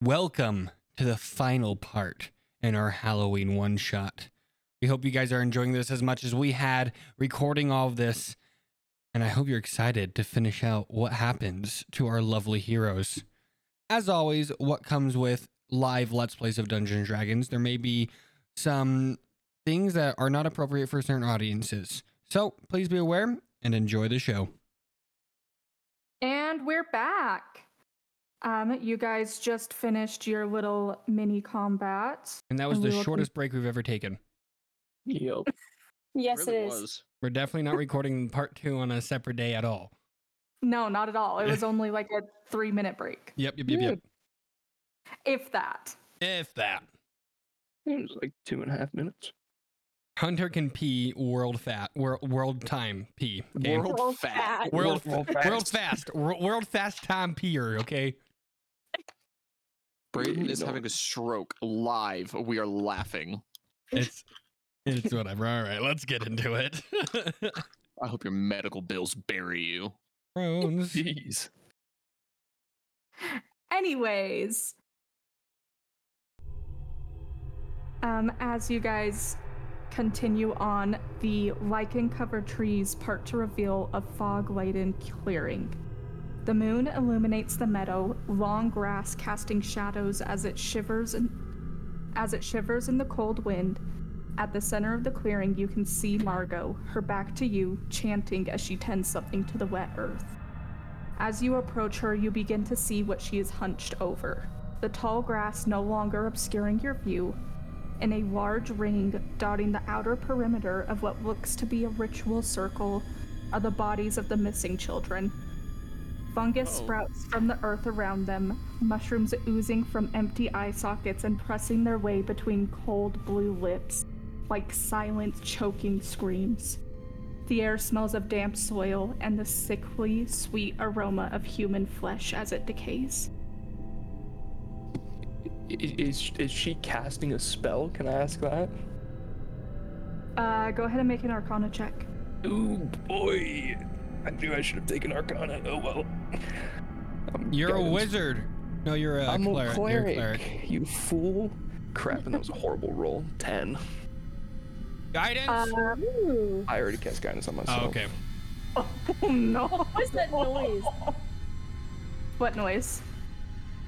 Welcome to the final part in our Halloween one shot. We hope you guys are enjoying this as much as we had recording all of this. And I hope you're excited to finish out what happens to our lovely heroes. As always, what comes with live Let's Plays of Dungeons and Dragons, there may be some things that are not appropriate for certain audiences. So please be aware and enjoy the show. And we're back. Um, you guys just finished your little mini combat. And that was And the we will con- shortest break we've ever taken. Yep. Yes, it is. We're definitely not recording part two on a separate day at all. No, not at all. It was only like a three minute break, Yep, yep, yep, yep. if that. If that. It was like two and a half minutes. Hunter can pee world fat, world, world time pee. okay? World fat. World, world world, fast, world, world fast time peer. Okay, Braden is No. having a stroke live. We are laughing. it's it's whatever. All right, let's get into it. I hope your medical bills bury you. Crohn's. Jeez. Anyways, um, as you guys continue on, the lichen covered trees part to reveal a fog laden clearing. The moon illuminates the meadow, long grass casting shadows as it shivers and as it shivers in the cold wind. At the center of the clearing, you can see Margot, her back to you, chanting as she tends something to the wet earth. As you approach her, you begin to see what she is hunched over. The tall grass no longer obscuring your view, and a large ring dotting the outer perimeter of what looks to be a ritual circle are the bodies of the missing children. Fungus Oh. sprouts from the earth around them, mushrooms oozing from empty eye sockets and pressing their way between cold blue lips, like silent choking screams. The air smells of damp soil and the sickly, sweet aroma of human flesh as it decays. I- i- Is is she casting a spell? Can I ask that? Uh, go ahead and make an arcana check. Oh boy. I knew I should have taken Arcana. Oh well. I'm You're a guidance- wizard. No, you're a I'm cleric. a You're cleric. You fool. Crap, and that was a horrible roll. Ten. Guidance. Uh, Um, I already cast guidance on myself. oh, okay. oh no. What's that noise? What noise?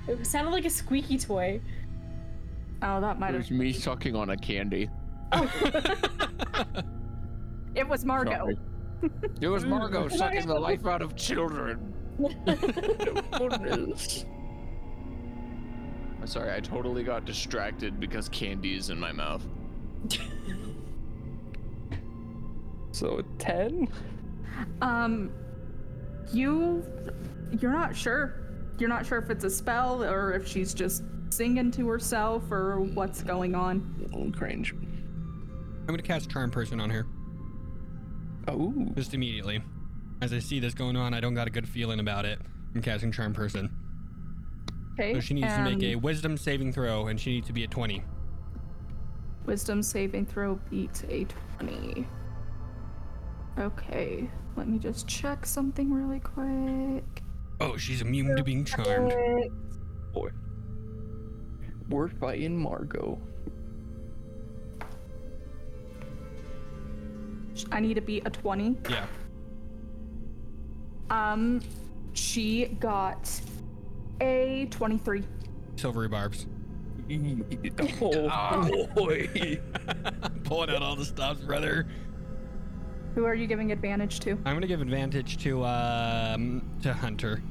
It sounded like a squeaky toy. Oh, that might have. It was me sucking on a candy. It was Margot. Sorry. It was Margot sucking the life out of children. Goodness. I'm sorry, I totally got distracted because candy is in my mouth. so a ten? Um, you, you're not sure. You're not sure if it's a spell or if she's just singing to herself or what's going on. Oh, cringe. I'm gonna cast charm person on her Oh. just immediately. As I see this going on, I don't got a good feeling about it. I'm casting charm person. Okay. So she needs to make and a wisdom saving throw, and she needs to be at 20. Wisdom saving throw beat a 20. Okay, let me just check something really quick. Oh, she's immune to being charmed. Boy. We're fighting Margot. I need to beat a 20. Yeah. Um, she got a 23. Silvery barbs. Oh boy. Pulling out all the stops, brother. Who are you giving advantage to? I'm gonna give advantage to um to Hunter.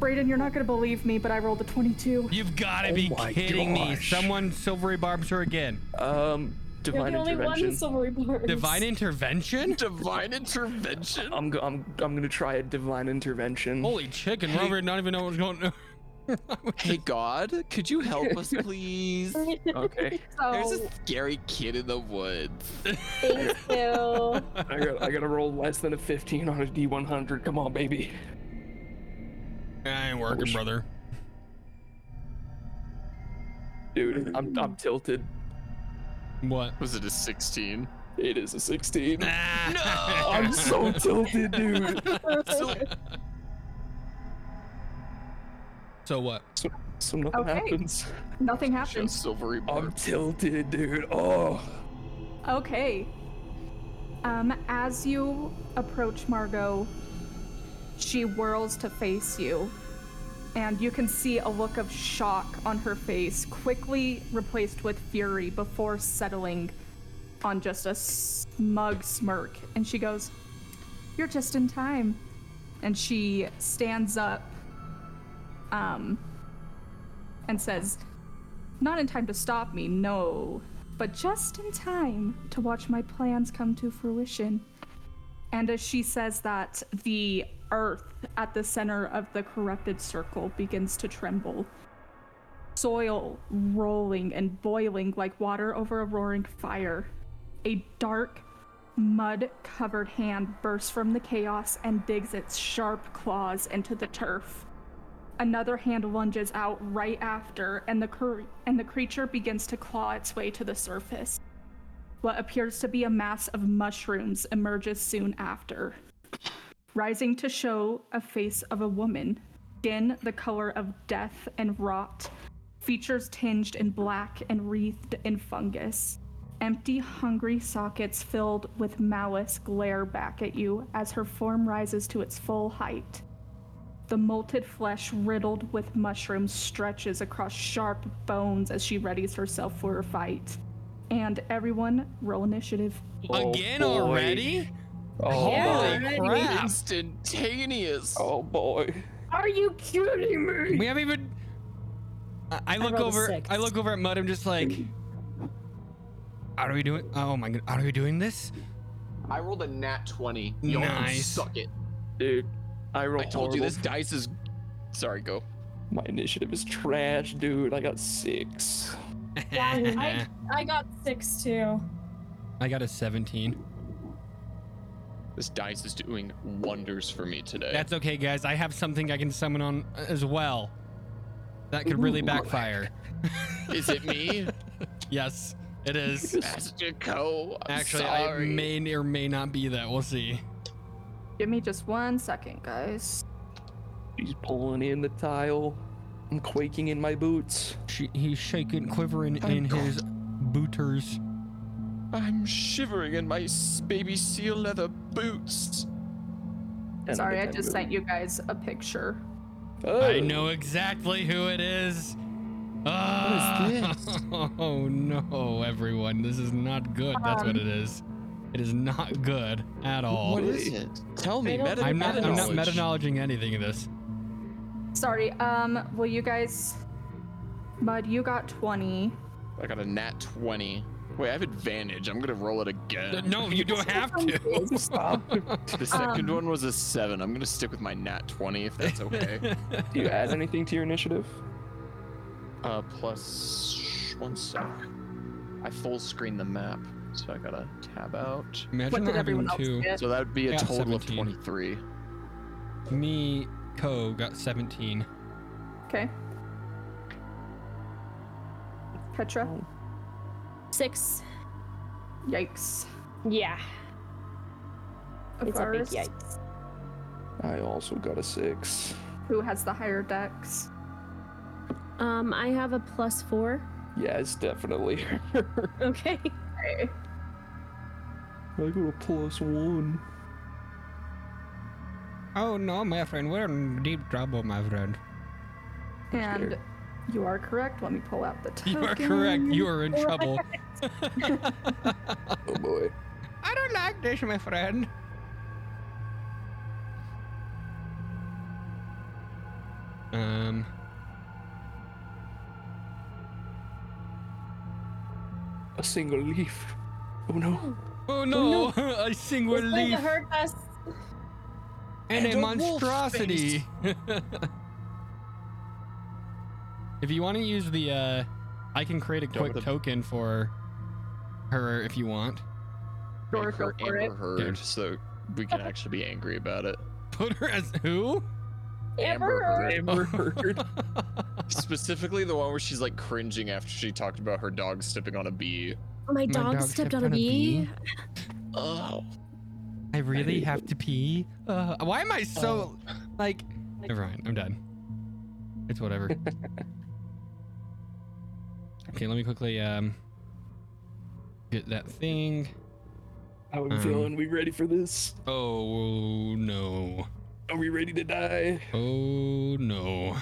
Brayden, you're not gonna believe me, but I rolled a 22. You've gotta Oh be my kidding me! gosh. Someone silvery barbs her again. Um, You're divine the only one intervention. with silvery bars. Divine intervention? Divine intervention? I'm, go- I'm I'm gonna try a divine intervention. Oh, Holy chicken! Robert, not even know what's going on. Hey God, could you help us please? Okay, There's So a scary kid in the woods. Thanks, Phil. I got I gotta roll less than a 15 on a D100. Come on, baby. I ain't working, Wish- brother. Dude, I'm I'm tilted. What? Was it a 16? It is a 16. No! I'm so tilted, dude. So what? So, so nothing Okay. happens. Nothing Show happens. silvery I'm barb. tilted, dude. Oh. Okay. Um, as you approach Margot, she whirls to face you, and you can see a look of shock on her face, quickly replaced with fury before settling on just a smug smirk. And she goes, You're just in time. And she stands up um, and says, Not in time to stop me, no, but just in time to watch my plans come to fruition. And as she says that, the earth at the center of the corrupted circle begins to tremble. Soil rolling and boiling like water over a roaring fire. A dark, mud covered hand bursts from the chaos and digs its sharp claws into the turf another hand lunges out right after and the cur- and the creature begins to claw its way to the surface what appears to be a mass of mushrooms emerges soon after rising to show a face of a woman skin the color of death and rot features tinged in black and wreathed in fungus empty hungry sockets filled with malice glare back at you as her form rises to its full height the molted flesh riddled with mushrooms stretches across sharp bones as she readies herself for a fight. And everyone, roll initiative. Oh, Again boy. already? Oh, Yeah. boy. Holy already. crap! Instantaneous. Oh, boy. Are you kidding me? We haven't even. I, I look rolled a over. six. I look over at Mud. I'm just like, are we doing? Oh my god, are we doing this? I rolled a nat 20. Y'all can Nice. Suck it. Dude, I rolled I told you horrible. this dice is. Sorry, go. My initiative is trash, dude. I got six. Yeah, I, I got six too. I got a 17. This dice is doing wonders for me today. That's okay, guys. I have something I can summon on as well. That could really Ooh. backfire. is it me? Yes, it is. Master Co. I'm Actually, sorry. I may or may not be that. We'll see. Give me just one second, guys. She's pulling in the tile. I'm quaking in my boots. She, he's shaking, quivering in Thank his booters. I'm shivering in my s- baby seal leather boots. And Sorry, I I'm in just my sent you guys a picture. room. I Oh, know exactly who it is. Ah, this? Oh no, everyone. This is not good. That's what Um, it is. It is not good at all. What is it? Tell me. I don't- Meta- I'm not I'm not meta-knowledge. meta-knowledging anything of this. Sorry, um, will you guys. Mud, you got 20. I got a nat 20. Wait, I have advantage. I'm gonna roll it again. No, you don't have to. Stop. The second one was a 7. I'm gonna stick with my nat 20 if that's okay. Do you add anything to your initiative? uh, plus. One sec. I full screen the map, so I gotta tab out. Imagine What not did having everyone else two. get? So that would be I a got total of 17. 23. Me, Co got 17. Okay. Petra? Oh. Six. Yikes. Yeah. It's a big Varus, yikes. I also got a six. who has the higher dex? Um, I have a plus four. Yes, definitely. Okay. Okay. I got a plus one. Oh no, my friend, we're in deep trouble, my friend. And you are correct. Let me pull out the You token. are correct. You are in trouble. Oh boy. I don't like this, my friend. Um. A single leaf. Oh no. Oh no! a single It's going to leaf hurt us. and a And a wolf monstrosity. if you want to use the, uh, I can create a quick but- token for her if you want. Sure, Make her go for it. Amber Heard, Dude. so we can actually be angry about it. Put her as who? Amber Heard. Amber Heard. Specifically, the one where she's like cringing after she talked about her dog stepping on a bee. Oh, My dog, stepped on a bee. Oh, I Oh. really hate have to pee. Uh, why am I so like? Never mind. I'm done. It's whatever. okay, let me quickly um get that thing. How are we Hmm. Um, feeling? We ready for this? Oh no. Are we ready to die? Oh no.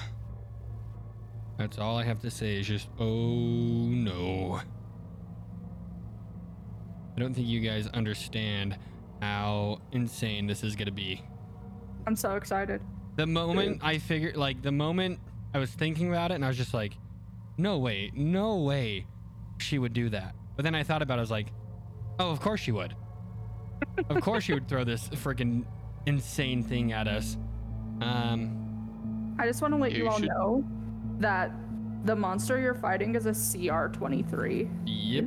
That's all I have to say is just oh no. I don't think you guys understand how insane this is gonna be. I'm so excited. The moment I figured, like, the moment I was thinking about it, and I was just like, no way, no way she would do that. But then I thought about it, I was like, oh, of course she would. of course she would throw this freaking insane thing at us. Um, I just want to let Yeah, you, you all should- know that the monster you're fighting is a CR23. yep.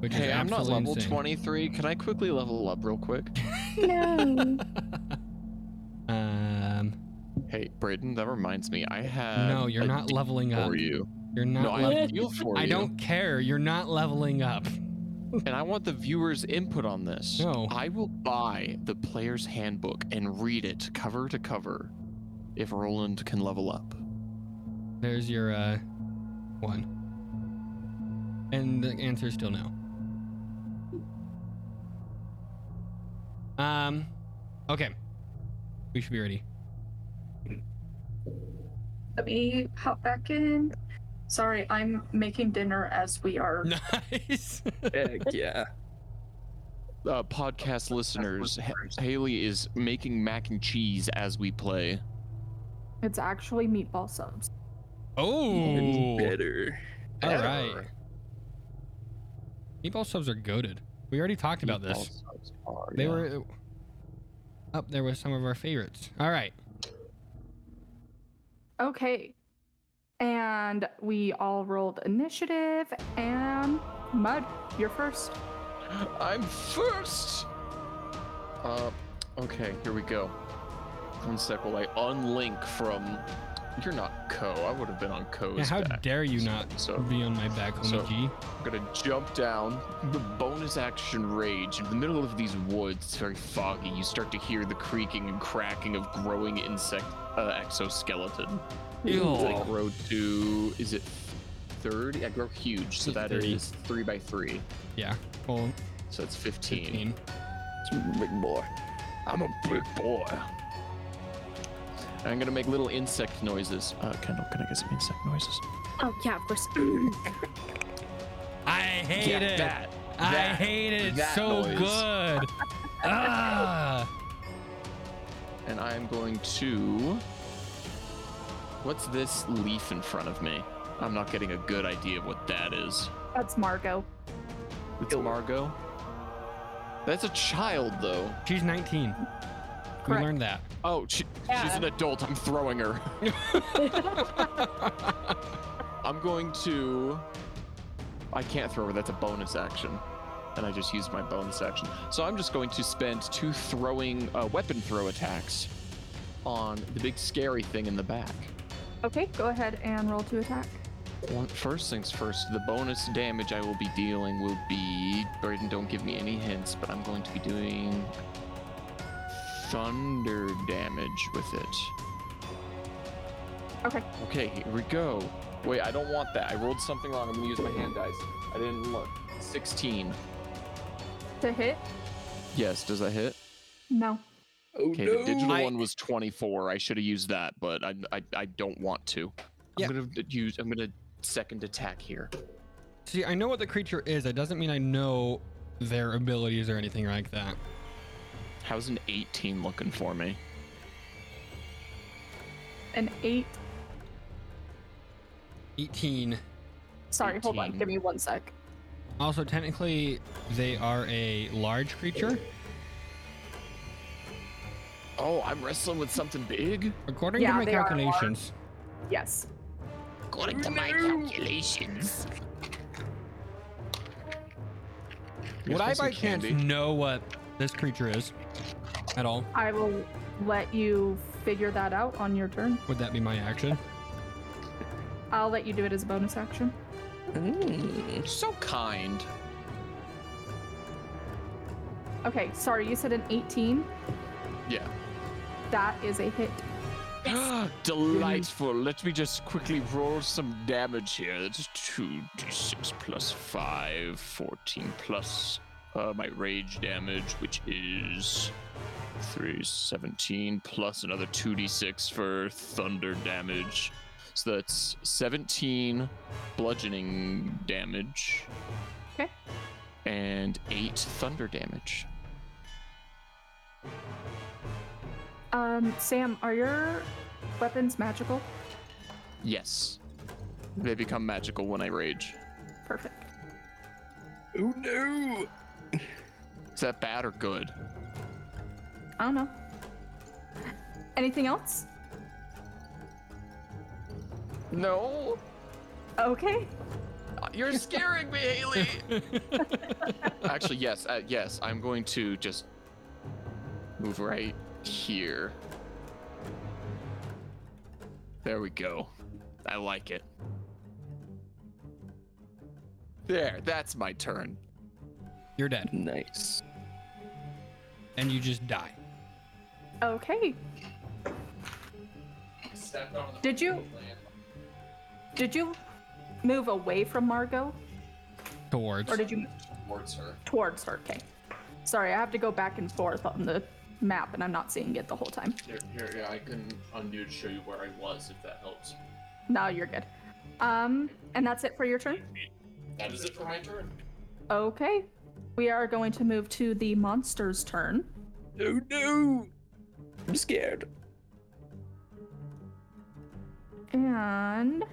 Which Hey, I'm not absolutely level insane. 23. Can I quickly level up real quick? No. Um, Hey, Braden, that reminds me. Um, I have. no, you're a not leveling deal up. For you. You're not. No, I level- have a deal for I you. don't care. You're not leveling up. And I want the viewers' input on this. No. I will buy the player's handbook and read it cover to cover if Roland can level up. There's your uh one. And the answer is still no. Um okay. We should be ready. Let me hop back in. Sorry, I'm making dinner as we are. Nice. Heck yeah. Uh, podcast listeners, Ha- Haley is making mac and cheese as we play. It's actually meatball subs. oh. Better. All right. Meatball subs are goaded. We already talked about this. They were uh, up there with some of our favorites. All right. Okay. And we all rolled initiative and Mud, you're first. I'm first. Uh, okay, here we go. One sec while I unlink from. You're not Co. I would have been on Co's. Yeah, how back. dare you not So- be on my back, homie so- G? I'm gonna jump down. The bonus action rage in the middle of these woods. It's very foggy. You start to hear the creaking and cracking of growing insect uh, exoskeleton. I Ew. grow to is it thirty? I grow huge, so Yeah, that is 30. three by three. Yeah. Well, So it's 15. 15. Big boy. I'm a big boy. I'm gonna make little insect noises. Uh, Kendall, can I get some insect noises? oh yeah, of course. I hate Yeah, it. that. I that, hate it that so noise. good. ah. And I'm going to. What's this leaf in front of me? I'm not getting a good idea of what that is. That's Margot. It's Margot. That's a child, though. She's 19. We Correct. learned that. Oh, she, she's Yeah. an adult. I'm throwing her. I'm going to. I can't throw her. That's a bonus action. And I just used my bonus action. So I'm just going to spend two throwing uh, weapon throw attacks on the big scary thing in the back. Okay, go ahead and roll to attack. Well, First things first, the bonus damage I will be dealing will be. Braden, don't give me any hints, but I'm going to be doing thunder damage with it. Okay. Okay, here we go. Wait, I don't want that. I rolled something wrong. I'm gonna use my hand dice. I didn't look. 16. To hit? Yes, does that hit? No. Oh Okay, no. the digital I- one was 24. I should have used that, but I, I, I don't want to. Yeah. I'm gonna use. I'm gonna second attack here. See, I know what the creature is. It doesn't mean I know their abilities or anything like that. How's an 18 looking for me? An eight. 18. Sorry, hold on. 18. Give me one sec. Also, technically, they are a large creature. Oh, I'm wrestling with something big. According Yeah, to my they are large. calculations, Yes. According to my calculations. would I by chance know what this creature is at all? I will let you figure that out on your turn. Would that be my action? I'll let you do it as a bonus action. Hmm. So kind. Okay, sorry, you said an 18. Yeah. That is a hit. Delightful. Let me just quickly roll some damage here. That's 2d6 plus 5, 14 plus uh, my rage damage, which is 3, 17, plus another 2d6 for thunder damage. So that's 17 bludgeoning damage. 'Kay. And 8 thunder damage. Um, Sam, are your weapons magical? Yes. They become magical when I rage. Perfect. Oh no! Is that bad or good? I don't know. Anything else? No. Okay. You're scaring me, Haley. Actually, yes, uh, yes. I'm going to just move right here. There we go. I like it. There, that's my turn. You're dead, Nice. and you just die. Okay. Did you? Did you move away from Margot, Towards or did you move Towards her. towards her? Okay. Sorry, I have to go back and forth on the map, and I'm not seeing it the whole time. Here, here, yeah, I can undo to show you where I was, if that helps. No, you're good. Um, and that's it for your turn. That is it for my turn. Okay. We are going to move to the monster's turn. Oh no! I'm scared. And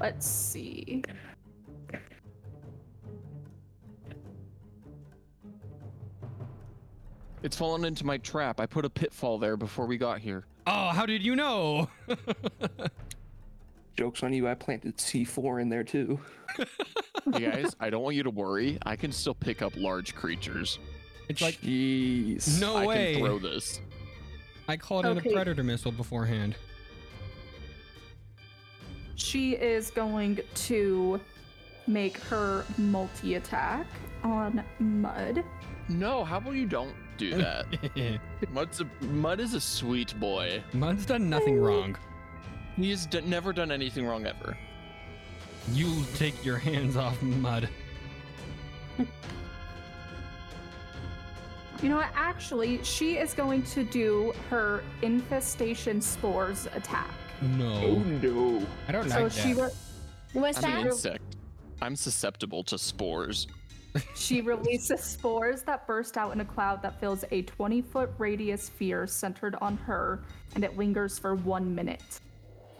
let's see. It's fallen into my trap. I put a pitfall there before we got here. Oh, how did you know? Joke's on you, I planted C4 in there too. You guys, I don't want you to worry. I can still pick up large creatures. it's like Jeez. no I way. can throw this. I called in Okay. a predator missile beforehand. She is going to make her multi attack on Mud. No, how about you don't do that? Mud's a, Mud is a sweet boy. Mud's done nothing wrong. He's d- never done anything wrong ever. You take your hands off Mud. You know what? Actually, she is going to do her infestation spores attack. Oh No, no. I don't so like she that. re- What's I'm an that? insect. I'm susceptible to spores. she releases spores that burst out in a cloud that fills a 20 foot radius sphere centered on her, and it lingers for one minute.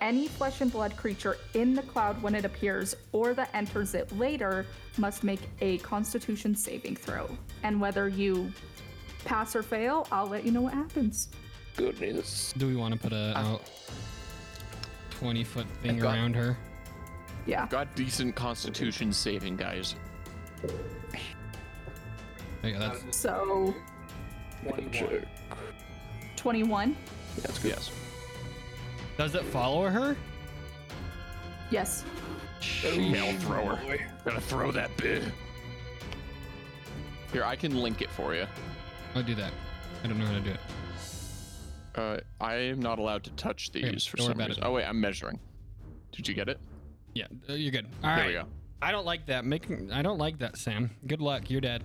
Any flesh and blood creature in the cloud when it appears or that enters it later must make a constitution saving throw. And whether you pass or fail, I'll let you know what happens. Goodness. Do we want to put a Ah. out twenty foot thing got- around her? Yeah. Got decent constitution saving, guys. Okay, that's So One check. 21. That's good. Yes. does it follow her? Yes. Nail thrower. boy. Gotta throw that bit. Here, I can link it for you. I'll do that. I don't know how to do it. Uh, I am not allowed to touch these for don't worry some about reason. it. Oh wait, I'm measuring. Did you get it? Yeah, uh, you're good. All right. There we go. I don't like that. Making I don't like that, Sam. Good luck. You're dead.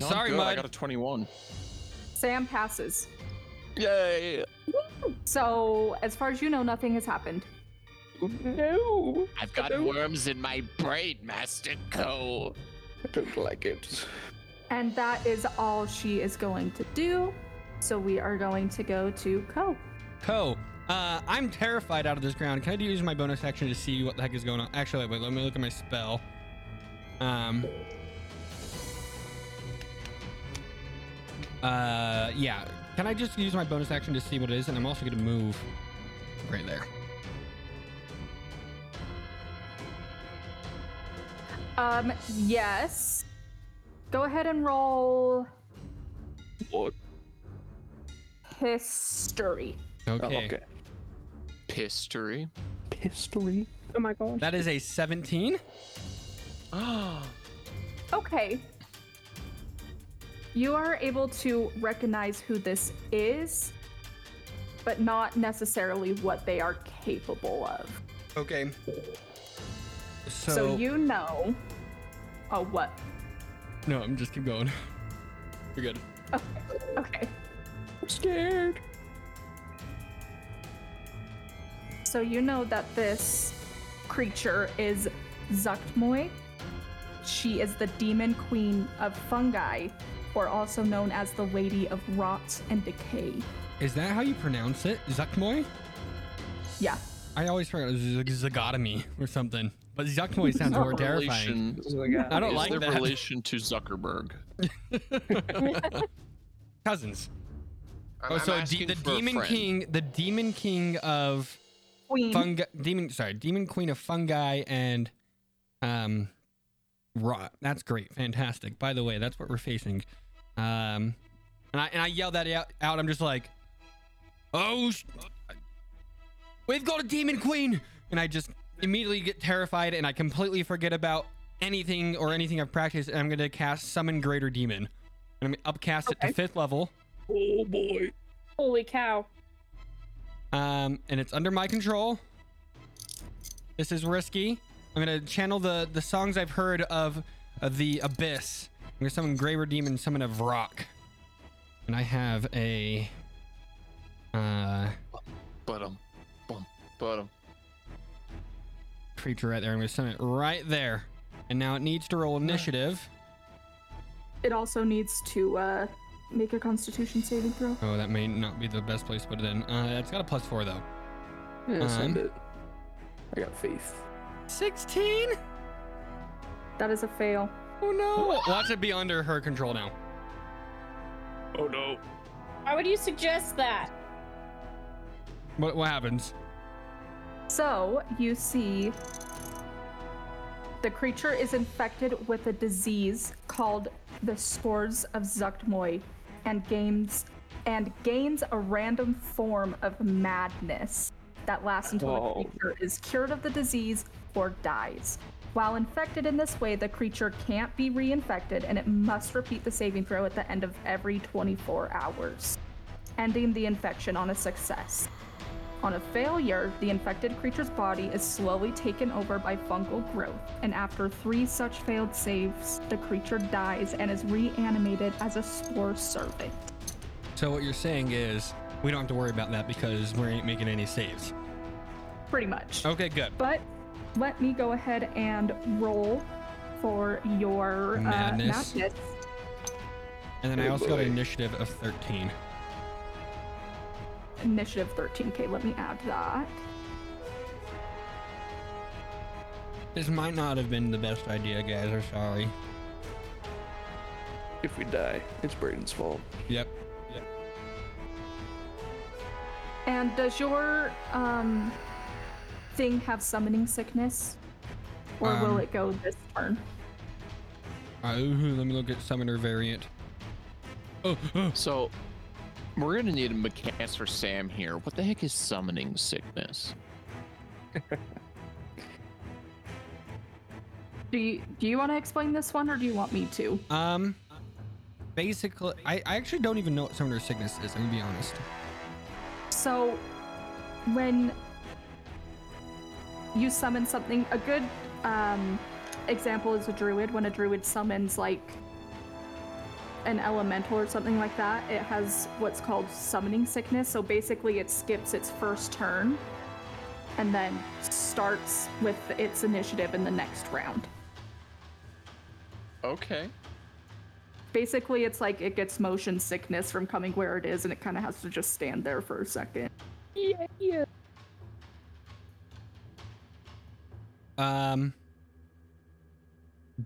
No, I'm Sorry, good. I Mud. got a 21. Sam passes. Yay! So, as far as you know, nothing has happened. Oh no. I've got worms in my brain, Master Co. I don't like it. And that is all she is going to do. So we are going to go to Co. Co. Uh, I'm terrified out of this ground. Can I use my bonus action to see what the heck is going on? Actually, wait. Let me look at my spell. Um. Uh, yeah. Can I just use my bonus action to see what it is? And I'm also going to move right there. Um, yes. Go ahead and roll What? history. Okay. Oh, okay. Pistory. Pistory. Oh my gosh. That is a 17. Ah. Okay. You are able to recognize who this is, but not necessarily what they are capable of. Okay. So, So, you know. Oh, what? No, I'm just keep going. You're good. Okay. I'm scared. So you know that this creature is Zuktmoy. She is the demon queen of fungi, or also known as the Lady of Rot and Decay. Is that how you pronounce it? Zuckmoy? Yeah. I always forget it was like Zagotomy or something. But Zuckmoy sounds more terrifying. Relation, I don't is like their that. relation to Zuckerberg. Cousins. I'm, Oh, I'm so de- asking the for a demon friend. king, the demon king of Queen. fungi, demon, sorry, demon queen of fungi and um, rot. That's great, fantastic. By the way, that's what we're facing. Um, and I and I yell that out. out I'm just like, oh, sh- we've got a demon queen, and I just immediately get terrified and I completely forget about anything or anything I've practiced. And I'm gonna cast summon greater demon, and I'm gonna upcast it to Okay. fifth level. Oh boy. Holy cow. Um, and it's under my control. This is risky. I'm gonna channel the the songs I've heard of, of the abyss. I'm gonna summon Graver Demon, summon of Rock, and I have a. Uh, But um, bum, but um. creature right there. I'm gonna summon it right there, and now it needs to roll initiative. It also needs to uh, make a Constitution saving throw. Oh, that may not be the best place to put it in. Uh, it's got a plus four though. Yeah, send Um, it. I got faith. Sixteen. That is a fail. Oh no! Watch it be under her control now. Oh no. Why would you suggest that? What what happens? So you see, the creature is infected with a disease called the spores of Zuktmoy, and gains and gains a random form of madness that lasts until Whoa. the creature is cured of the disease or dies. While infected in this way, the creature can't be reinfected, and it must repeat the saving throw at the end of every 24 hours, ending the infection on a success. On a failure, the infected creature's body is slowly taken over by fungal growth, and after three such failed saves, the creature dies and is reanimated as a spore servant. So what you're saying is we don't have to worry about that because we ain't making any saves. Pretty much. Okay, good. But let me go ahead and roll for your uh, Madness. madness. And then I Oh, also got an boy. initiative of 13. Initiative 13k, let me add that. This might not have been the best idea, guys. I'm sorry. If we die, it's Braden's fault. Yep. And does your um, thing have summoning sickness? Or will Um, it go this turn? Uh, ooh, let me look at summoner variant. Oh, oh. So we're gonna need a mechanics for Sam here. What the heck is summoning sickness? Do you, do you want to explain this one or do you want me to? Um, basically, I, I actually don't even know what summoner sickness is. I'm gonna be honest. So, when you summon something, a good um, example is a druid. When a druid summons, like, an elemental or something like that, it has what's called summoning sickness. So, basically, it skips its first turn and then starts with its initiative in the next round. Okay. Basically, it's like it gets motion sickness from coming where it is and it kind of has to just stand there for a second. Yeah, yeah. Um,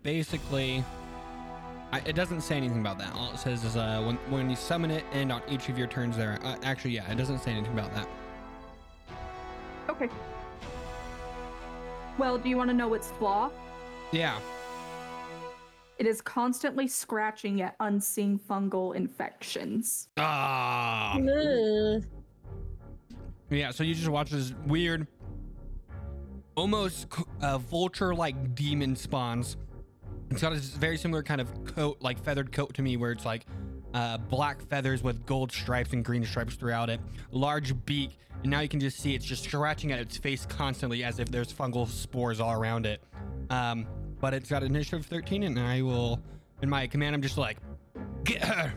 basically, I, it doesn't say anything about that. All it says is uh, when when you summon it, and on each of your turns there. Uh, actually, yeah, it doesn't say anything about that. Okay. Well, do you want to know its flaw? Yeah. It is constantly scratching at unseen fungal infections. Ah. Ugh. Yeah, so you just watch this weird, almost c- uh, vulture like demon spawns It's got a very similar kind of coat, like feathered coat to me, where it's like uh, black feathers with gold stripes and green stripes throughout it. Large beak, and now you can just see it's just scratching at its face constantly as if there's fungal spores all around it. Um, but it's got initiative 13, and I will, in my command, I'm just like, get her,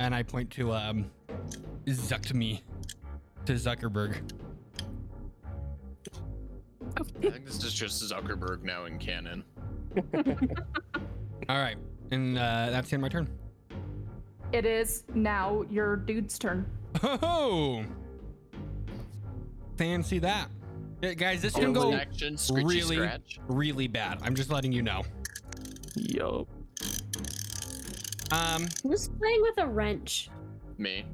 and I point to um, Zuck to me, to Zuckerberg. I think this is just Zuckerberg now in canon. All right, and uh, that's the end of my turn. It is now your dude's turn. Oh, fancy that, Yeah, guys! This can Bonus go action, scritchy really, scratch. really bad. I'm just letting you know. Yo. Um, Who's playing with a wrench? Me.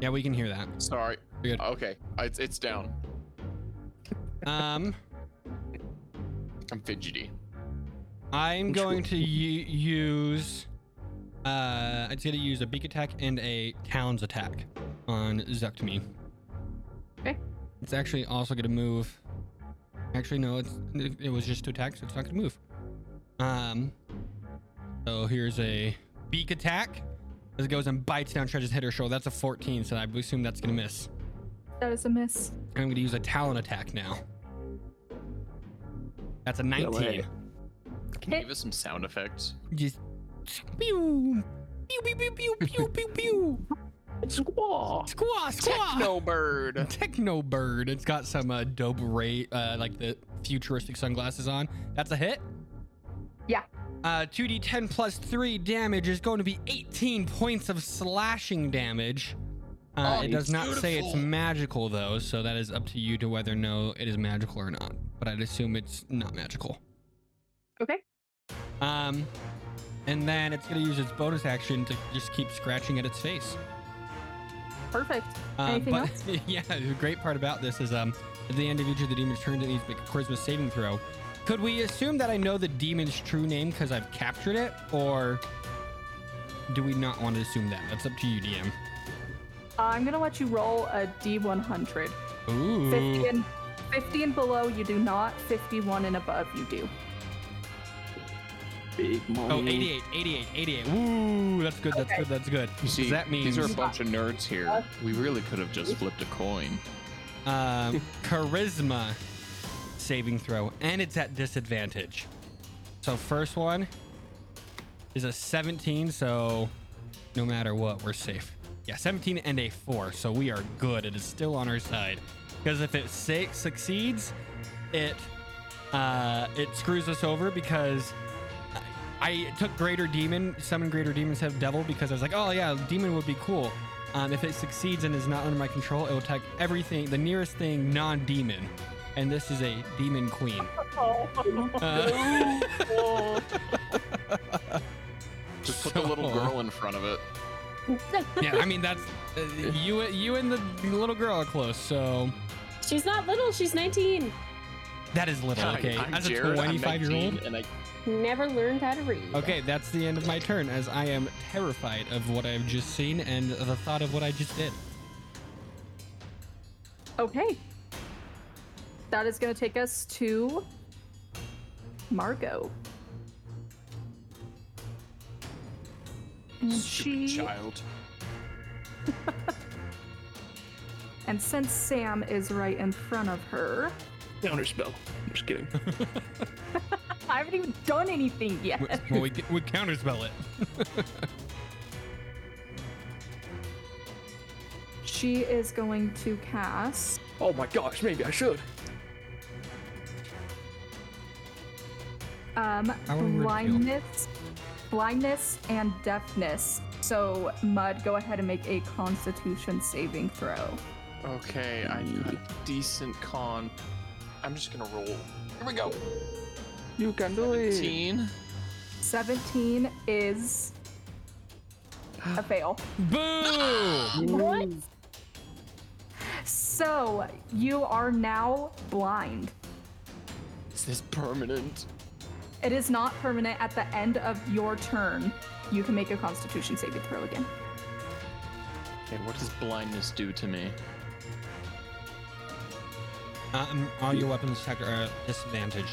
yeah, we can hear that. Sorry. You're good. Okay. It's, it's down. Um, I'm fidgety. I'm going to u- use. Uh, it's gonna use a beak attack and a talons attack on Zuck to me. Okay. It's actually also gonna move. Actually, no, it's it, it was just two attacks. So it's not gonna move. Um. So here's a beak attack. As it goes and bites down Treasure's head or shoulder. That's a 14, so I assume that's gonna miss. That is a miss. And I'm gonna use a talon attack now. That's a 19. way. Can you give us some sound effects? just pew pew pew pew pew pew pew pew Squaw. squaw squaw bird. techno bird it's got some uh, dope ray uh, like the futuristic sunglasses on that's a hit Yeah. uh 2d10 plus 3 damage is going to be 18 points of slashing damage uh, Oh, it does not say it's beautiful. magical though so that is up to you to whether no it is magical or not but i'd assume it's not magical Okay. Um, and then it's gonna use its bonus action to just keep scratching at its face. Perfect. Um, Anything but else? yeah, the great part about this is um, at the end of each of the demon's turns, it needs to make a charisma saving throw. Could we assume that I know the demon's true name because I've captured it, or do we not want to assume that? That's up to you, DM. I'm gonna let you roll a D100. Ooh. 50 and, 50 and below, you do not. 51 and above, you do. Big money. Oh, 88, 88, 88. Ooh, that's good, that's good, that's good. You see, Does that mean these are a bunch of nerds here. We really could have just flipped a coin. um, charisma saving throw, and it's at disadvantage. So first one is a 17, so no matter what, we're safe. Yeah, 17 and a four, so we are good. It is still on our side because if it sa- succeeds, it uh, it screws us over because I took Greater Demon. Summon Greater Demons have Devil because I was like, oh yeah, Demon would be cool. Um, if it succeeds and is not under my control, it will attack everything, the nearest thing non-demon, and this is a Demon Queen. Uh, Just put the little So- girl in front of it. yeah, I mean that's uh, you. You and the little girl are close, so She's not little, she's 19. that is little. Hi, Okay, I'm as a Jared, I'm 25 year old. 19, and I Never learned how to read. Okay, that's the end of my turn, as I am terrified of what I've just seen and the thought of what I just did. Okay. That is gonna take us to Margot. And stupid she- child. And since Sam is right in front of her, Counter spell. I'm just kidding. I haven't even done anything yet. Well, we, we counterspell it. She is going to cast Oh my gosh, maybe I should. um, I wanna reveal. blindness, blindness, and deafness. So Mud, go ahead and make a Constitution saving throw. Okay, I got a decent con. I'm just gonna roll. Here we go. You can do it. 17. Seventeen is a fail. Boo! What? So you are now blind. Is this permanent? It is not permanent. At the end of your turn, you can make a Constitution saving throw again. Okay, what does blindness do to me? Um, all your weapons attack are at disadvantage.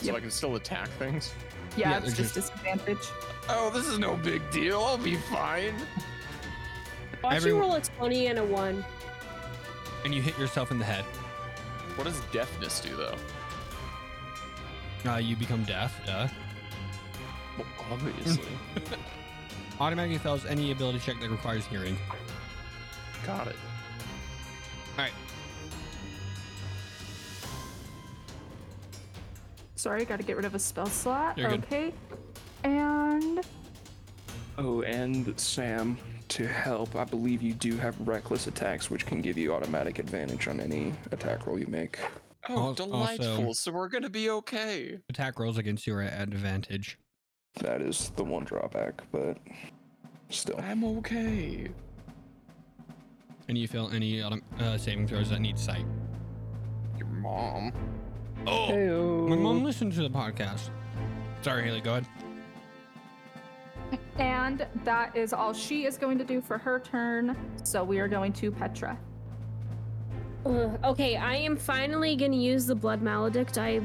So Yep. I can still attack things? Yeah, Yeah, it's they're just disadvantage. Oh, this is no big deal. I'll be fine. Watch Everyone- you roll a 20 and a 1. and you hit yourself in the head. What does deafness do, though? Uh, you become deaf. Duh. Well, obviously. Automatically fails any ability check that requires hearing. Got it. All right. Sorry, got to get rid of a spell slot. You're good. okay. And Oh, and Sam, to help, I believe you do have reckless attacks, which can give you automatic advantage on any attack roll you make. Al- Oh, also- delightful. so we're gonna be okay. Attack rolls against you are at advantage. That is the one drawback, but still. I'm okay. And you fail any autom- uh, saving throws that need sight. Your mom. My mom listened to the podcast. Sorry, Haley, go ahead. and that is all she is going to do for her turn. So we are going to Petra. Ugh, okay, I am finally gonna use the blood maledict I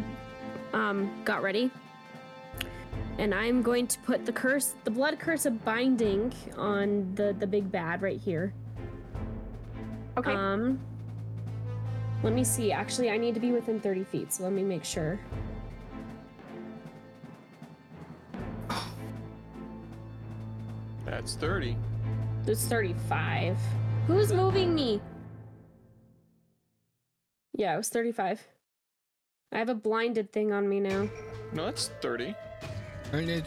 um got ready. And I'm going to put the curse the blood curse of binding on the the big bad right here. Okay. Uh. Um let me see. Actually I need to be within 30 feet, so let me make sure. That's 30. There's 35. Who's moving me? Yeah, it was 35. I have a blinded thing on me now. No, that's 30. I mean, it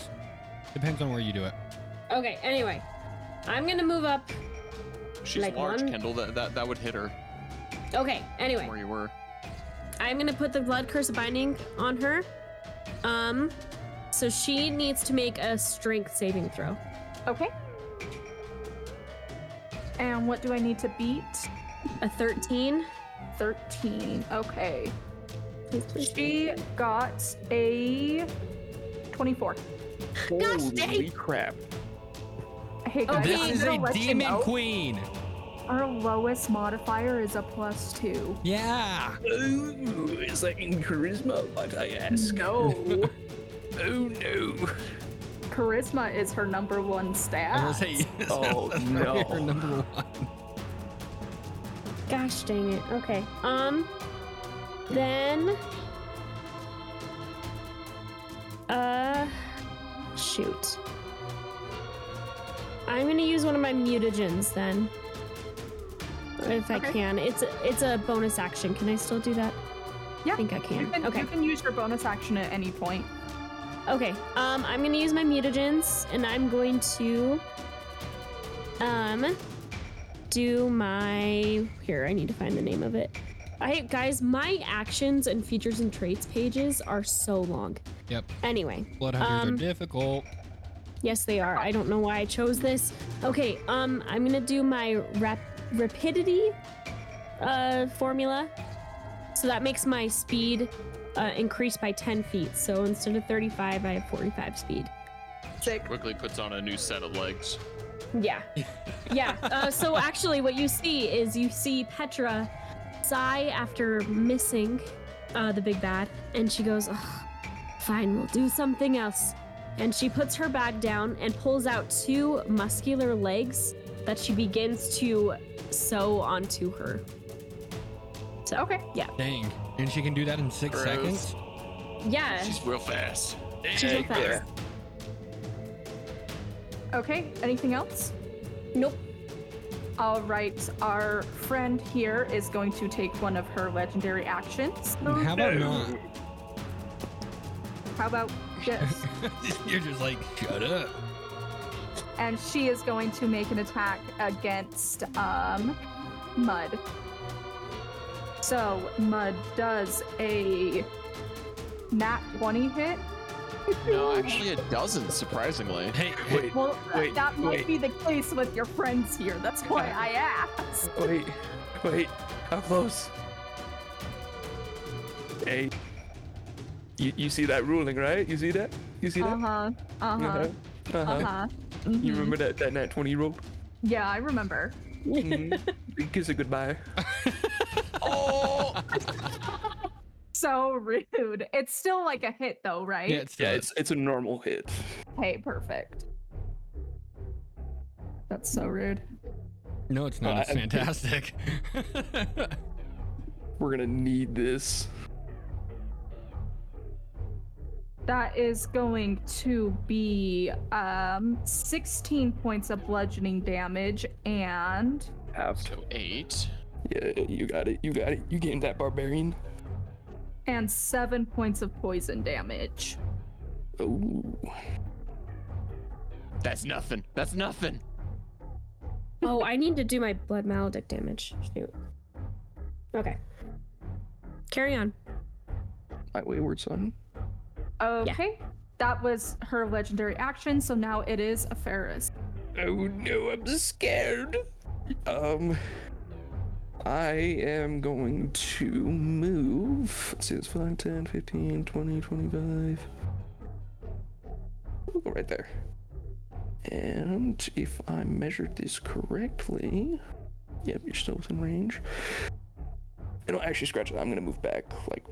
depends on where you do it. Okay, anyway. I'm gonna move up. She's Like large, one? Kendall. That, that that would hit her Okay, anyway. from where you were. I'm gonna put the blood curse binding on her. Um, so she needs to make a strength saving throw. okay. And what do I need to beat? A 13. 13. Okay. Please, please. She got a 24. Gosh Holy dang. crap. Hey guys, This I'm is gonna let you know, queen. Our lowest modifier is a plus two. Yeah. Ooh, is that in charisma, might I ask? No. Oh no. Charisma is her number one I stat. was gonna say, Oh, that's probably her no. number one. Gosh dang it. Okay. Um, then. Uh, shoot. I'm gonna use one of my mutagens then, if I Okay. can. It's a, it's a bonus action. Can I still do that? Yeah, I think I You can. can, okay. you can use your bonus action at any point. Okay, um, I'm gonna use my mutagens, and I'm going to, um, do my. Here, I need to find the name of it. I guys, my actions and features and traits pages are so long. Yep. Anyway, Bloodhunters Um, are difficult. yes, they are. I don't know why I chose this. Okay, um, I'm gonna do my rap- rapidity, uh, formula. So that makes my speed, uh, increase by 10 feet. So instead of 35, I have 45 speed. Sick. Quickly puts on a new set of legs. Yeah. Yeah. Uh, so actually, what you see is you see Petra sigh after missing uh, the big bad, and she goes, Ugh, Fine, we'll do something else. And she puts her bag down and pulls out two muscular legs that she begins to sew onto her. So, Okay. Yeah. Dang. And she can do that in six Gross. seconds? Yeah. She's real fast. Eh. She's real fast. Okay. Anything else? Nope. All right. Our friend here is going to take one of her legendary actions. How about not? How about this? You're just like, shut up. and she is going to make an attack against um mud so mud does a nat 20 hit No, actually, it doesn't. Surprisingly. Hey, Wait, well uh, Wait, that might wait. be the case with your friends here that's why i asked wait, wait. How close? Hey. You, you see that ruling, right? You see that? You see that? uh-huh uh-huh Uh-huh. uh-huh Mhm. You remember that, that nat Mm-hmm. 20 roll? yeah i remember Mhm. Kiss it goodbye. oh, so rude. It's still like a hit though, right? Yeah, it's, Yeah, still- it's it's a normal hit. Okay, perfect. That's so rude. no, it's not. It's I- I- fantastic. We're gonna need this. That is going to be um 16 points of bludgeoning damage and Have to. So eight. Yeah, you got it. You got it. You gained that barbarian. and 7 points of poison damage. Ooh. That's nothing. That's nothing. Oh, I need to do my blood maledict damage. Shoot. Okay. Carry on. My wayward son. Okay. That was her legendary action, so now it is a Ferris. Oh no, I'm scared. Um, I am going to move. Let's see, it's 5, 10, 15, 20, 25. We'll go right there. And if I measured this correctly, yep, you're still within range. And I'll actually scratch it. I'm gonna move back. Like,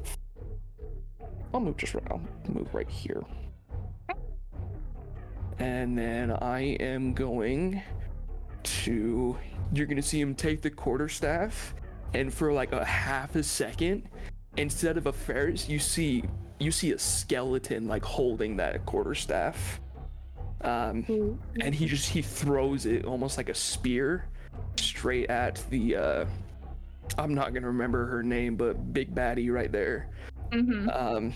I'll move just right. I'll move right here. And then I am going to. You're going to see him take the quarterstaff, and for like a half a second, instead of a ferris, you see you see a skeleton like holding that quarterstaff. Um, Oh, and he just he throws it almost like a spear straight at the. Uh, I'm not gonna remember her name, but Big Baddie right there. Mm-hmm. Um,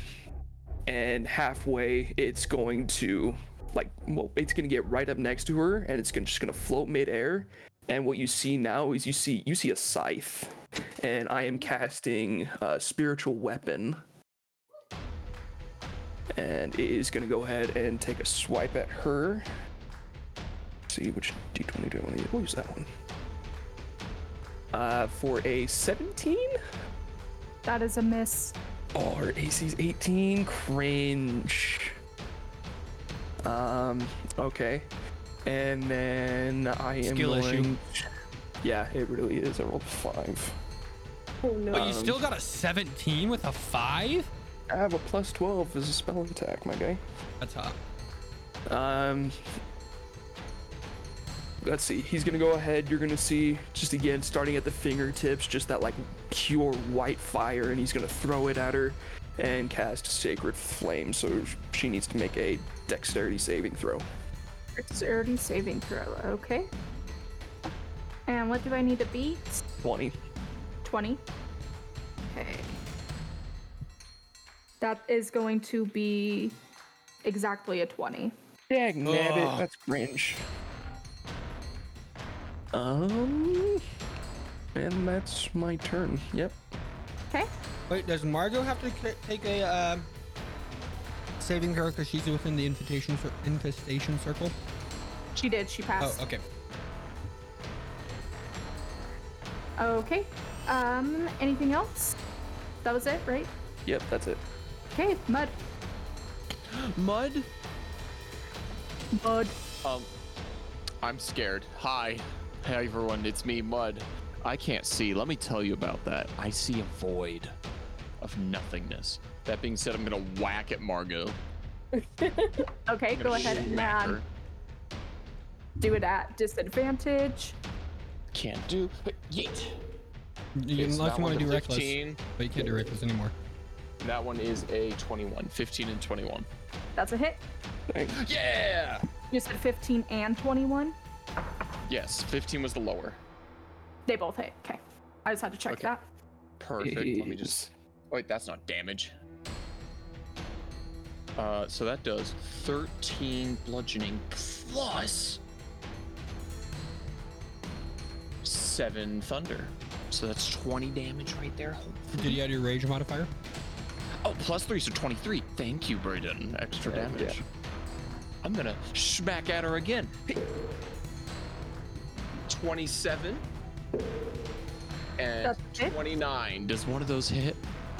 and halfway, it's going to like well, it's gonna get right up next to her, and it's gonna, just gonna float midair. And what you see now is you see you see a scythe, and I am casting a spiritual weapon, and it is gonna go ahead and take a swipe at her. see which d20 do I want to use? We'll use that one. Uh, for a 17. That is a miss. Oh, her AC's 18. Cringe. Um, okay. And then I am Skill issue. going... Yeah, it really is. I rolled five. Oh no. Wait, you still got a 17 with a 5? I have a plus 12 as a spell attack, my guy. That's hot. Um, let's see. He's gonna go ahead. You're gonna see just again, starting at the fingertips, just that like pure white fire, and he's gonna throw it at her and cast Sacred Flame. So she needs to make a Dexterity saving throw. Dexterity saving throw. Okay. And what do I need to beat? Twenty. 20. Okay. That is going to be exactly a 20. Dag Ugh. nabbit, that's cringe. Um, and that's my turn. Yep. Okay. Wait, does Margot have to ca- take a uh, saving throw because she's within the invitation cir- infestation circle? She did. She Oh, passed. okay. okay. Um, anything else? That was it, right? Yep, that's it. Okay, mud. Mud. Mud. Um, I'm scared. Hi. Hey everyone, it's me, Mud. I can't see. Let me tell you about that. I see a void of nothingness. That being said, I'm gonna whack at Margot. Okay, go I'm gonna ahead and smack um, her. do it at disadvantage. Can't do. But yeet. You, It's unless not you want one to do of reckless, 15. but you can't do reckless anymore. That one is a 21. 15 and 21. That's a hit. Thanks. Yeah! You said 15 and 21. Yes, 15 was the lower. They both hit. Okay. I just had to check Okay. that. Perfect. Let me just. Wait, that's not damage. Uh, so that does 13 bludgeoning plus 7 thunder. So that's 20 damage right there. Did you add your rage modifier? Oh, plus 3, so 23. Thank you, Brayden. Extra Yeah, yeah. damage. I'm gonna smack at her again. Hey. 27 and That's it? 29. Does one of those hit?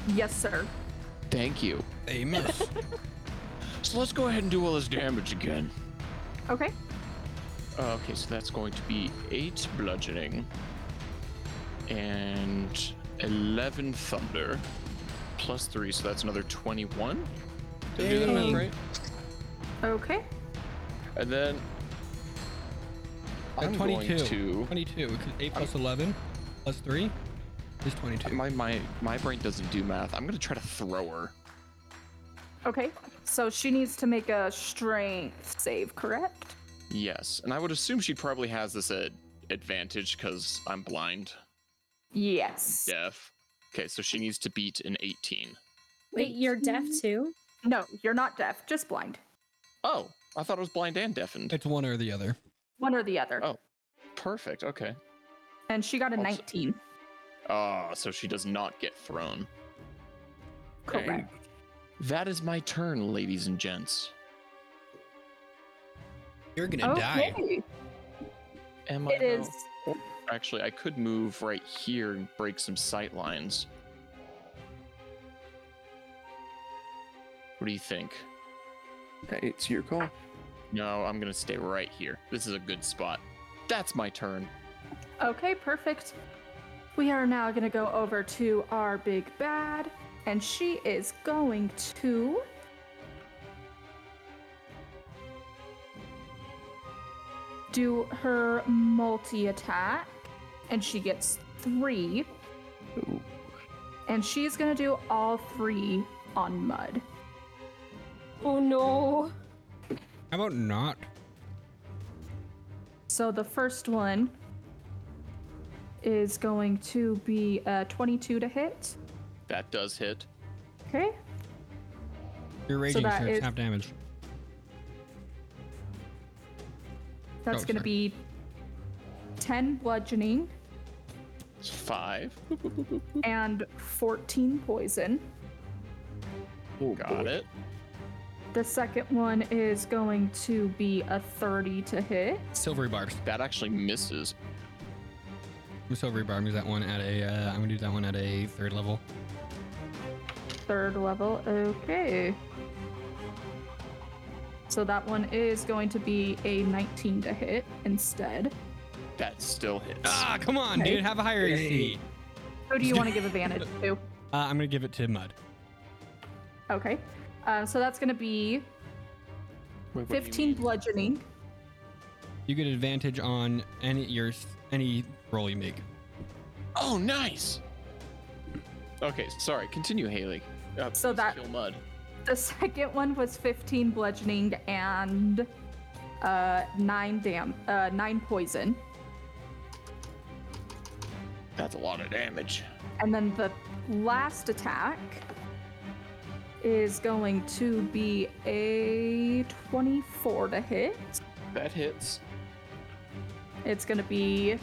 Yes, sir. Thank you. A miss. So let's go ahead and do all this damage again. Okay. Uh, okay, so that's going to be 8 bludgeoning and 11 thunder plus three, so that's another 21. Did I do that math Dang. Uh, right? Okay. And then Got I'm 22. going to 22. Because 8 plus 11 plus 3 is 22. my my my brain doesn't do math. I'm gonna try to throw her. Okay. So she needs to make a strength save, correct? Yes, and I would assume she probably has this at advantage because I'm blind, Yes. deaf. Okay, so she needs to beat an 18. Wait, you're deaf too? No, you're not deaf, just blind. Oh, I thought it was blind and deafened. It's one or the other. One or the other. Oh. Perfect. Okay. And she got a Also- 19. Ah, so she does not get thrown. Correct. That is my turn, ladies and gents. You're gonna die. Okay. Am It I is. though? Actually, I could move right here and break some sight lines. What do you think? Hey, it's your call. No, I'm gonna stay right here. This is a good spot. That's my turn. Okay, perfect. We are now going to go over to our big bad, and she is going to. Do her multi attack, and she gets three. And she's gonna do all three on Mud. Oh no. How about not? So the first one is going to be a 22 to hit. That does hit. Okay. You're raging, so, that it's is- half damage. That's Oh, sorry. going to be 10 bludgeoning It's five. and 14 poison. Oh, Got boy. it. The second one is going to be a 30 to hit. Silvery barbs. That actually misses. I'm silvery barb. Use that one at a. Uh, I'm gonna do that one at a third level. Third level. Okay. So that one is going to be a 19 to hit instead. That still hits. Ah, come on, Okay. dude. Have a higher AC. Who Oh, do you want to give advantage to? Uh, I'm gonna give it to Mud. Okay. Uh, so that's going to be Wait, what do you 15 mean? bludgeoning. You get advantage on any your s- any roll you make. Oh, nice. Okay, sorry. Continue, Haley. Uh, So please that- kill mud. The second one was 15 bludgeoning and uh, nine dam- uh, nine poison. That's a lot of damage. And then the last attack is going to be a 24 to hit. That hits. It's going to be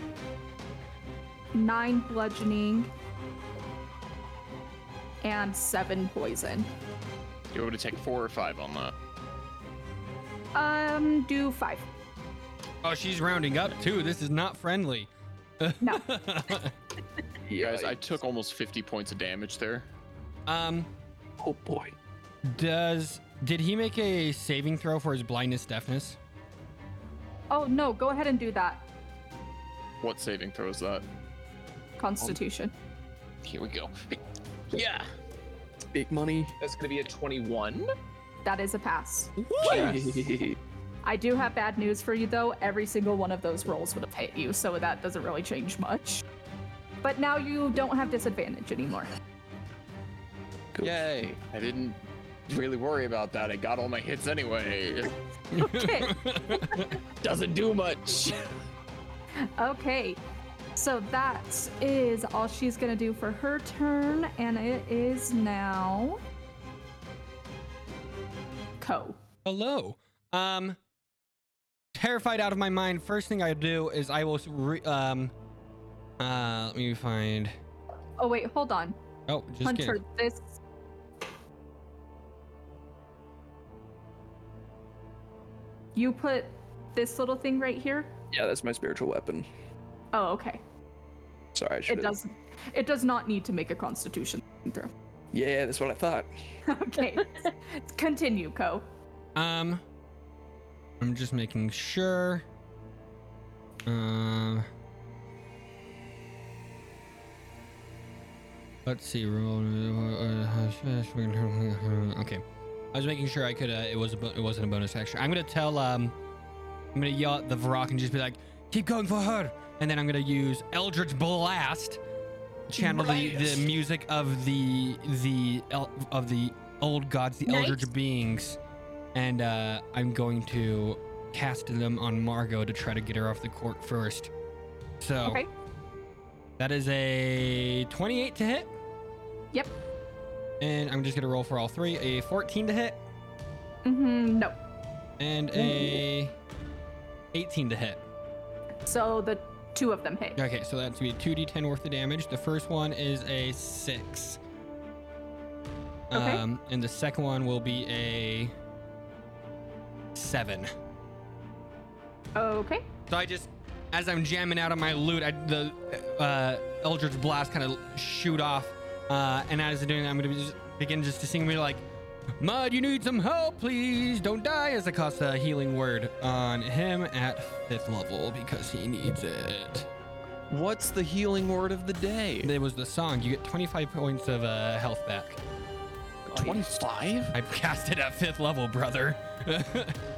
nine bludgeoning and seven poison. You want to take four or five on that? Um, do five. Oh, she's rounding up too. This is not friendly. No. Guys, I took almost 50 points of damage there. um, Oh boy. does did he make a saving throw for his blindness, deafness? Oh, no, go ahead and do that. What saving throw is that? Constitution. Here we go. Yeah, Big money. that's gonna be a 21. That is a pass. Hey. I do have bad news for you though. Every single one of those rolls would have hit you, so that doesn't really change much. But now you don't have disadvantage anymore. Go. Yay! I didn't really worry about that. I got all my hits anyway. Okay. Doesn't do much. okay. So that is all she's gonna do for her turn, and it is now Co. Hello. Um, terrified out of my mind. First thing I do is I will s- re- um, uh, let me find. Oh wait, hold on. Oh, just Hunter, kidding. this You put this little thing right here? Yeah, that's my spiritual weapon. Oh, okay. Sorry, I should It does. It does not need to make a Constitution throw. Yeah, that's what I thought. Okay. Continue, Co. Um, I'm just making sure. Uh, Um. Let's see. roll- Okay, I was making sure I could. Uh, it was a bo- it wasn't a bonus action. I'm gonna tell. Um, I'm gonna yell at the Varrock and just be like, "Keep going for her," and then I'm gonna use Eldritch Blast, channel the, the Blast. music of the the el- of the old gods, the Eldritch Nice. beings, and uh, I'm going to cast them on Margot to try to get her off the court first. So Okay. that is a 28 to hit. Yep. And I'm just gonna roll for all three. A 14 to hit Mm-hmm. No. and a 18 to hit. So the two of them hit. Okay, so that's gonna be 2d10 worth of damage. The first one is a six. Okay. Um, and the second one will be a seven. Okay. So I just, as I'm jamming out on my loot, I, the uh, Eldritch Blast kind of shoot off. Uh, and as I'm doing that, I'm going to just begin just to sing me like, Mud, you need some help, please. Don't die, as I cast a healing word on him at fifth level because he needs it. What's the healing word of the day? It was the song. You get 25 points of uh, health back. 25? I've cast it at fifth level, brother.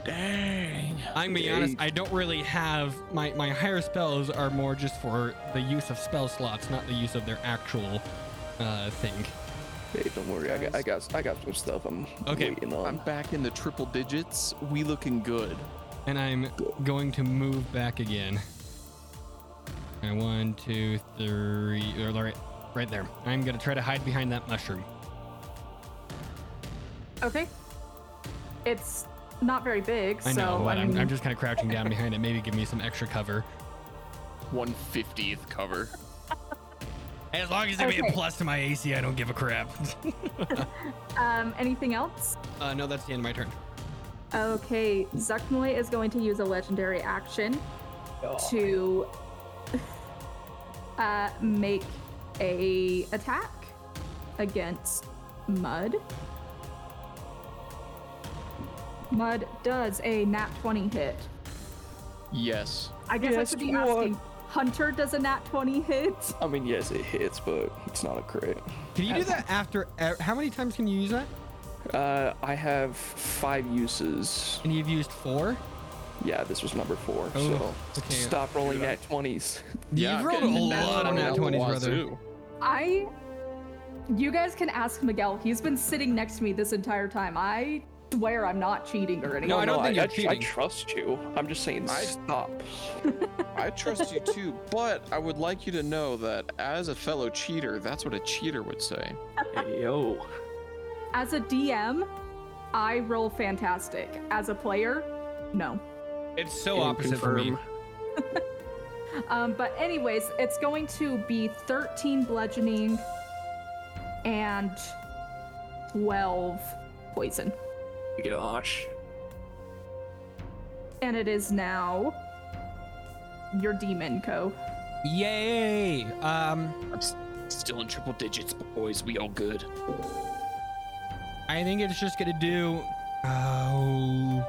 Dang. I'm gonna be honest, I don't really have my, my higher spells are more just for the use of spell slots, not the use of their actual uh, thing. Hey, don't worry. I got, I got, I got some stuff. I'm Okay. waiting on. I'm back in the triple digits. We looking good. And I'm going to move back again. And one, two, three, or right, right there. I'm gonna try to hide behind that mushroom. Okay. It's not very big, I know, so but I I'm, mean, I'm just kind of crouching down behind it. Maybe give me some extra cover. 150th cover. As long as it be a Okay. plus to my AC, I don't give a crap. um anything else? uh, no, that's the end of my turn. Okay, Zuckmoy is going to use a legendary action to uh, make a attack against Mud. Mud does a nat 20 hit. Yes. I guess I Yes, should be Mud. asking. Hunter does a nat 20 hit. I mean, yes, it hits, but it's not a crit. Can you do that after? e- How many times can you use that? Uh, I have five uses. And you've used four. Yeah, this was number four. Oh, so okay. stop rolling that twenties. You've rolled a getting that lot of money nat out the 20s, brother. wazoo. I. You guys can ask Miguel. He's been sitting next to me this entire time. I swear I'm not cheating or anything. No, I don't think I, you're I, I cheating. trust you. I'm just saying I- stop. I trust you too, but I would like you to know that as a fellow cheater, that's what a cheater would say. Yo. As a DM, I roll fantastic. As a player, no. It's so opposite for me. Um, but anyways, it's going to be 13 bludgeoning and 12 poison. Gosh. And it is now your demon co. Yay! Um, Still in triple digits, boys. We all good. I think it's just gonna do. Oh.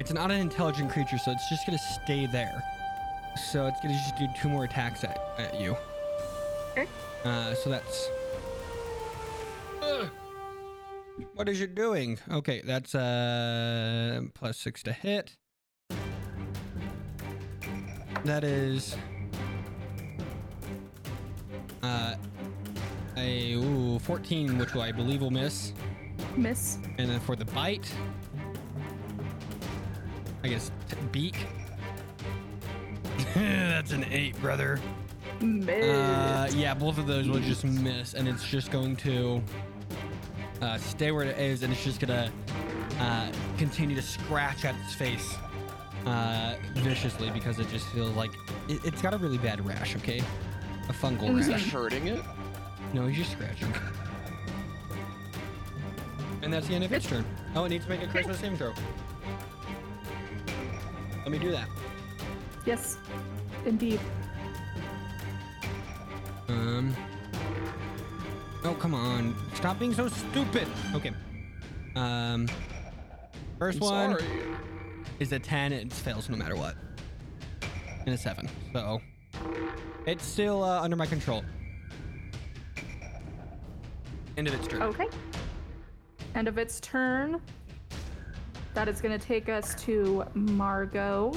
It's not an intelligent creature, so it's just gonna stay there. So it's gonna just do two more attacks at, at you. Okay. Uh, so that's. Ugh. What is it doing? Okay, that's uh plus six to hit. That is uh a ooh, 14, which will, I believe will miss. Miss. And then for the bite, I guess t- beak. That's an eight, brother. Miss. Uh, yeah, both of those will just miss, and it's just going to uh, stay where it is, and it's just gonna uh, continue to scratch at its face uh, viciously because it just feels like it, it's got a really bad rash. Okay, a fungal Is that rash. hurting it? No, he's just scratching. And that's the end of its turn. Oh, it needs to make a Christmas saving throw. Let me do that. yes. Indeed. Um. Oh, come on. Stop being so stupid. Okay. Um. 1st I'm one sorry. is a 10. It fails no matter what. And a 7. So. It's still uh, under my control. End of its turn. Okay. End of its turn. That is going to take us to Margot.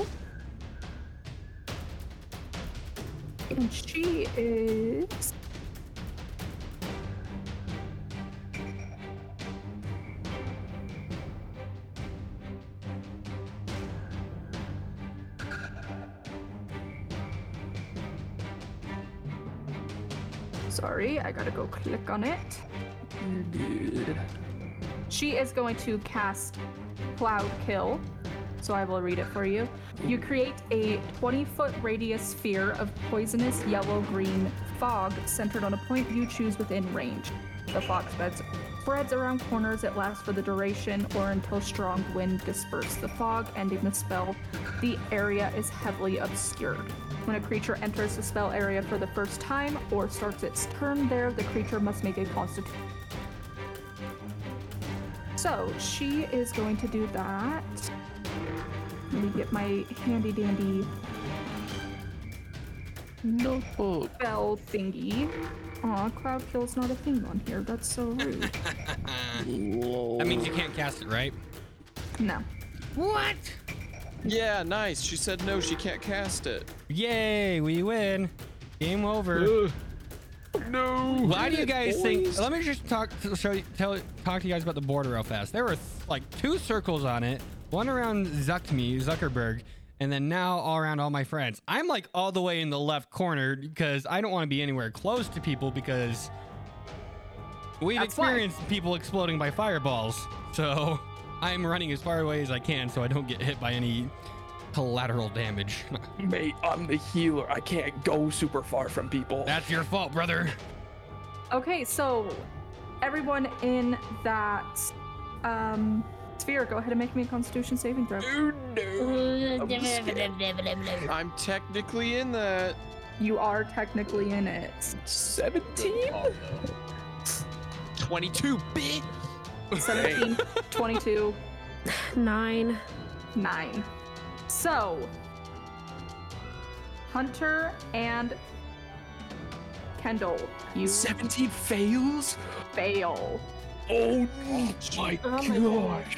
And she is. Sorry, I gotta go click on it. Dude. She is going to cast Cloud Kill. So I will read it for you. You create a 20 foot radius sphere of poisonous yellow green fog centered on a point you choose within range. The fog spreads, spreads around corners. It lasts for the duration or until strong wind disperses the fog, ending the spell. The area is heavily obscured. When a creature enters the spell area for the first time or starts its turn there, the creature must make a constitution. So she is going to do that. Let me get my handy dandy oh, Notebook. bell thingy. Aw, Cloud Kill's not a thing on here. That's so rude. Lol. That means Oh. you can't cast it, right? No. What? Yeah, nice. She said no, she can't cast it. Yay, we win. Game over. Uh, No. Why do you guys think? Boys. Let me just talk to show you, tell talk to you guys about the border real fast. There were th- like two circles on it, one around Zuckme, Zuckerberg, and then now all around all my friends. I'm like all the way in the left corner because I don't want to be anywhere close to people because we've That's why. experienced people exploding by fireballs. So I'm running as far away as I can so I don't get hit by any collateral damage. Mate, I'm the healer. I can't go super far from people. That's your fault, brother. Okay, so everyone in that um, sphere, go ahead and make me a Constitution saving throw. Dude, no. I'm scared. That's I'm technically in that. You are technically in it. 17? 22 bit. 17, 22, Nine. 9. So, Hunter and Kendall, you 17 fails? fail. Oh my Oh my gosh.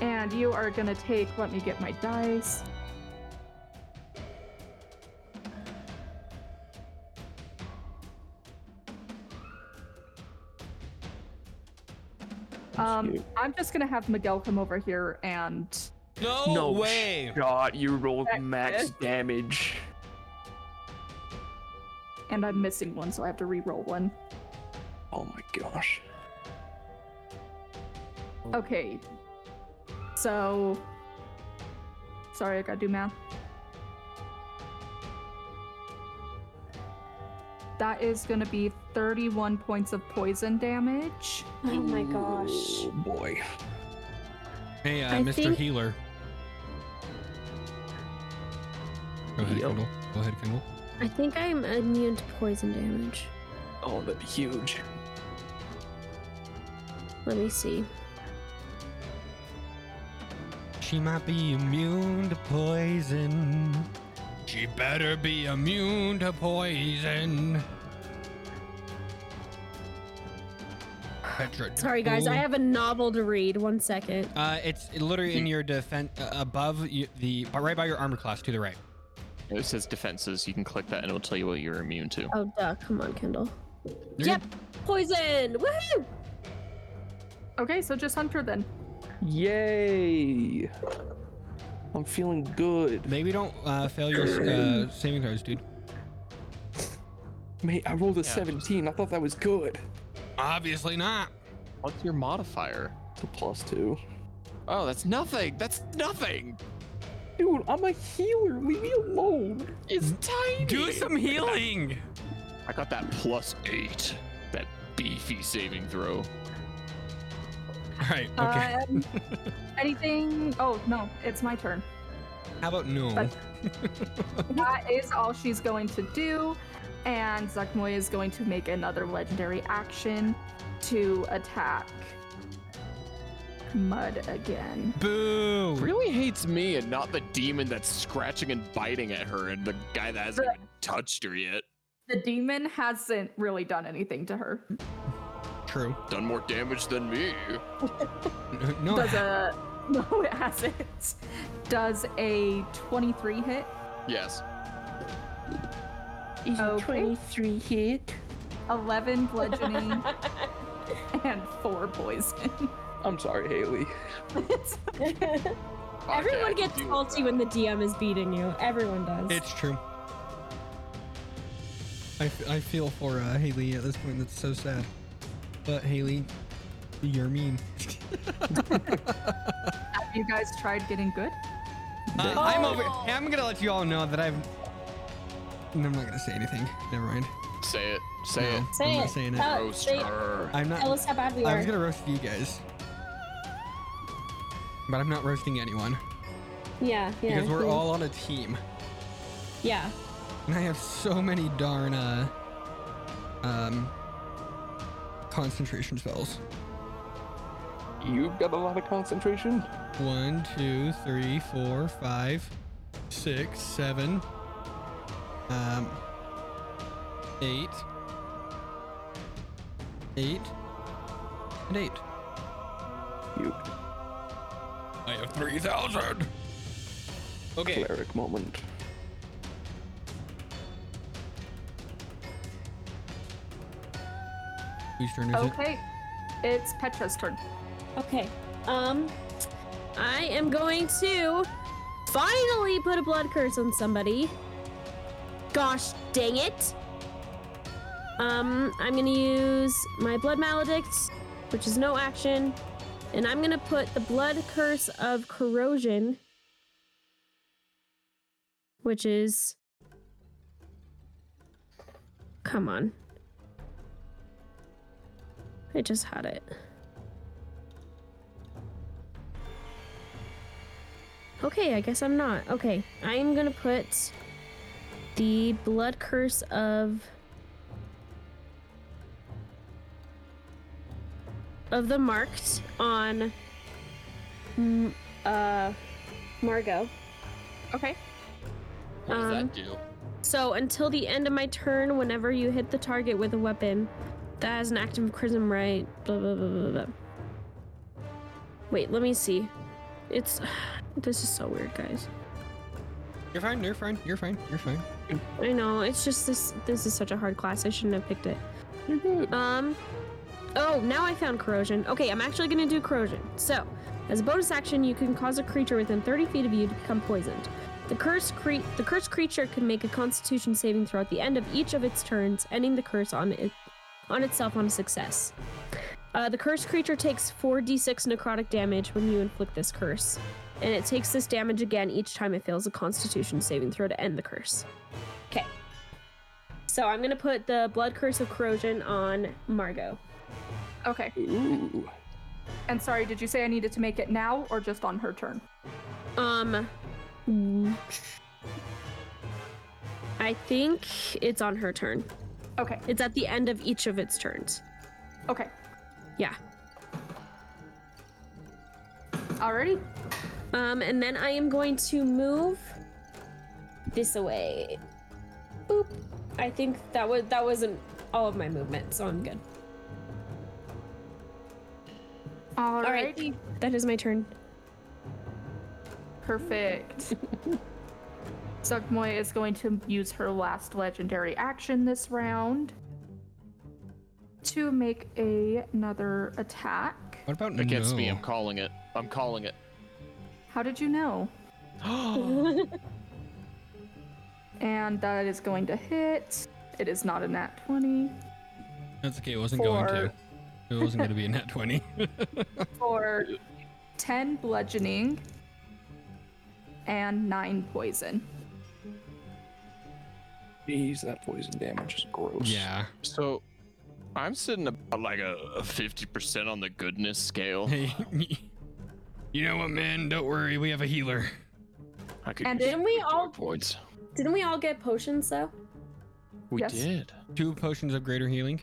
And you are gonna take, let me get my dice. Um, you. Um, I'm just gonna have Miguel come over here and No, no way. God, you rolled Heck max damage. and I'm missing one, so I have to re-roll one. Oh my gosh. Okay. So sorry I gotta do math. That is gonna be 31 points of poison damage. Oh my gosh. Oh boy. Hey, uh, I Mr. think- Healer. Go ahead, Yo. Kendall. Go ahead, Kendall. I think I'm immune to poison damage. Oh, that'd be huge. Let me see. She might be immune to poison. She better be immune to poison. Petra, Sorry, guys. I Ooh. have a novel to read. One second. Uh, it's literally in your defense, uh, above you, the right by your armor class to the right. It says defenses. You can click that and it'll tell you what you're immune to. Oh, duh. Come on, Kendall. You're yep. Poison. Woohoo! Okay, so just Hunter then. Yay! I'm feeling good. Maybe don't uh, fail your uh, saving throws, dude. Mate, I rolled a 17. I thought that was good. Obviously not. What's your modifier? It's a plus two. Oh, that's nothing. That's nothing. Dude, I'm a healer. Leave me alone. It's tiny. Do some healing. I got that plus eight. That beefy saving throw. All right. Uh, Okay. Um, anything? Oh no, it's my turn. How about no? but- That is all she's going to do, and Zakmoy is going to make another legendary action to attack mud again. Boo! Really hates me and not the demon that's scratching and biting at her and the guy that hasn't even touched her yet. The demon hasn't really done anything to her. True. Done more damage than me. No, Does a no, it hasn't. Does a 23 hit? Yes. Is Okay. it 23 hit? 11 bludgeoning and four poison. I'm sorry, Haley. Okay, I Everyone can gets deal with salty when the DM is beating you. Everyone does. it's true. I, f- I feel for uh, Haley at this point. That's so sad. But Haley, you're mean. Have you guys tried getting good? Uh, I'm over. I'm gonna let you all know that I've. No, I'm not gonna say anything. Never mind. that. Say it. Say No, it. I'm Say not it. saying it. Uh, Roast say- her. I'm not. Tell us how bad we I are. was gonna roast you guys, but I'm not roasting anyone Yeah, yeah. because we're yeah. all on a team, Yeah. and I have so many darn uh, um, concentration spells. You've got a lot of concentration. One, two, three, four, five, six, seven, um, eight, eight, and eight. You I have 3,000. Okay. cleric moment. Whose turn is Okay. It's Petra's turn. Okay. Um, I am going to finally put a blood curse on somebody. Gosh dang it! Um, I'm gonna use my blood maledict, which is no action, and I'm gonna put the blood curse of corrosion, which is. Come on. I just had it. Okay, I guess I'm not. Okay, I'm gonna put the blood curse of of the marked on mm, uh Margot. Okay. What does um, that do? So until the end of my turn, whenever you hit the target with a weapon, that has an active prism right. Blah blah blah blah blah. Wait, let me see. It's this is so weird, guys. it? You're fine, you're fine, you're fine, you're fine. I know. It's just this. This is such a hard class. I shouldn't have picked it. You're good. Um. Oh, now I found corrosion. Okay, I'm actually gonna do corrosion. So, as a bonus action, you can cause a creature within 30 feet of you to become poisoned. The cursed, cre- the cursed creature can make a Constitution saving throw at the end of each of its turns, ending the curse on it, on itself on a success. Uh, the cursed creature takes 4d6 necrotic damage when you inflict this curse, and it takes this damage again each time it fails a Constitution saving throw to end the curse. Okay. So I'm gonna put the blood curse of corrosion on Margot. Okay. Ooh. And sorry, did you say I needed to make it now or just on her turn? Um, mm, I think it's on her turn. Okay. It's at the end of each of its turns. Okay. Yeah. Alrighty. Um, and then I am going to move this away. Boop. I think that was that wasn't all of my movement, so I'm good. All All right. right, that is my turn. Perfect. Sugmoy is going to use her last legendary action this round to make a- another attack. What about Against no? me, I'm calling it. I'm calling it. How did you know? And that is going to hit. It is not a nat 20 That's okay, it wasn't going to. Four. It wasn't gonna be a net 20. for 10 bludgeoning and 9 poison. Jeez, that poison damage is gross. yeah. So I'm sitting about like a a 50% on the goodness scale. Hey, you know what, man? Don't worry, we have a healer. I could And use Didn't we all points. didn't we all get potions though? We Yes. did. Two potions of greater healing.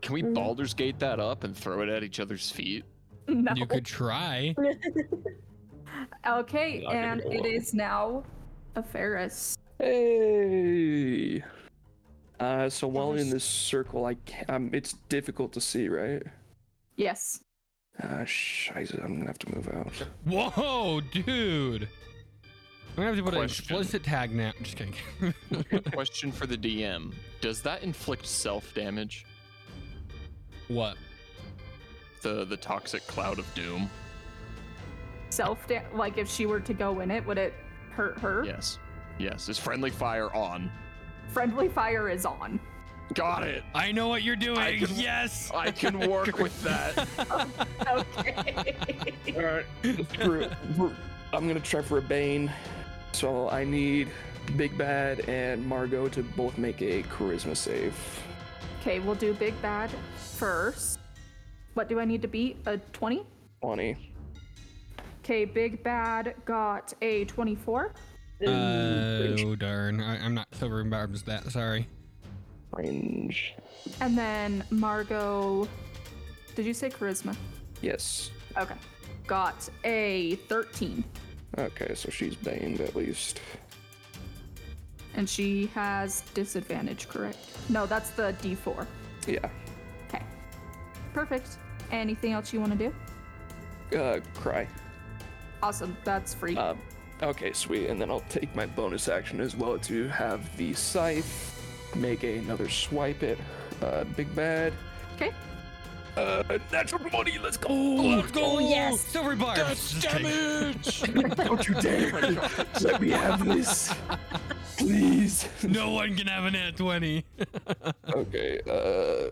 Can we Mhm. Baldur's Gate that up and throw it at each other's feet? No. You could try. Mm-hmm. Okay, I'll give and it a it whirl. is now a Ferris. Hey. Uh, so while in Nice. this circle, I can um, it's difficult to see, right? Yes. Ah, scheiße, I'm gonna have to move out. Whoa, dude. I'm gonna have to put an Question. explicit tag now. I'm just kidding. Question for the DM: Does that inflict self damage? what? The the toxic cloud of doom. Self da- like if she were to go in it, would it hurt her? Yes. Yes. Is friendly fire on? Friendly fire is on. Got it. I know what you're doing. I Oh, can- yes. I can work with that. Okay. All right. For, for- I'm gonna try for a bane. So I need Big Bad and Margot to both make a charisma save. okay, we'll do Big Bad first. What do I need to beat? A 20? Bonnie. Okay, Big Bad got a 24. Oh darn! I, I'm not silver and barbs that. Sorry. Range. And then Margot. Did you say charisma? Yes. Okay. Got a 13. Okay, so she's baned at least. And she has disadvantage, correct? No, that's the d4. Yeah. Okay. Perfect. Anything else you want to do? Uh, cry. Awesome. That's free. Um, okay, sweet. And then I'll take my bonus action as well to have the scythe make another swipe at uh, Big Bad. okay. Uh, natural money, let's go! Let's go! yes. Oh, Silver barbs. Just kidding. damage. Don't you dare! Let me have this, please. No one can have an at twenty. Okay. Uh,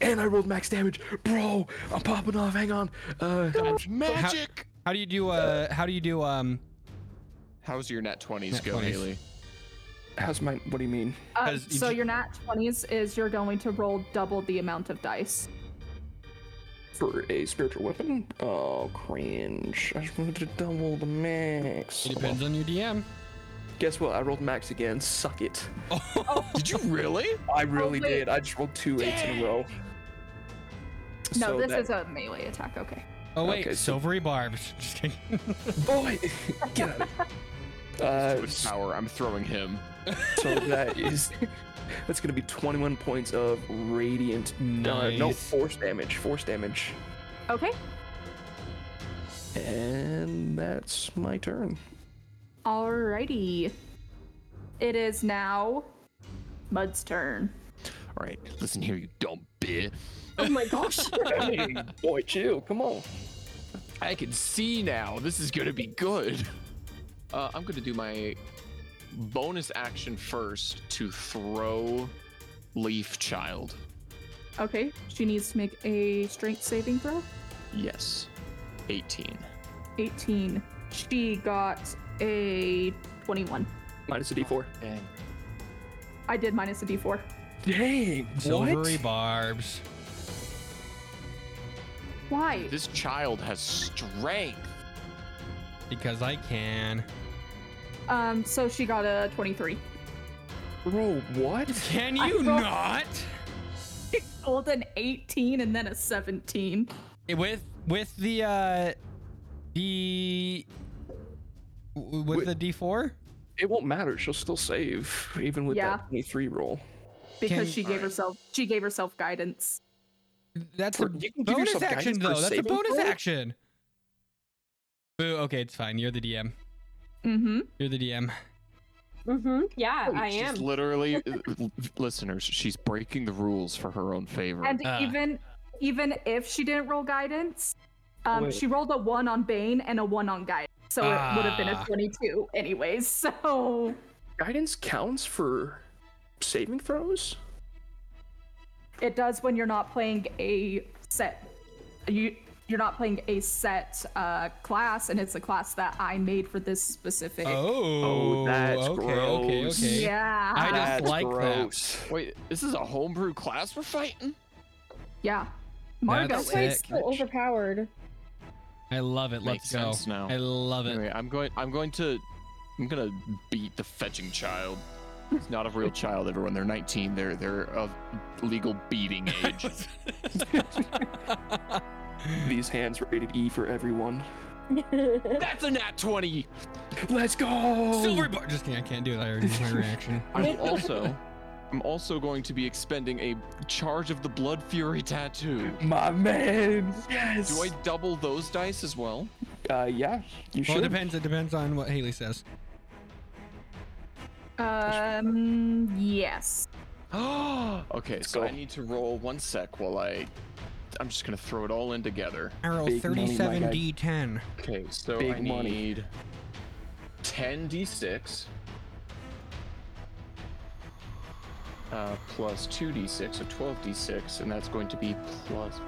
and I rolled max damage, bro. I'm popping off. Hang on. Uh, Magic. How do you do? Uh, how do you do? Um, How's your net twenties Nat go, 20s. Haley? how's my? What do you mean? Uh, Has- so your nat 20s is you're going to roll double the amount of dice. For a spiritual weapon? Oh, cringe. I just wanted to double the max. it depends on your DM. Guess what? I rolled max again. Suck it. Did you really? I really Oh, wait. did. I just rolled two eights in a row. No, So this that- is a melee attack. Okay. Oh wait, Okay, so- silvery barbs. Just kidding. Oh, wait. Get out of here. Uh, With power, I'm throwing him. so that is. That's gonna be 21 points of radiant. Uh, no, Nice. force damage. Force damage. Okay. And that's my turn. Alrighty. It is now Mud's turn. All right, listen here, you dumb bitch. Oh my gosh. hey, boy, chill. Come on. I can see now. This is gonna be good. Uh, I'm gonna do my bonus action first to throw Leaf Child. Okay. She needs to make a strength saving throw. Yes, 18. 18. She got a 21. Minus a d4. Dang. I did minus a d4. Dang. Silvery barbs. Why? This child has strength. Because I can. Um, so she got a 23. Bro, what? Can I you rolled- not? It rolled an 18 and then a 17. With with the uh, the w- with Wait. the D four. It won't matter. She'll still save, even with Yeah. that 23 roll. Can- Because she gave herself she gave herself guidance. That's a For- you can give bonus yourself action, guidance for though. That's a saving bonus throw? action. Boo. Okay, it's fine. You're the DM. Mm-hmm. You're the DM. mm-hmm. Yeah, I she's am. literally, listeners, she's breaking the rules for her own favor. And Ah. even even if she didn't roll guidance, um, Wait. she rolled a one on Bane and a one on guidance. So it would have been Ah. a 22 anyways. So Guidance counts for saving throws? it does when you're not playing a set you you're not playing a set uh, class and it's a class that I made for this specific Oh, that's okay, okay, gross. okay. Yeah. I just like that. Wait, this is a homebrew class we're fighting? Yeah. Margo That's That's why is. it's so overpowered. I love it. Let's Makes go. sense now. I love it. Anyway, I'm going. I'm going to. I'm gonna beat the fetching child. It's not a real child, everyone. They're 19. They're they're of legal beating age. These hands rated E for everyone. That's a nat 20. Let's go! Silver bar. Just kidding. I can't do it. I already used my reaction. I'm also I'm also going to be expending a charge of the blood fury tattoo. My man! Yes! Do I double those dice as well? Uh, yeah, you Well, it should. depends. It depends on what Haley says. Um, yes. okay, so go. I need to roll one sec while I I'm just going to throw it all in together. Arrow Big money, my 37 guy. D10. Okay, so Big I money. need 10 d6 uh, plus 2 d6, so 12 d6, and that's going to be plus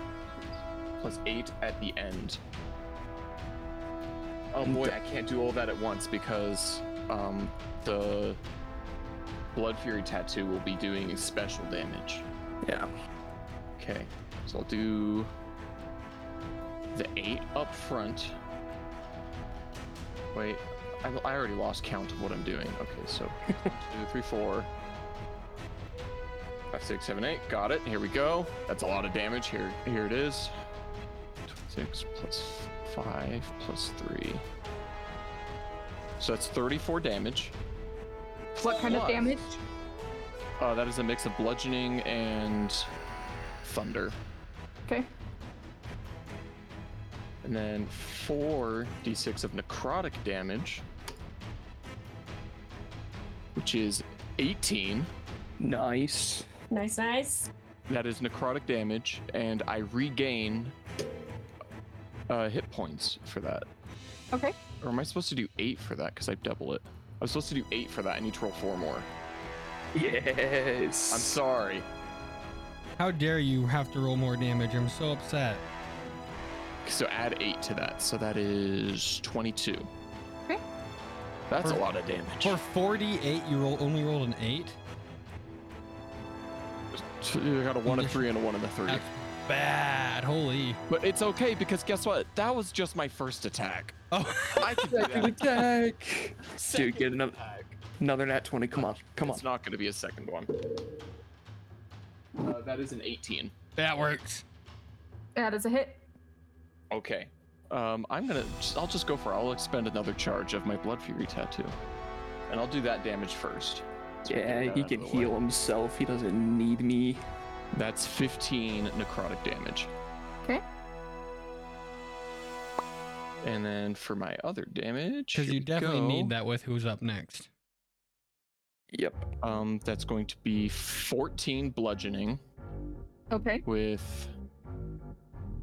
plus 8 at the end. Oh boy, I can't do all that at once because um, the Blood Fury tattoo will be doing special damage. Yeah. Okay, so I'll do the eight up front. Wait, I, I already lost count of what I'm doing. Okay, so two, three, four, five, six, seven, eight. Got it. Here we go. That's a lot of damage. Here, here it is. Six plus five plus three. So that's 34 damage. What kind of Plus- damage? Uh, that is a mix of bludgeoning and thunder. Okay. And then 4d6 of necrotic damage, which is 18. Nice. nice, nice. That is necrotic damage, and I regain uh, hit points for that. Okay. Or am I supposed to do 8 for that? Because I double it. I was supposed to do 8 for that. I need to roll 4 more. Yes. I'm sorry. How dare you have to roll more damage? I'm so upset. So add 8 to that. So that is 22. Okay. That's For- a lot of damage. For 48, you roll only rolled an eight. I got a 1, a 3, and a 1, and a 3. That's bad. Holy. But it's okay because guess what? That was just my first attack. Oh. I can do Second that. attack. Dude, Second get another attack. another nat twenty. Come on, come on. It's not going to be a second one. Uh, that is an 18. That works. That is a hit. Okay. Um, I'm gonna. I'll just go for. I'll expend another charge of my blood fury tattoo, and I'll do that damage first. So we get Yeah, that he out of can the way. heal himself. He doesn't need me. That's 15 necrotic damage. Okay. And then for my other damage, Because here you we definitely go. need that with who's up next. Yep. Um, that's going to be 14 bludgeoning Okay. with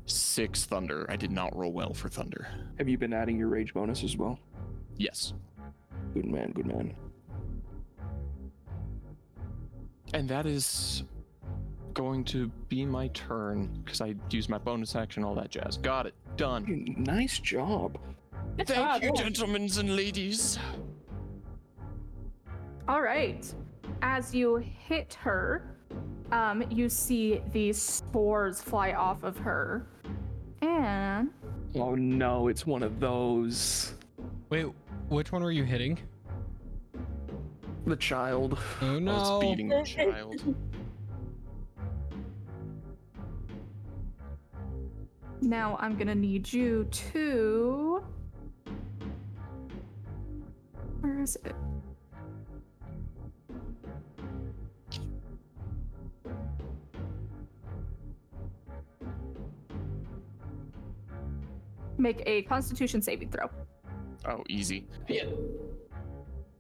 six thunder. I did not roll well for thunder. Have you been adding your rage bonus as well? Yes. Good man, good man. And that is going to be my turn because I used my bonus action, all that jazz. Got it. Done. Dude, Nice job. Good job, Thank you, yeah. gentlemen and ladies. All right. As you hit her, um, you see these spores fly off of her. And Oh no, it's one of those. Wait, which one were you hitting? The child. Oh no. Oh, it's beating the child. now I'm gonna need you to. Where is it? Make a Constitution saving throw. Oh, easy. Yeah.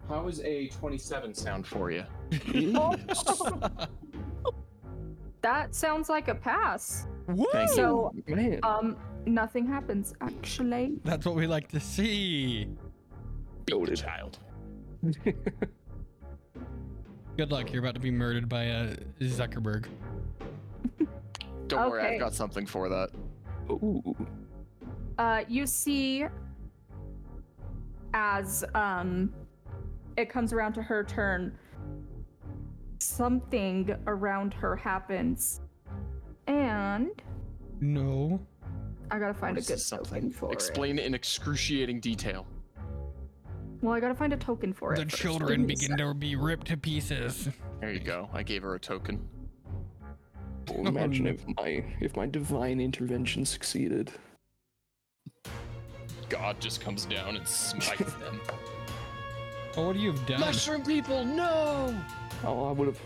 How is a 27 sound for you? That sounds like a pass. Woo! Thank you. So, Man. um, nothing happens actually. That's what we like to see. Beat the child. Good luck. You're about to be murdered by a Zuckerberg. Don't worry, Okay. I've got something for that. Ooh. Uh, you see, as um, it comes around to her turn, something around her happens, and No. I gotta find What a is good this token for it. Explain it in excruciating detail. Well, I gotta find a token for The it. first. children begin to be ripped to pieces. There you go. I gave her a token. Well, imagine no. if my if my divine intervention succeeded. God just comes down and smites them. Oh, what do you have done? Mushroom people, no! Oh, I would have.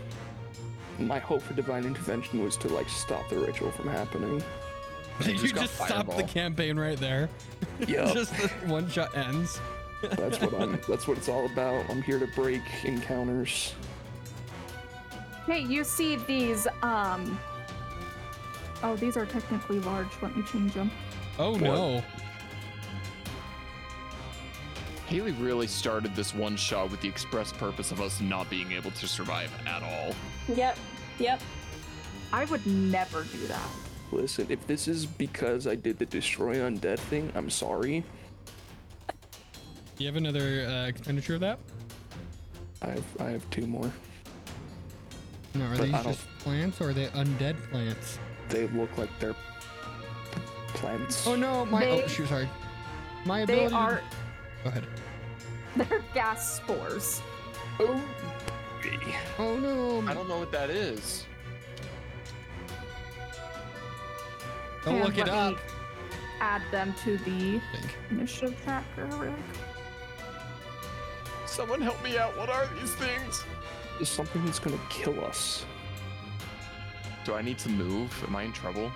My hope for divine intervention was to like stop the ritual from happening. you just just, got stopped the fireball. campaign right there. Yeah, just the one shot ends. that's what I'm. That's what it's all about. I'm here to break encounters. Hey, you see these, um. Oh, these are technically large. Let me change them. Oh no. Haley really started this one shot with the express purpose of us not being able to survive at all. Yep. Yep. I would never do that. Listen, if this is because I did the destroy undead thing, I'm sorry. Do you have another uh, expenditure of that? I have I have two more. No, are But these I don't- just plants or are they undead plants? They look like they're plants. Oh no, my oh They- shoot, sorry. My They ability. to- are. Go ahead. They're gas spores. Oh no. I my- don't know what that is. Don't And look it let up. me Add them to the Think. initiative tracker. really quick. Someone help me out. What are these things? It's something that's gonna kill us. Do I need to move? Am I in trouble?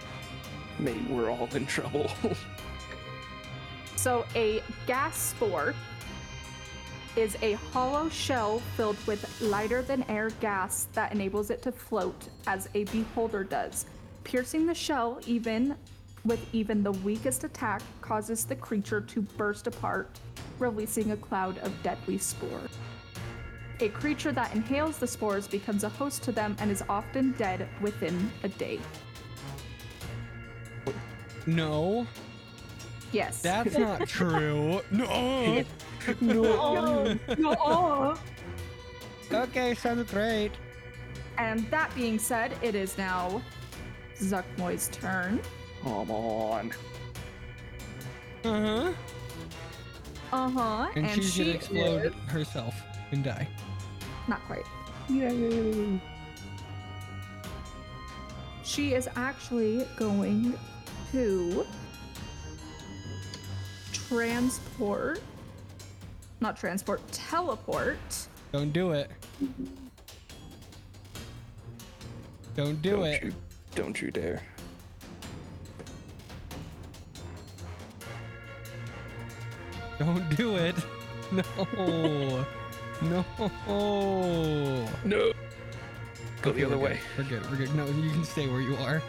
Mate, we're all in trouble. So a gas spore is a hollow shell filled with lighter than air gas that enables it to float as a beholder does. Piercing the shell even with even the weakest attack causes the creature to burst apart, releasing a cloud of deadly spore. A creature that inhales the spores becomes a host to them and is often dead within a day. No, Yes. that's not true. No. no. no. okay, sounds great. And that being said, it is now Zuckmoy's turn. Come on. Uh huh. Uh huh. And, she's she gonna explode is- herself and die. Not quite. Yay. She is actually going to transport. Not transport, teleport. Don't do it. Don't do Don't it. you, don't you dare. Don't do it. No. no. No. Go the Okay, other we're way. good. We're good. We're good. No, you can stay where you are.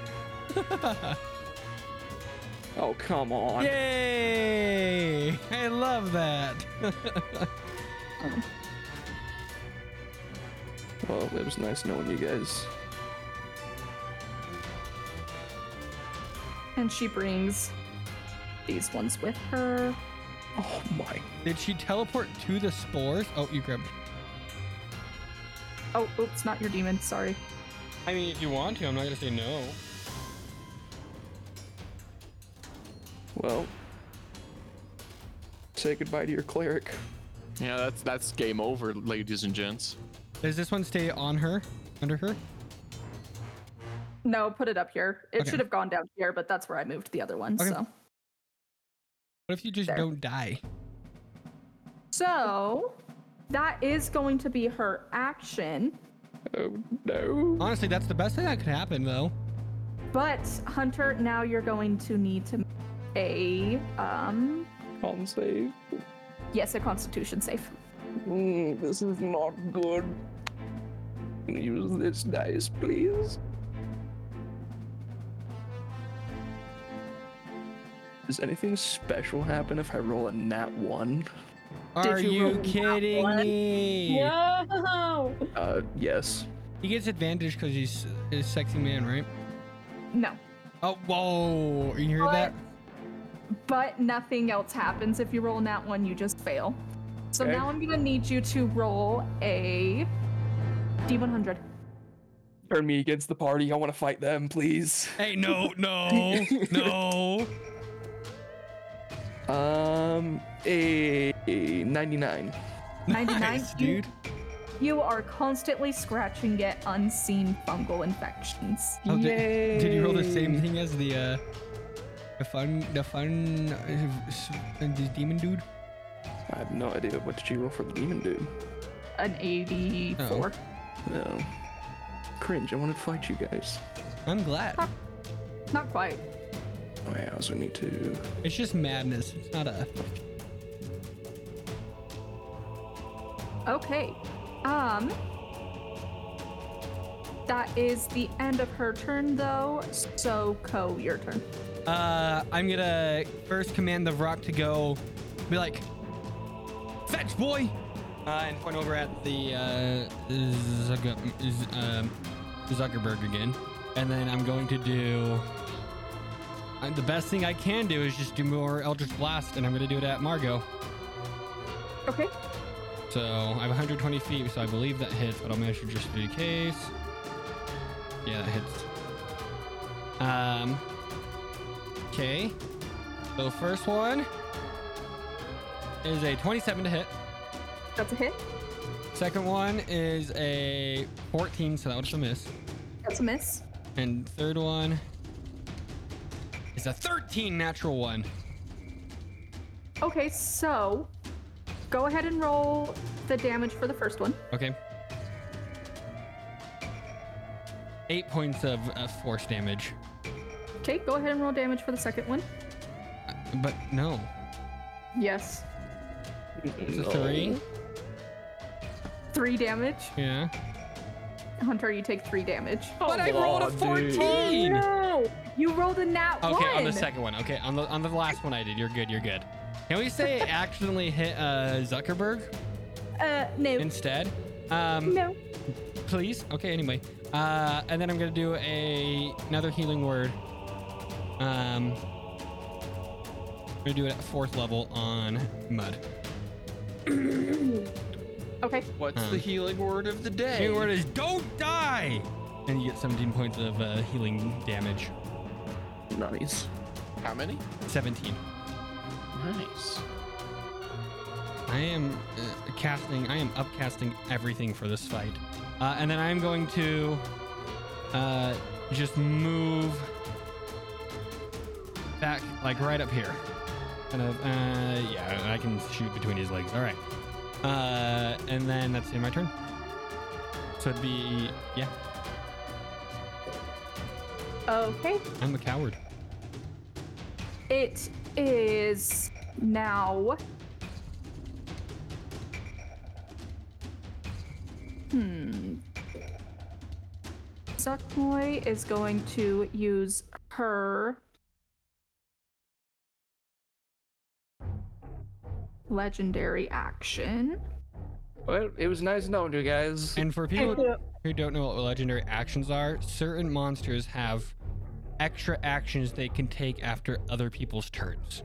Oh, come on. Yay! I love that. Well, it Oh, was nice knowing you guys. And she brings these ones with her. Oh my. Did she teleport to the spores? Oh, you grabbed. Oh, oops, not your demon. Sorry. I mean, if you want to, I'm not gonna say no. Well, say goodbye to your cleric. Yeah, that's that's game over, ladies and gents. Does this one stay on her? Under her? No, put it up here. It Okay. should have gone down here, but that's where I moved the other one. Okay. So. What if you just There. don't die? So that is going to be her action. Oh no. Honestly, that's the best thing that could happen, though. But Hunter, now you're going to need to make a um On save. yes, a constitution save. Mm, this is not good. Use this dice, please. Does anything special happen if I roll a nat one? Are you you, roll that kidding one? me? Oh, No. Uh, yes. He gets advantage because he's a sexy man, right? No. Oh, whoa! You Oh, hear that? But nothing else happens. If you roll in that one, you just fail. So Okay. now I'm gonna need you to roll a D100. Turn me against the party. I want to fight them, please. Hey, no, no, no. Um, a, a 99. 99, Nice, you- dude. You are constantly scratching at unseen fungal infections. Oh, did, did you roll the same Yay. thing as the uh, the fun the fun uh, s- uh, the demon dude? I have no idea what did you roll for the demon dude. An 84. No. Cringe. I want to fight you guys. I'm glad. Not quite. I also need to. It's just madness. It's not a. Okay. Um. That is the end of her turn, though. So, Co, your turn. Uh, I'm gonna first command the rock to go, be like, fetch boy, uh, and point over at the uh, Zucker, um, Zuckerberg again, and then I'm going to do. uh, the best thing I can do is just do more Eldritch Blast, and I'm gonna do it at Margot. Okay. So I have 120 feet, so I believe that hits, but I'll measure just in case. Yeah, that hits. Um. Okay. So first one is a 27 to hit. That's a hit. Second one is a 14, so that was a miss. That's a miss. And third one is a 13 natural one. Okay, so go ahead and roll the damage for the first one. Okay. Eight points of uh, force damage. Okay, go ahead and roll damage for the second one. Uh, But no, Yes. It's a three. Three damage. Yeah. Hunter, you take three damage. But I rolled a 14. No! You rolled a nat one! Okay, on the second one. Okay, on the on the last one I did. You're good. You're good. Can we say it accidentally hit uh, Zuckerberg Uh, no. instead? Um, No. Please. Okay. Anyway. Uh, and then I'm gonna do a another healing word. Um, I'm gonna do it at fourth level on mud. Okay. What's Um, the healing word of the day? Healing word is don't die, and you get 17 points of uh, healing damage. Nice. How many? 17. Nice. I am uh, casting. I am upcasting everything for this fight, uh, and then I'm going to uh, just move back, like right up here. Kind of. Uh, yeah, I can shoot between his legs. All right. Uh, and then that's the end of my turn. So it'd be yeah. Okay. I'm a coward. It is now. Hmm. Suckboy is going to use her legendary action. Well, it was nice knowing you guys. And for people who don't know what legendary actions are, certain monsters have extra actions they can take after other people's turns.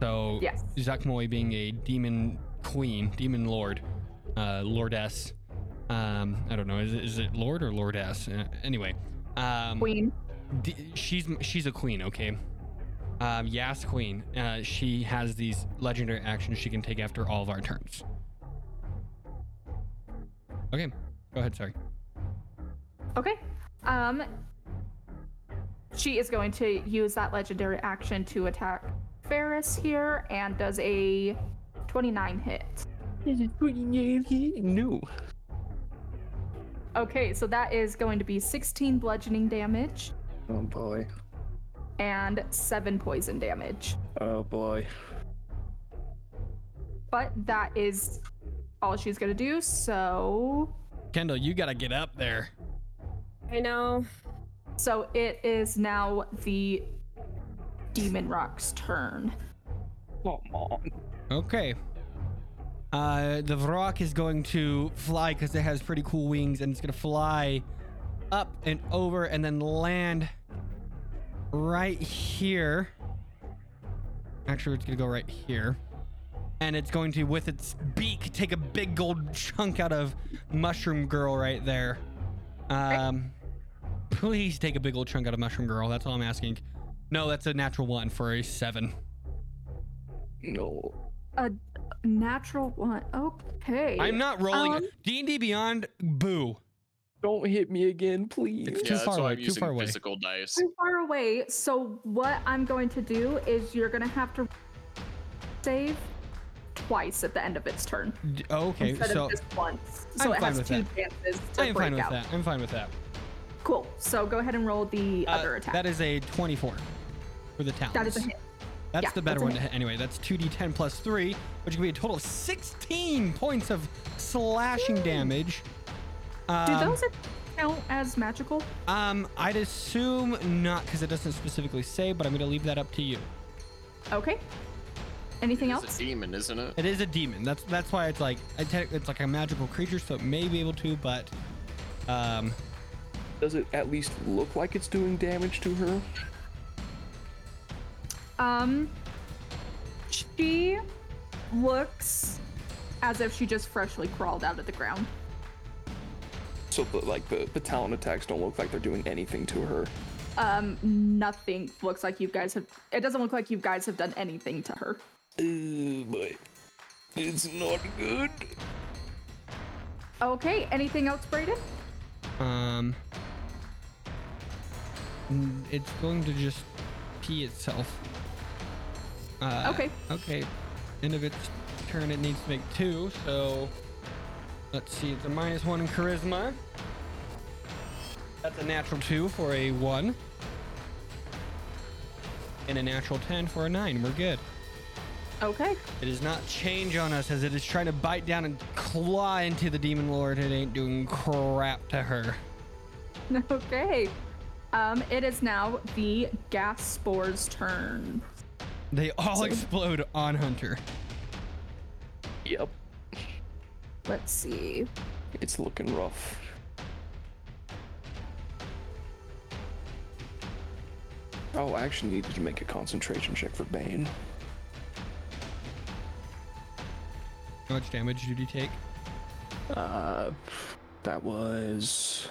So, Yes. Zakmoy being a demon queen, demon lord, uh, lordess. Um, I don't know, is it, is it lord or lordess? Uh, anyway, um, Queen. D- she's she's a queen, okay? Um, Yas Queen. Uh, she has these legendary actions she can take after all of our turns. Okay, go ahead. Sorry. Okay. Um she is going to use that legendary action to attack Ferris here and does a 29 hit. New. Okay, so that is going to be 16 bludgeoning damage Oh boy. and 7 poison damage. Oh boy. But that is all she's going to do. So Kendall, you gotta get up there. I know. so it is now the Demon Rock's turn. Come on. Okay. Uh, the Vrock is going to fly because it has pretty cool wings, and it's gonna fly up and over and then land right here. Actually, it's gonna go right here, and it's going to, with its beak, take a big gold chunk out of Mushroom Girl right there. Um, please take a big old chunk out of Mushroom Girl. That's all I'm asking. No, that's a natural one for a seven. No. a natural one. Okay. I'm not rolling. Um, D&D Beyond, boo. Don't hit me again, please. It's too yeah, far that's why away. I'm Too using far away. physical dice. too far away. So what I'm going to do is you're gonna have to save twice at the end of its turn D- oh, Okay, instead so of just once. So I'm it fine has with two that. chances to I'm break fine with out. that. I'm fine with that. Cool. So go ahead and roll the Uh, other attack. That is a 24 for the talents. that is a hit. That's Yeah, the better that's a one to hit. hit anyway. That's 2d10 plus 3, which can be a total of 16 points of slashing damage. Um, Do those count as magical? Um, I'd assume not because it doesn't specifically say, but I'm going to leave that up to you. Okay. Anything It's a else? demon, isn't it? It is a demon. That's that's why it's like I te- it's like a magical creature, so it may be able to, but um, Does it at least look like it's doing damage to her? Um, she looks as if she just freshly crawled out of the ground. So the, like the, the talent attacks don't look like they're doing anything to her. Um, nothing looks like you guys have. It doesn't look like you guys have done anything to her. Uh, but it's not good. Okay. Anything else, Brayden? um, n- it's going to just pee itself. Uh, Okay. Okay. End of its turn, it needs to make two. So let's see. It's a minus one in charisma. That's a natural two for a one, and a natural ten for a nine. We're good. Okay. It does not change on us as it is trying to bite down and claw into the demon lord. It ain't doing crap to her. Okay. Um, it is now the gas spores' turn. They all explode on Hunter. Yep, Let's see. it's looking rough. Oh, I actually needed to make a concentration check for Bane. How much damage did you take? Uh, that was.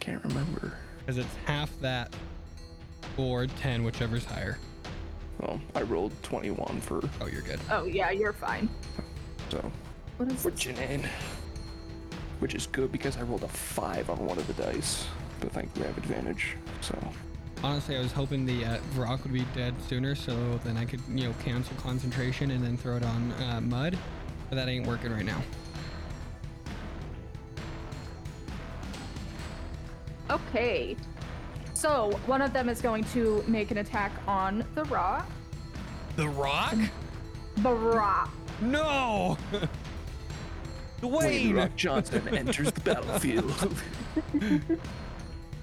Can't remember. Because it's half that or 10, whichever's higher. Well, I rolled 21 for Oh, you're good. Oh yeah, you're fine. so What is we're this? chin in, which is good because I rolled a five on one of the dice, but thankfully I have advantage. So Honestly, I was hoping the uh, Varrock would be dead sooner so then I could, you know, cancel concentration and then throw it on uh, Mud. But that ain't working right now. Okay. So one of them is going to make an attack on the rock. The Rock? The rock. No! Dwayne! Rock Johnson enters the battlefield.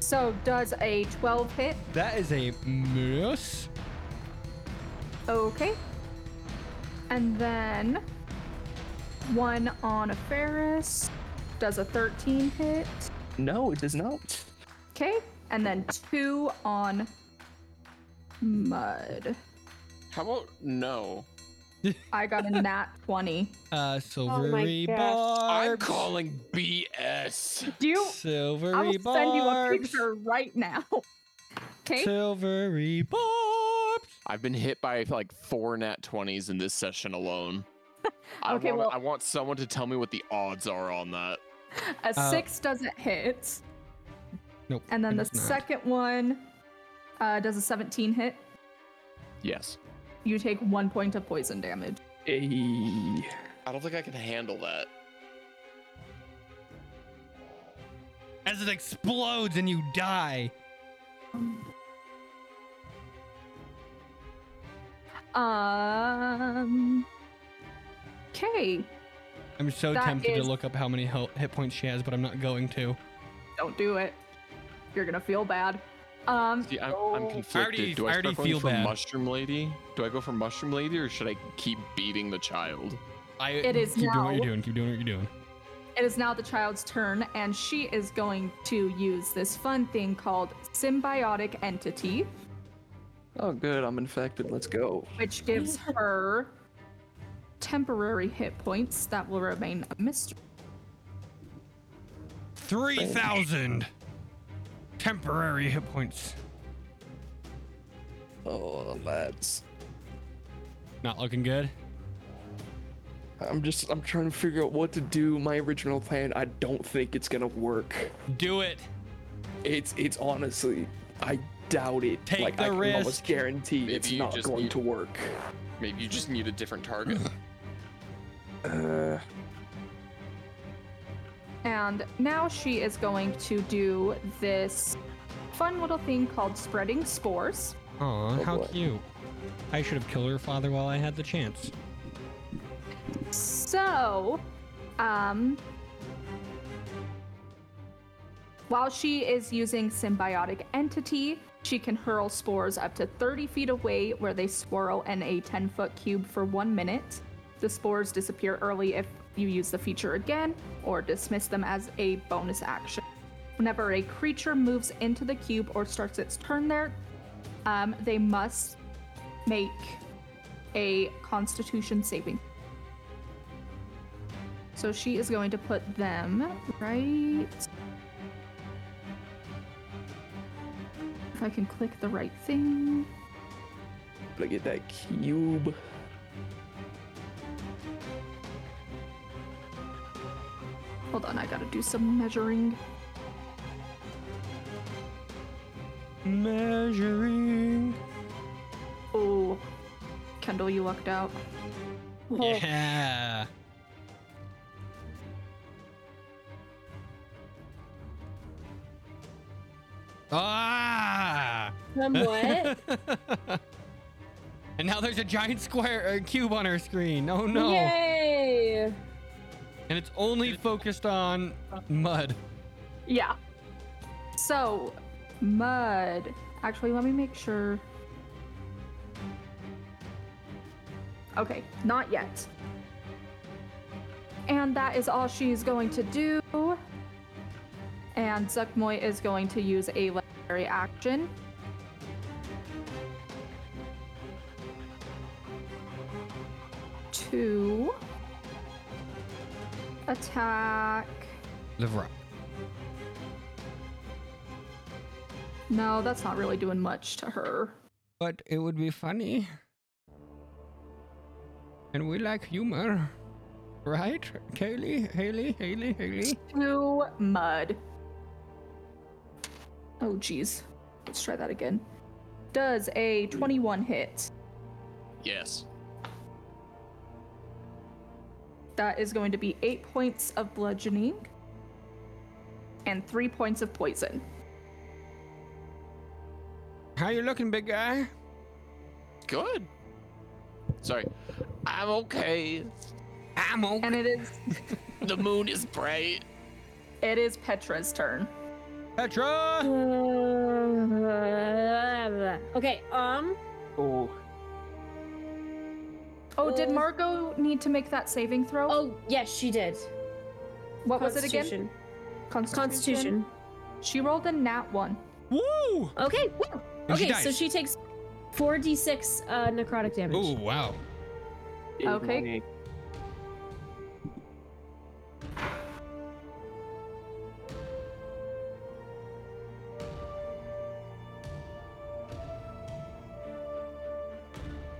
So does a 12 hit? That is a miss. Okay. And then one on a Ferris. Does a 13 hit? no, it does not. Okay. And then two on mud. How about no? I got a nat 20. Uh, silvery gosh. barbs. I'm calling BS. Do you? Silvery I will barbs. send you a picture right now. Okay. Silvery barbs. I've been hit by like four nat 20s in this session alone. I, Okay, want well- I want someone to tell me what the odds are on that. A Uh, six doesn't hit. Nope. And then it the does not. second one uh, does a 17 hit. Yes. You take one point of poison damage. Ayy. I don't think I can handle that. As it explodes and you die. Um. Okay. I'm so That tempted to is- look up how many hel- hit points she has, but I'm not going to. Don't do it. You're gonna feel bad. Um. See, I'm, roll- I'm conflicted. already- Do I I start already going Oh, feel for bad. Mushroom Lady? Do I go for Mushroom Lady or should I keep beating the child? I, It is keep doing what now. you're doing. Keep doing what you're doing. It is now the child's turn, and she is going to use this fun thing called symbiotic entity, Oh, good. I'm infected. Let's go. which gives her temporary hit points that will remain a mystery. Three thousand temporary hit points. Oh, that's. Not looking good. I'm just. I'm trying to figure out what to do. My original plan. I don't think it's gonna work. Do it. It's. It's honestly. I doubt it. Take like the I can risk. almost guarantee Maybe it's you not just going need- to work. Maybe you just need a different target. Uh, And now she is going to do this fun little thing called spreading spores. Aw, Oh, how boy. cute. I should have killed her father while I had the chance. So, um, while she is using symbiotic entity, she can hurl spores up to 30 feet away where they swirl in a 10 foot cube for one minute. The spores disappear early if you use the feature again or dismiss them as a bonus action. Whenever a creature moves into the cube or starts its turn there, um, they must make a constitution saving so she is going to put them right. If I can click the right thing. look at that cube. Hold on, I gotta do some measuring. Measuring. Oh, Kendall, you lucked out. Oh, Yeah. Ah! From what? And now there's a giant square or cube on her screen. Oh no. Yay! And it's only focused on mud. Yeah. So, mud. Actually, let me make sure. Okay, not yet. And that is all she's going to do. And Zuckmoy is going to use a legendary action. To attack. Livra. No, that's not really doing much to her. But it would be funny. And we like humor. Right? Kaylee, Haley, Haley, Haley. Two mud. Oh, jeez. Let's try that again. Does a 21 hit? yes. That is going to be eight points of bludgeoning and three points of poison. How you looking, big guy? Good. Sorry. I'm okay. I'm okay. And it is The moon is bright. it is Petra's turn. Petra! okay, um, Oh, Oh, did Margot need to make that saving throw? oh, yes, she did. what was it again? Constitution. Constitution. She rolled a nat one. Woo! Okay, woo! And she Okay, so dies. she takes 4d6 uh, necrotic damage. Ooh, wow. it Okay. might-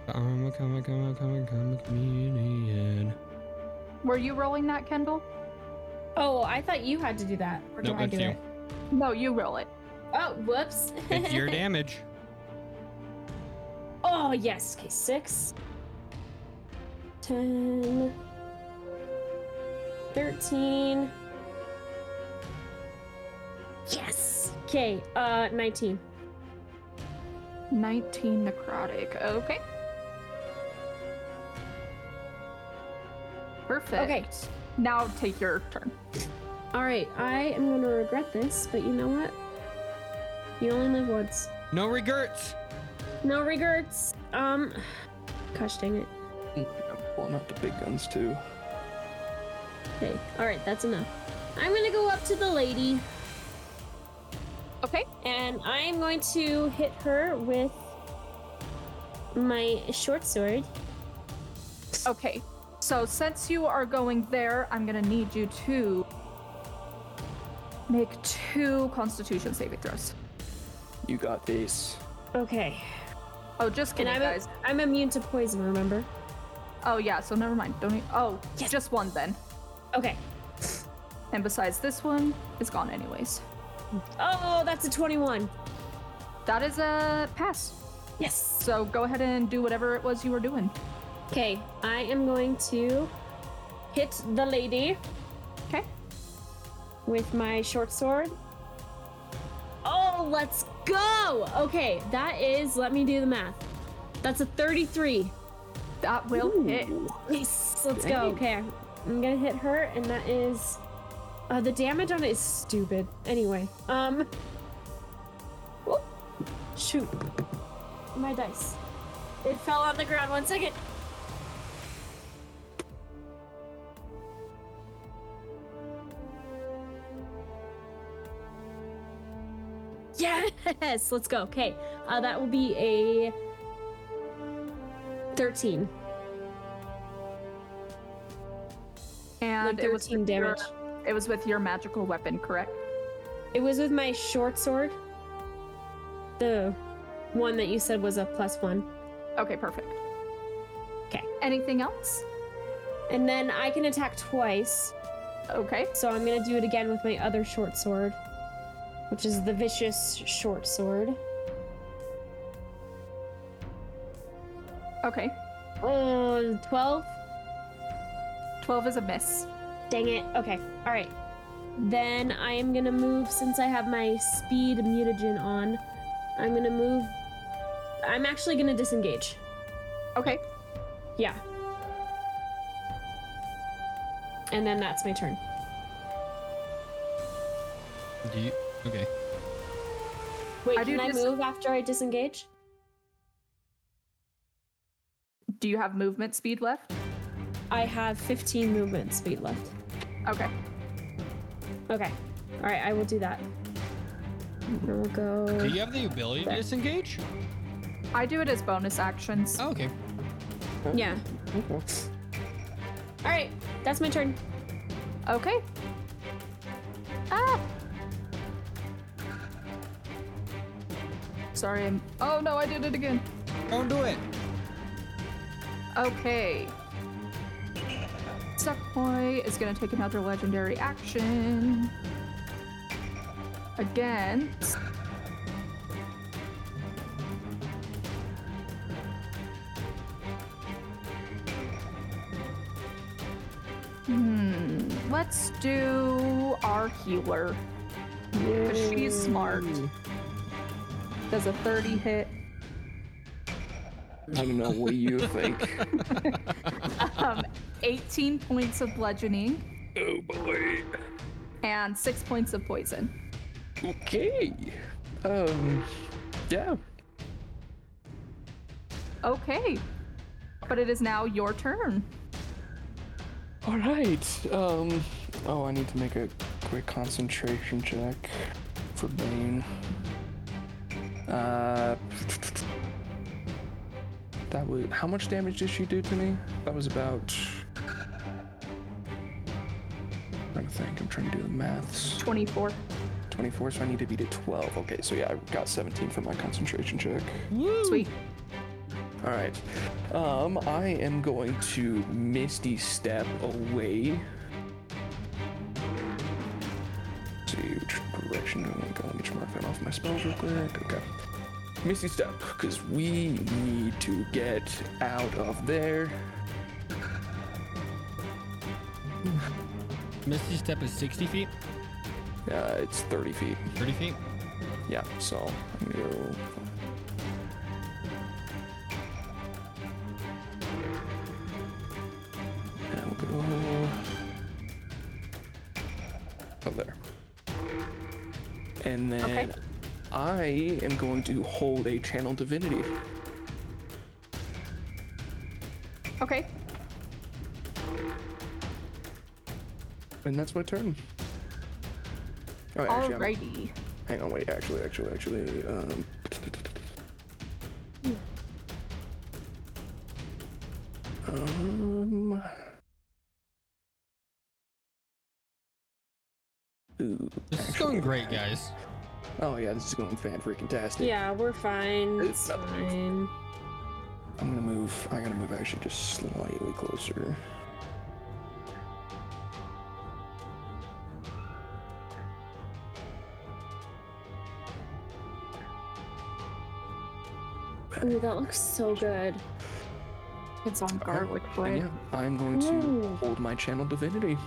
I'm a comic, comic, comic, comic comedian. Were you rolling that, Kendall? Oh, I thought you had to do that. Or did Nope, I that's do you. it? No, you roll it. Oh, whoops. It's your damage. Oh, yes. Okay, six. Ten. Thirteen. Yes. Okay, uh, 19. 19 necrotic. Okay. Perfect. Okay. Now take your turn. All right, I am going to regret this, but you know what? You only live once. No regrets. No regrets. Um, gosh dang it. I'm pulling out the big guns too. Okay, all right, that's enough. I'm gonna go up to the lady, Okay. and I'm going to hit her with my short sword. Okay. So since you are going there, I'm going to need you to make two constitution saving throws. You got this. Okay. Oh, just And kidding, I'm, guys. I'm immune to poison, remember? Oh, yeah, so never mind. Don't e Oh, just one then. Okay. And besides, this one is gone anyways. Oh, that's a 21. That is a pass. Yes. So go ahead and do whatever it was you were doing. Okay, I am going to hit the lady Okay. with my short sword. Oh, let's go! Okay, that is, let me do the math. That's a 33. That will hit. Yes, let's go. Okay, I'm gonna hit her, and that is. Uh, the damage on it is stupid. Anyway, um. whoop. Shoot. My dice. It fell on the ground. One second. Yes, let's go. Okay, uh, that will be a 13. And Like it was 13 with your- damage. it was with your magical weapon, correct? It was with my short sword. The one that you said was a plus one. Okay, perfect. 'Kay. Anything else? And then I can attack twice. Okay. So I'm going to do it again with my other short sword, which is the vicious short sword. Okay. Oh, 12? 12 is a miss. Dang it. Okay. All right. Then I am going to move, since I have my speed mutagen on, I'm going to move. I'm actually going to disengage. Okay. Yeah. And then that's my turn. Do you? Okay. Wait, I do can I dis- move after I disengage? Do you have movement speed left? I have 15 movement speed left. Okay. Okay. All right, I will do that. I will Do go. you have the ability to disengage? I do it as bonus actions. Oh, okay. Yeah. All right, that's my turn. Okay. Ah! Sorry, I'm. Oh no, I did it again. Don't do it. Okay. Stuck Boy is gonna take another legendary action. Against. Hmm. Let's do our healer. 'Cause she's smart. Does a 30 hit? I don't know what you think. Um, 18 points of bludgeoning. oh boy. and six points of poison. Okay. Um. Yeah. Okay. But it is now your turn. All right. Um. Oh, I need to make a quick concentration check for Bane. Uh. That was how much damage did she do to me? That was about. I'm trying to think. I'm trying to do the maths. 24. 24, so I need to beat a 12. Okay, so yeah, I got 17 for my concentration check. Sweet. All right. Um, I am going to Misty Step away. Let's see which direction do I want to go? Let me just mark that off my spells real quick. Okay. Misty Step, because we need to get out of there. Misty step is 60 feet, Uh, it's 30 feet. 30 feet. Yeah, so I'm gonna go. And we'll go. Oh, there. And then I am going to hold a channel divinity. Okay. And that's my turn. Oh, wait, actually, I'm- Alrighty. Hang on, wait, actually, actually, actually. Um... um... Ooh, This is actually- going great, guys. Oh yeah, this is going fan freaking tastic. Yeah, we're fine. It's It's up to me. fine. I'm gonna move. I gotta move actually just slightly closer. Ooh, that looks so good. It's on Garwick And Wood. yeah, I'm going to Ooh. hold my channel divinity.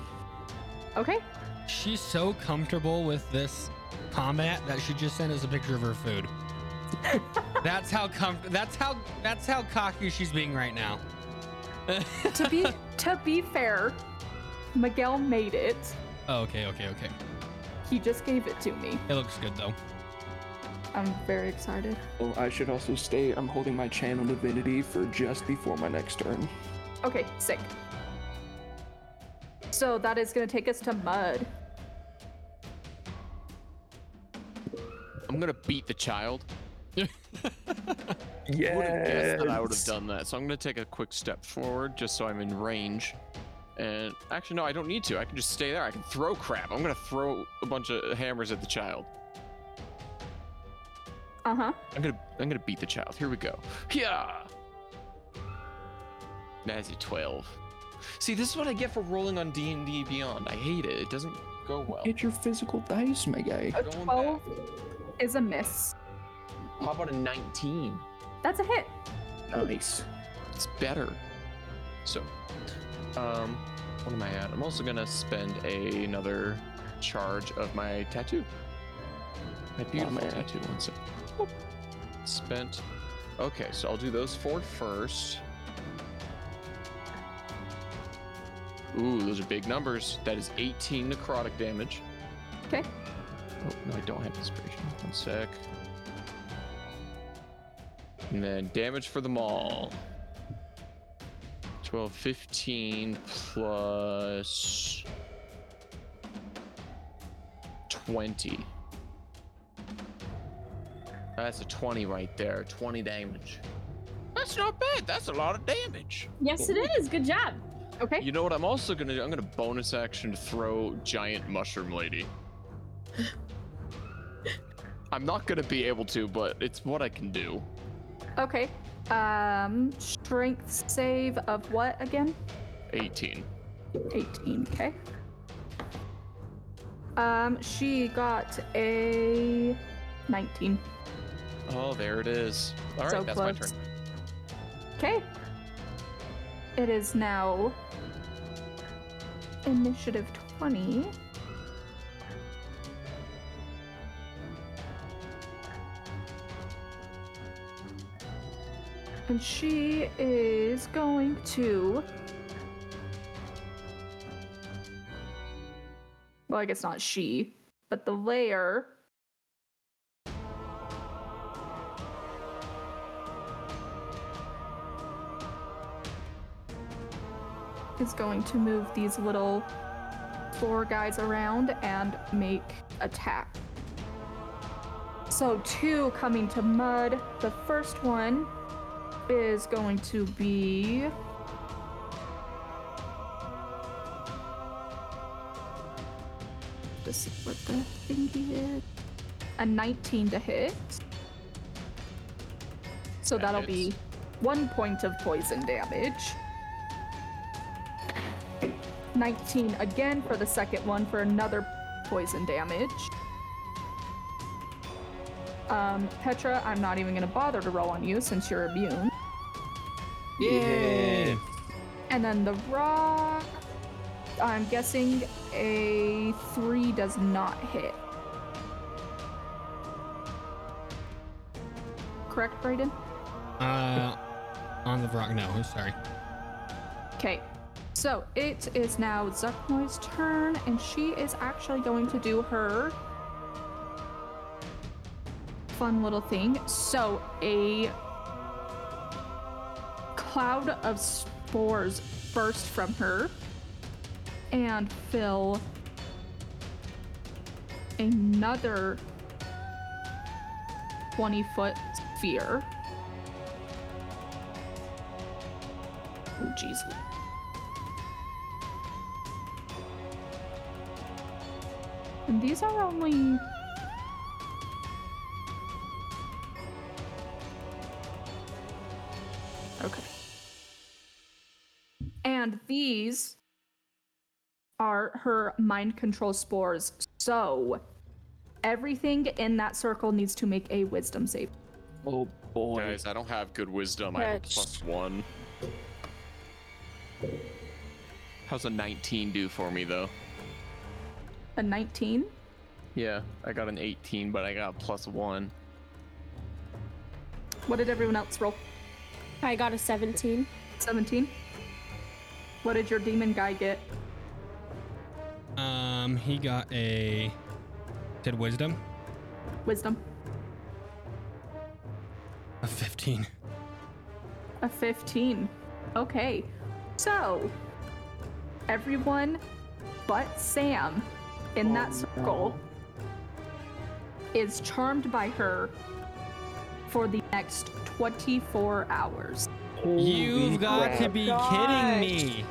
Okay. She's so comfortable with this combat that she just sent us a picture of her food. that's how comf- that's how that's how cocky she's being right now. to be to be fair, Miguel made it. Oh, okay, okay, okay. He just gave it to me. It looks good though. I'm very excited. Oh, I should also state I'm holding my channel divinity for just before my next turn. Okay, sick. So that is gonna take us to mud. I'm gonna beat the child. Yeah. I would have guessed that I would have done that. So I'm gonna take a quick step forward just so I'm in range. And actually, no, I don't need to. I can just stay there. I can throw crap. I'm gonna throw a bunch of hammers at the child. Uh huh. I'm gonna I'm gonna beat the child. Here we go. Yeah. That's a twelve. See, this is what I get for rolling on D and D Beyond. I hate it. It doesn't go well. Hit your physical dice, my guy. A Going back. twelve is a miss. How about a nineteen? That's a hit. Nice. It's better. So, um, what am I at? I'm also gonna spend a, another charge of my tattoo. My beautiful man. tattoo. One sec. Boop. Spent. Okay, so I'll do those four first. Ooh, those are big numbers. That is 18 necrotic damage. Okay. Oh, no, I don't have inspiration. One sec. And then damage for them all. 12, 15 plus 20. That's a 20 right there. 20 damage. That's not bad. That's a lot of damage. Yes, it is. Good job. Okay. You know what I'm also gonna do? I'm gonna bonus action throw giant mushroom lady. I'm not gonna be able to, but it's what I can do. Okay. Um, strength save of what again? 18. 18. Okay. Um, she got a 19. Oh, there it is. All right, So that's my close. turn. Okay. It is now initiative 20. And she is going to. Well, I guess not she, but the layer. is going to move these little four guys around and make attack. So two coming to mud. The first one is going to be to see what the thingy is. A 19 to hit. So That that'll hits. be one point of poison damage. 19 again for the second one for another poison damage. Um, Petra, I'm not even going to bother to roll on you since you're immune. Yay! And then the rock. I'm guessing a 3 does not hit. Correct, Brayden? Uh, on the rock. No, I'm sorry. Okay. So it is now Zucknoy's turn, and she is actually going to do her fun little thing. So a cloud of spores burst from her and fill another 20 foot sphere. Oh, jeez. And these are only. are her mind control spores. So everything in that circle needs to make a wisdom save. Oh boy. Guys, I don't have good wisdom. I have Fetch. plus one. How's a 19 do for me, though? A 19. Yeah, I got an 18, but I got a plus one. What did everyone else roll? I got a 17. 17. What did your demon guy get? Um, he got a did wisdom Wisdom. a fifteen. A 15. Okay. So, everyone but Sam in that circle is charmed by her for the next 24 hours. You've got to be kidding Gosh. me.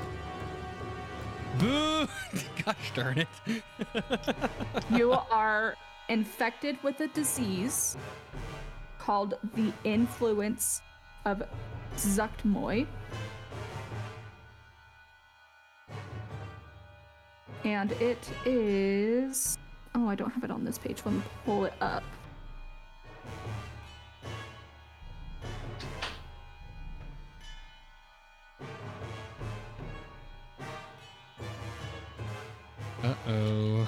Boo! Gosh darn it. you are infected with a disease called the influence of Zuchtmoy. And it is. Oh, I don't have it on this page. Let me pull it up. Uh oh.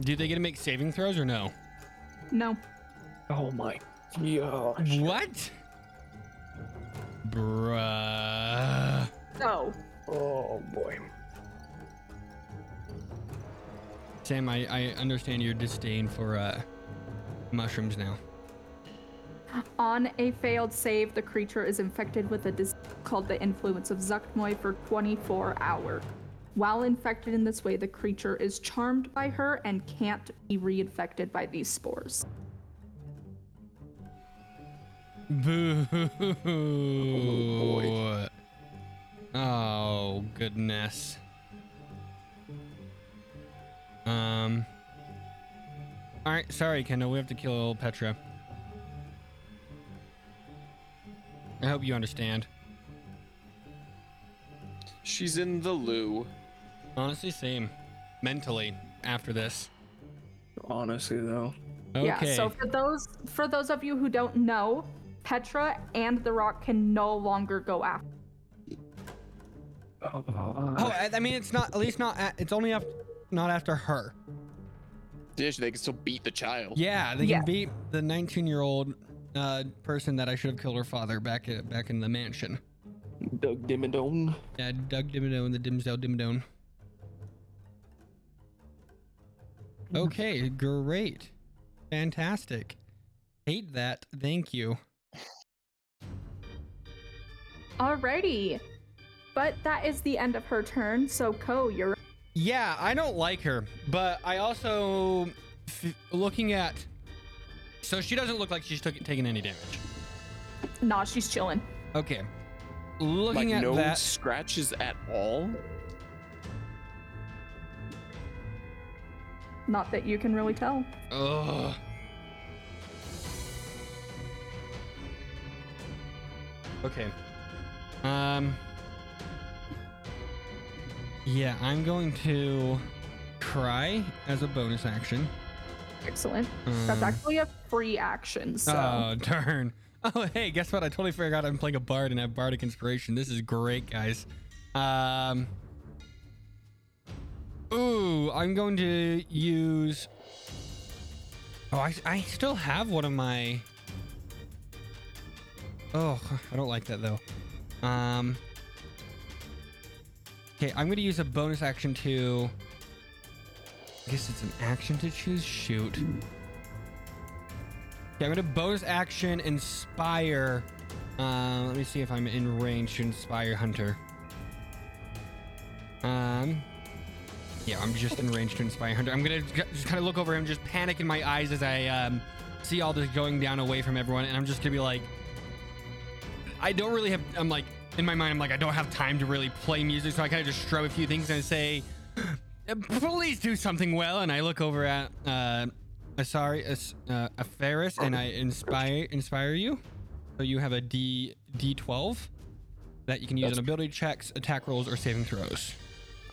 Do they get to make saving throws or no? No. Oh my gosh. What? Bruh. No. Oh boy. Sam, I, I understand your disdain for uh mushrooms now. On a failed save, the creature is infected with a disease called the influence of Zuckmoy for 24 hours. While infected in this way, the creature is charmed by her and can't be reinfected by these spores. Boo. boy. Oh, goodness. Um. All right, sorry, Kendall. We have to kill old Petra. I hope you understand. She's in the loo. Honestly, same. Mentally, after this. Honestly though. Okay. Yeah, so for those for those of you who don't know, Petra and the rock can no longer go after. oh, I, I mean, it's not. At least not. At, it's only after, not after her. Yeah, they can still beat the child. Yeah, they Yeah. can beat the 19-year-old uh, person that I should have killed her father back at, back in the mansion. Doug Dimmadome. Yeah, Doug Dimmadome, the Dimsdale Dimmadome. Okay, great. Fantastic. Hate that. Thank you. Alrighty. But that is the end of her turn. So Ko, you're Yeah, I don't like her, but I also f- looking at so she doesn't look like she's took, taking any damage. nah, she's chilling. Okay. Looking like at no that, scratches at all. Not that you can really tell. Ugh. Okay. Um. Yeah, I'm going to cry as a bonus action. Excellent. That's Um, actually a free action. So. Oh darn! Oh hey, guess what? I totally forgot I'm playing a bard and have bardic inspiration. This is great, guys. Um. Ooh, I'm going to use. Oh, I, I still have one of my. Oh, I don't like that though. Um. Okay, I'm going to use a bonus action to. I guess it's an action to choose shoot. Okay, I'm gonna bonus action inspire. Um, let me see if I'm in range to inspire Hunter. Um, yeah, I'm just in range to inspire Hunter. I'm gonna j- just kind of look over him, just panic in my eyes as I um, see all this going down away from everyone, and I'm just gonna be like, I don't really have. I'm like in my mind, I'm like, I don't have time to really play music, so I kind of just shrug a few things and I say, "Please do something well." And I look over at uh, Asari, As- uh, Aferis, and I inspire inspire you. So you have a D D12 that you can use on ability checks, attack rolls, or saving throws.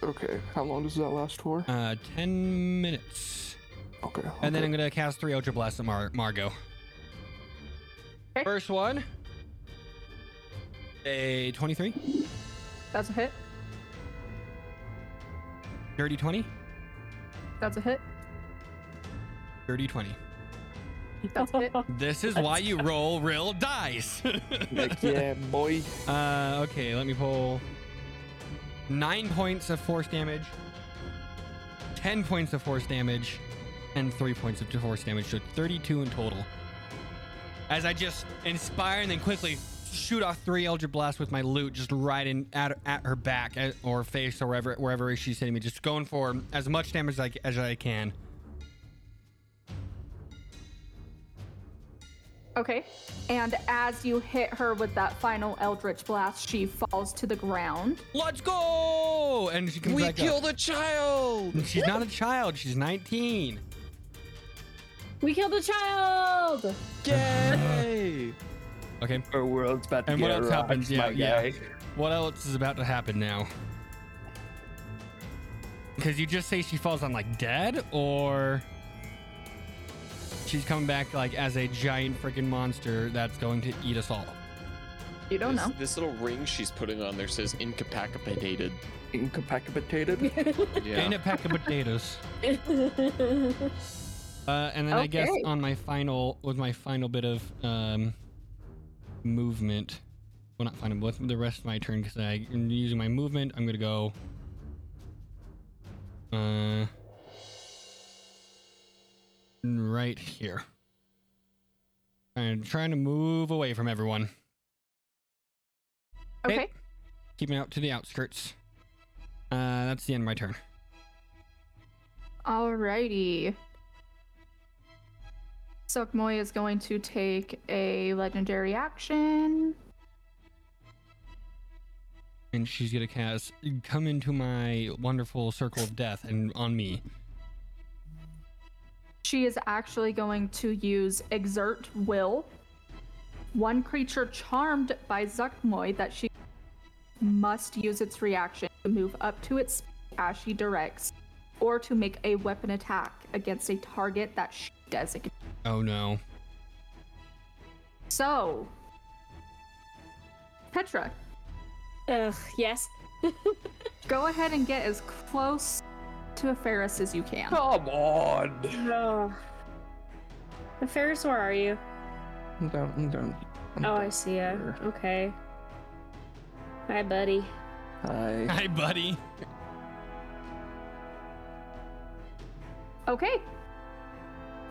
Okay. How long does that last for? Uh, 10 minutes. Okay. And then I'm okay. going to cast three Ultra Blasts at Mar- Margot. Okay. First one. A 23. That's a hit. Dirty 20. That's a hit. Dirty 20. That's a hit. This is why you roll real dice. Heck yeah, boy. uh, okay, let me pull. Nine points of force damage, 10 points of force damage, and three points of force damage, so 32 in total. As I just inspire and then quickly shoot off three Eldritch Blasts with my loot, just right in at, at her back at- or face or wherever, wherever she's hitting me, just going for as much damage as I, as I can. Okay. And as you hit her with that final Eldritch Blast, she falls to the ground. Let's go! And she comes We back up. killed a child. She's not a child. She's 19. We killed a child. Yay! Okay. Our world's about to And get what else rocked, happens? Yeah, my yeah. guy. What else is about to happen now? Because you just say she falls on like dead, or she's coming back like as a giant freaking monster that's going to eat us all. You don't this, know. this little ring she's putting on there says incapacitated. Incapacitated. Yeah. And a pack of potatoes. Uh, and then I guess Okay. on my final, with my final bit of um, movement, well, not final, with the rest of my turn, because I'm using my movement, I'm going to go. Uh, right here. I'm trying to move away from everyone, Okay. keeping out to the outskirts. Uh, that's the end of my turn. Alrighty. Sokmoy is going to take a legendary action. And she's going to cast Come into my wonderful circle of death and on me. She is actually going to use Exert Will. One creature charmed by Zuckmoy that she must use its reaction to move up to its speed as she directs, or to make a weapon attack against a target that she designates. Oh no. So, Petra, Ugh, yes. go ahead and get as close to Ferris as you can. Come on. Oh. The Ferris, where are you? Down, down. Oh, I see ya. Okay. Hi, buddy. Hi. Hi, buddy. Okay.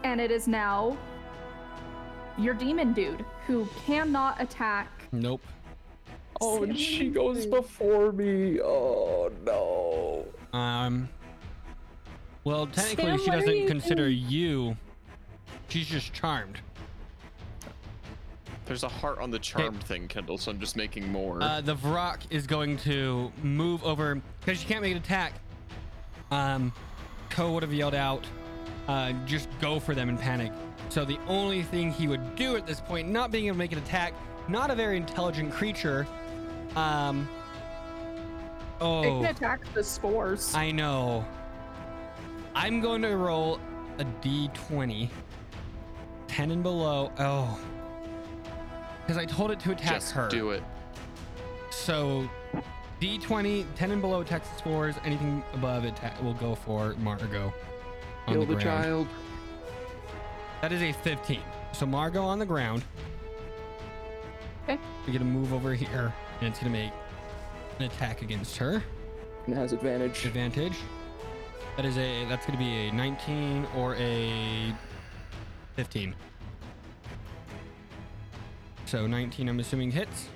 And it is now your demon dude who cannot attack. Nope. Oh, and she goes before me. Oh no. Um. Well, technically, Sam, she what are doesn't you consider you. She's just charmed. There's a heart on the charmed thing, Kendall, so I'm just making more. Uh, the Vrock is going to move over because she can't make an attack. Um, Ko would have yelled out, uh, "Just go for them in panic." So the only thing he would do at this point, not being able to make an attack, not a very intelligent creature. Um. Oh. It can attack the spores. I know. I'm going to roll a d20. 10 and below. Oh. Because I told it to attack just her. do it. So d20, 10 and below attacks the spores. Anything above it ta- will go for Margot. On Kill the ground. the child. That is a 15. So Margot on the ground. Okay. We're going to move over here, and it's going to make an attack against her. And has advantage. advantage. That is a that's going to be a 19 or a 15. So 19, I'm assuming hits.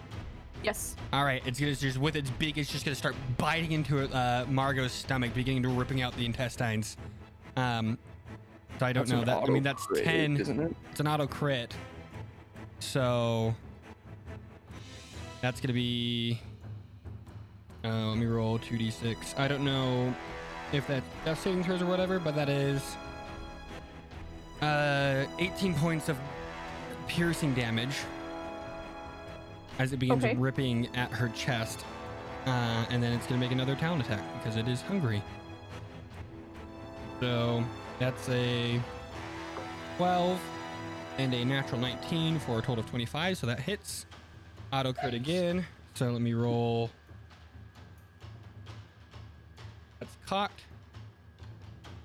yes. All right, it's gonna just with its beak, it's just gonna start biting into uh, Margot's stomach, beginning to ripping out the intestines. Um, so I don't That's know an that. I mean, that's auto-crit, 10. isn't it? It's an auto crit. So that's gonna be. Uh, let me roll 2d6. I don't know if that's death saving throws or whatever, but that is uh, 18 points of piercing damage as it begins Okay. ripping at her chest. Uh, and then it's going to make another town attack because it is hungry. So that's a 12 and a natural 19 for a total of 25. So that hits. Auto crit again. So let me roll. That's cocked.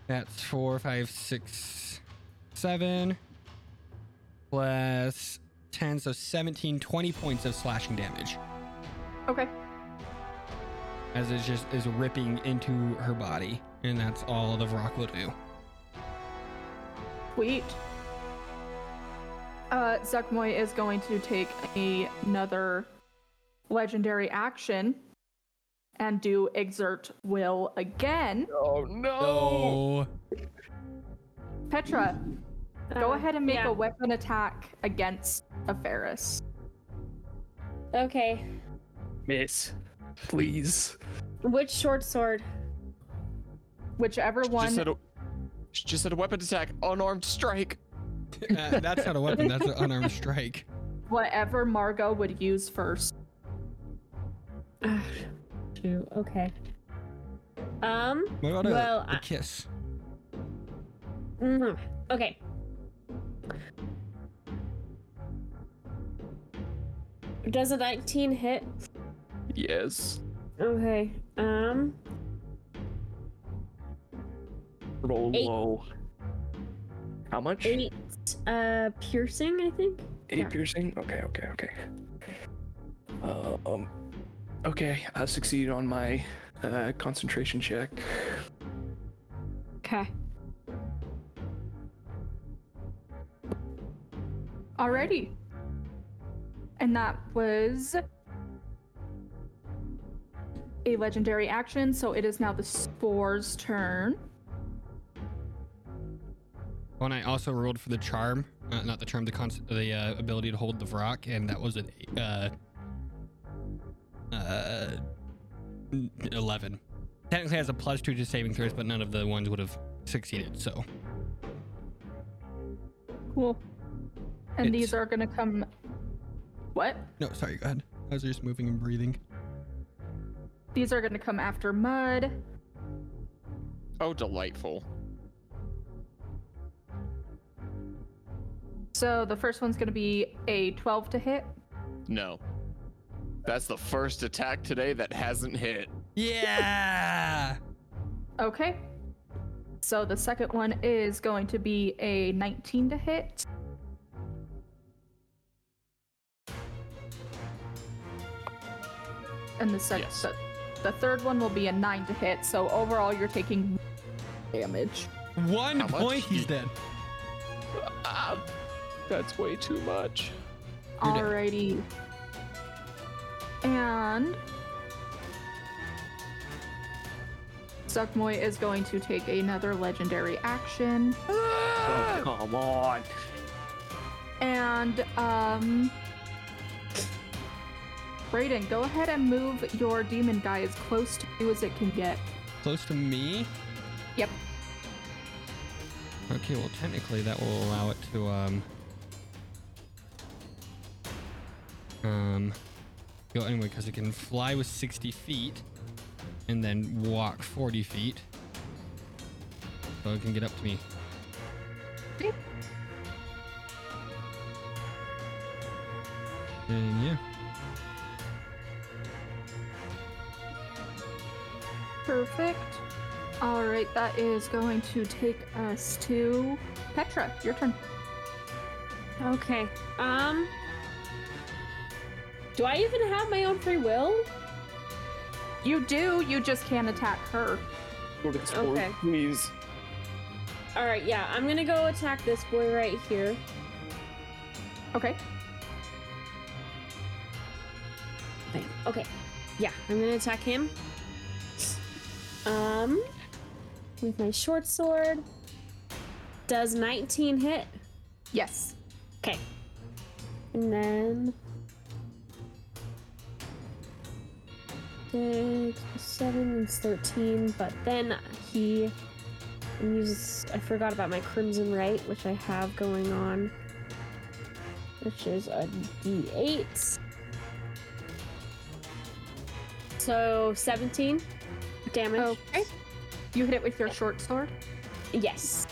That's four, five, six, seven, plus 10. So 17, 20 points of slashing damage Okay. as it just is ripping into her body. And that's all the rock will do. Sweet. Uh, Zuckmoy is going to take a- another legendary action and do exert will again. Oh no! Oh, Petra, go Uh, ahead and make yeah. a weapon attack against a Ferris. Okay. Miss, please. Which short sword? Whichever She one. just, said a, she just said a weapon attack, unarmed strike. uh, that's not a weapon. That's an unarmed strike. whatever Margot would use first. Two. Ah, Okay. Um. What about a, Well, a I- kiss? mhm. Okay. Does a 19 hit? Yes. Okay. Um. Roll Eight. low. How much? Eight. Uh, piercing. I think. Eight yeah. piercing. Okay, okay, okay. Um. Okay, I succeeded on my uh, concentration check. Okay. Alrighty. And that was a legendary action, so it is now the spore's turn. Oh, and I also rolled for the charm, uh, not the charm, the con- the uh, ability to hold the rock, and that was an eight- uh, uh, n- eleven. Technically has a plus two to saving throws, but none of the ones would have succeeded. So Cool. And It's- these are gonna come. What? no, sorry, go ahead. I was just moving and breathing. These are gonna come after Mud. Oh, delightful. So the first one's gonna be a 12 to hit. No. That's the first attack today that hasn't hit. Yeah. Okay. So the second one is going to be a 19 to hit. And the second, Yes. the, the third one will be a 9 to hit. So overall, you're taking damage. One How much? point. He's dead. Ah, that's way too much. You're dead. Alrighty. And. Suckmoy is going to take another legendary action. Oh, come on. And um Brayden, go ahead and move your demon guy as close to you as it can get. Close to me. Yep. Okay, well, technically that will allow it to, um, um, go anyway, because it can fly with 60 feet and then walk 40 feet. So it can get up to me. Okay. And yeah. Perfect. All right, that is going to take us to Petra. Your turn. Okay. Um. Do I even have my own free will? You do. You just can't attack her. Go to the store, Okay. please. All right. Yeah. I'm gonna go attack this boy right here. Okay. Bam. Okay. Yeah, I'm gonna attack him. Um, with my short sword. Does 19 hit? Yes. Okay. And then. Six, seven is 13, but then he uses. I forgot about my Crimson Right, which I have going on, which is a d8. So 17 damage. Okay. You hit it with your short sword. Yes.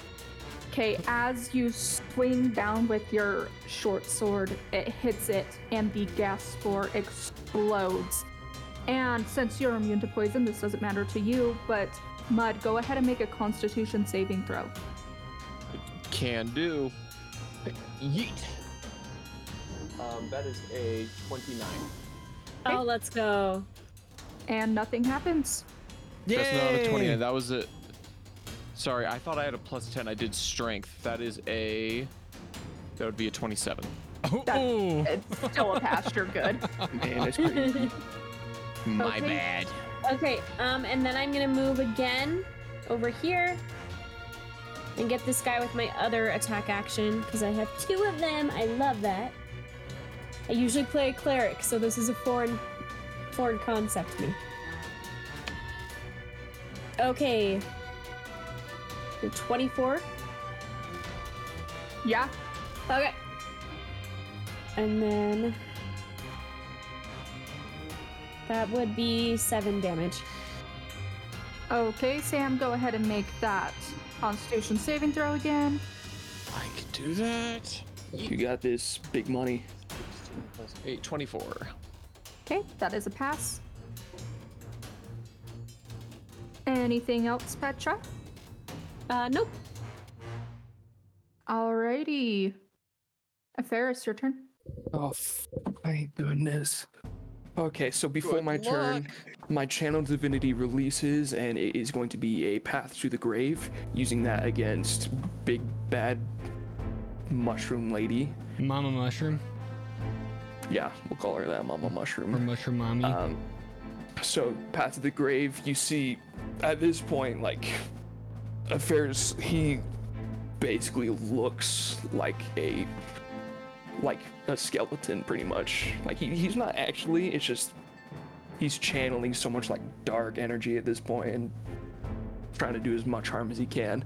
Okay, as you swing down with your short sword, it hits it, and the gas spore explodes. And since you're immune to poison, this doesn't matter to you, but Mud, go ahead and make a constitution saving throw. Can do. Yeet. Um, that is a 29. Oh, let's go. And nothing happens. That's not a 20. That was a. Sorry, I thought I had a plus 10. I did strength. That is a. That would be a 27. That- Ooh. It's still a pass, you're good. Man, that's great. My Okay. bad. Okay, um, and then I'm gonna move again over here and get this guy with my other attack action because I have two of them. I love that. I usually play a cleric, so this is a foreign, foreign concept to me. Okay, So 24. Yeah, Okay, and then that would be seven damage. Okay, Sam, go ahead and make that Constitution saving throw again. I could do that. you got this big money. 8, 24. Okay, that is a pass. Anything else, Petra? Uh, nope. Alrighty. Uh, Ferris, your turn. Oh, thank goodness. Okay, so before Good my turn, my channel divinity releases, and it is going to be a path to the grave, using that against big bad mushroom lady. Mama Mushroom Yeah, we'll call her that, Mama Mushroom. or Mushroom Mommy. Um, so path to the grave. You see, at this point, like, affairs. He basically looks like a like a skeleton, pretty much. Like he, he's not actually. It's just he's channeling so much like dark energy at this point and trying to do as much harm as he can.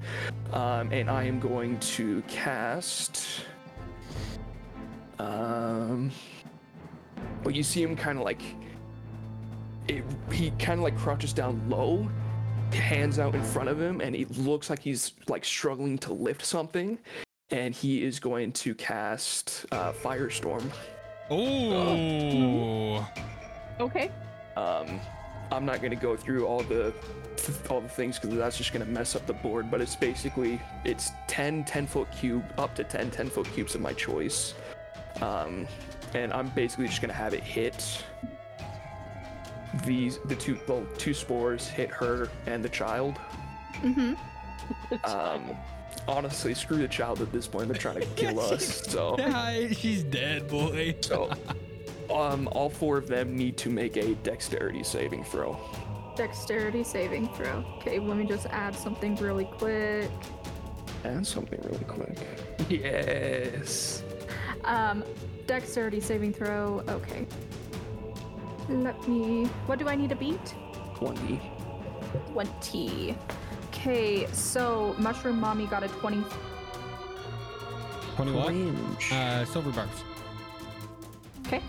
Um, and I am going to cast. Um, but you see him kind of like it, he kind of like crouches down low, hands out in front of him, and it looks like he's like struggling to lift something. And he is going to cast uh, Firestorm. oh. Okay. Um, I'm not going to go through all the all the things because that's just going to mess up the board. But it's basically it's 10 10 foot cube up to 10 10 foot cubes of my choice. Um, and I'm basically just going to have it hit these the two the two spores hit her and the child. Mm-hmm. Um, honestly, screw the child at this point. They're trying to kill us. So. Yeah, she's dead, boy. So, um, all four of them need to make a dexterity saving throw. Dexterity saving throw. Okay, let me just add something really quick. And something really quick. Yes. Um, dexterity saving throw. Okay. Let me. What do I need to beat? 1D. 20. Okay, so Mushroom Mommy got a 20. 20 what? Uh, silver bars. Okay.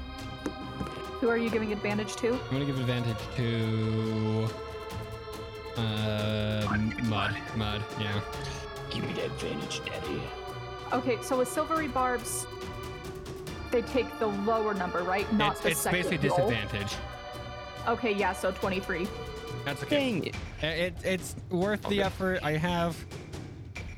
Who are you giving advantage to? I'm gonna give advantage to. Uh, mud, mud, yeah. Give me that advantage, Daddy. Okay, so with Silvery Barbs, they take the lower number, right? Not it's the it's second basically roll. disadvantage. Okay, yeah, so 23. That's okay. Dang it. I- It, it's worth the effort I have.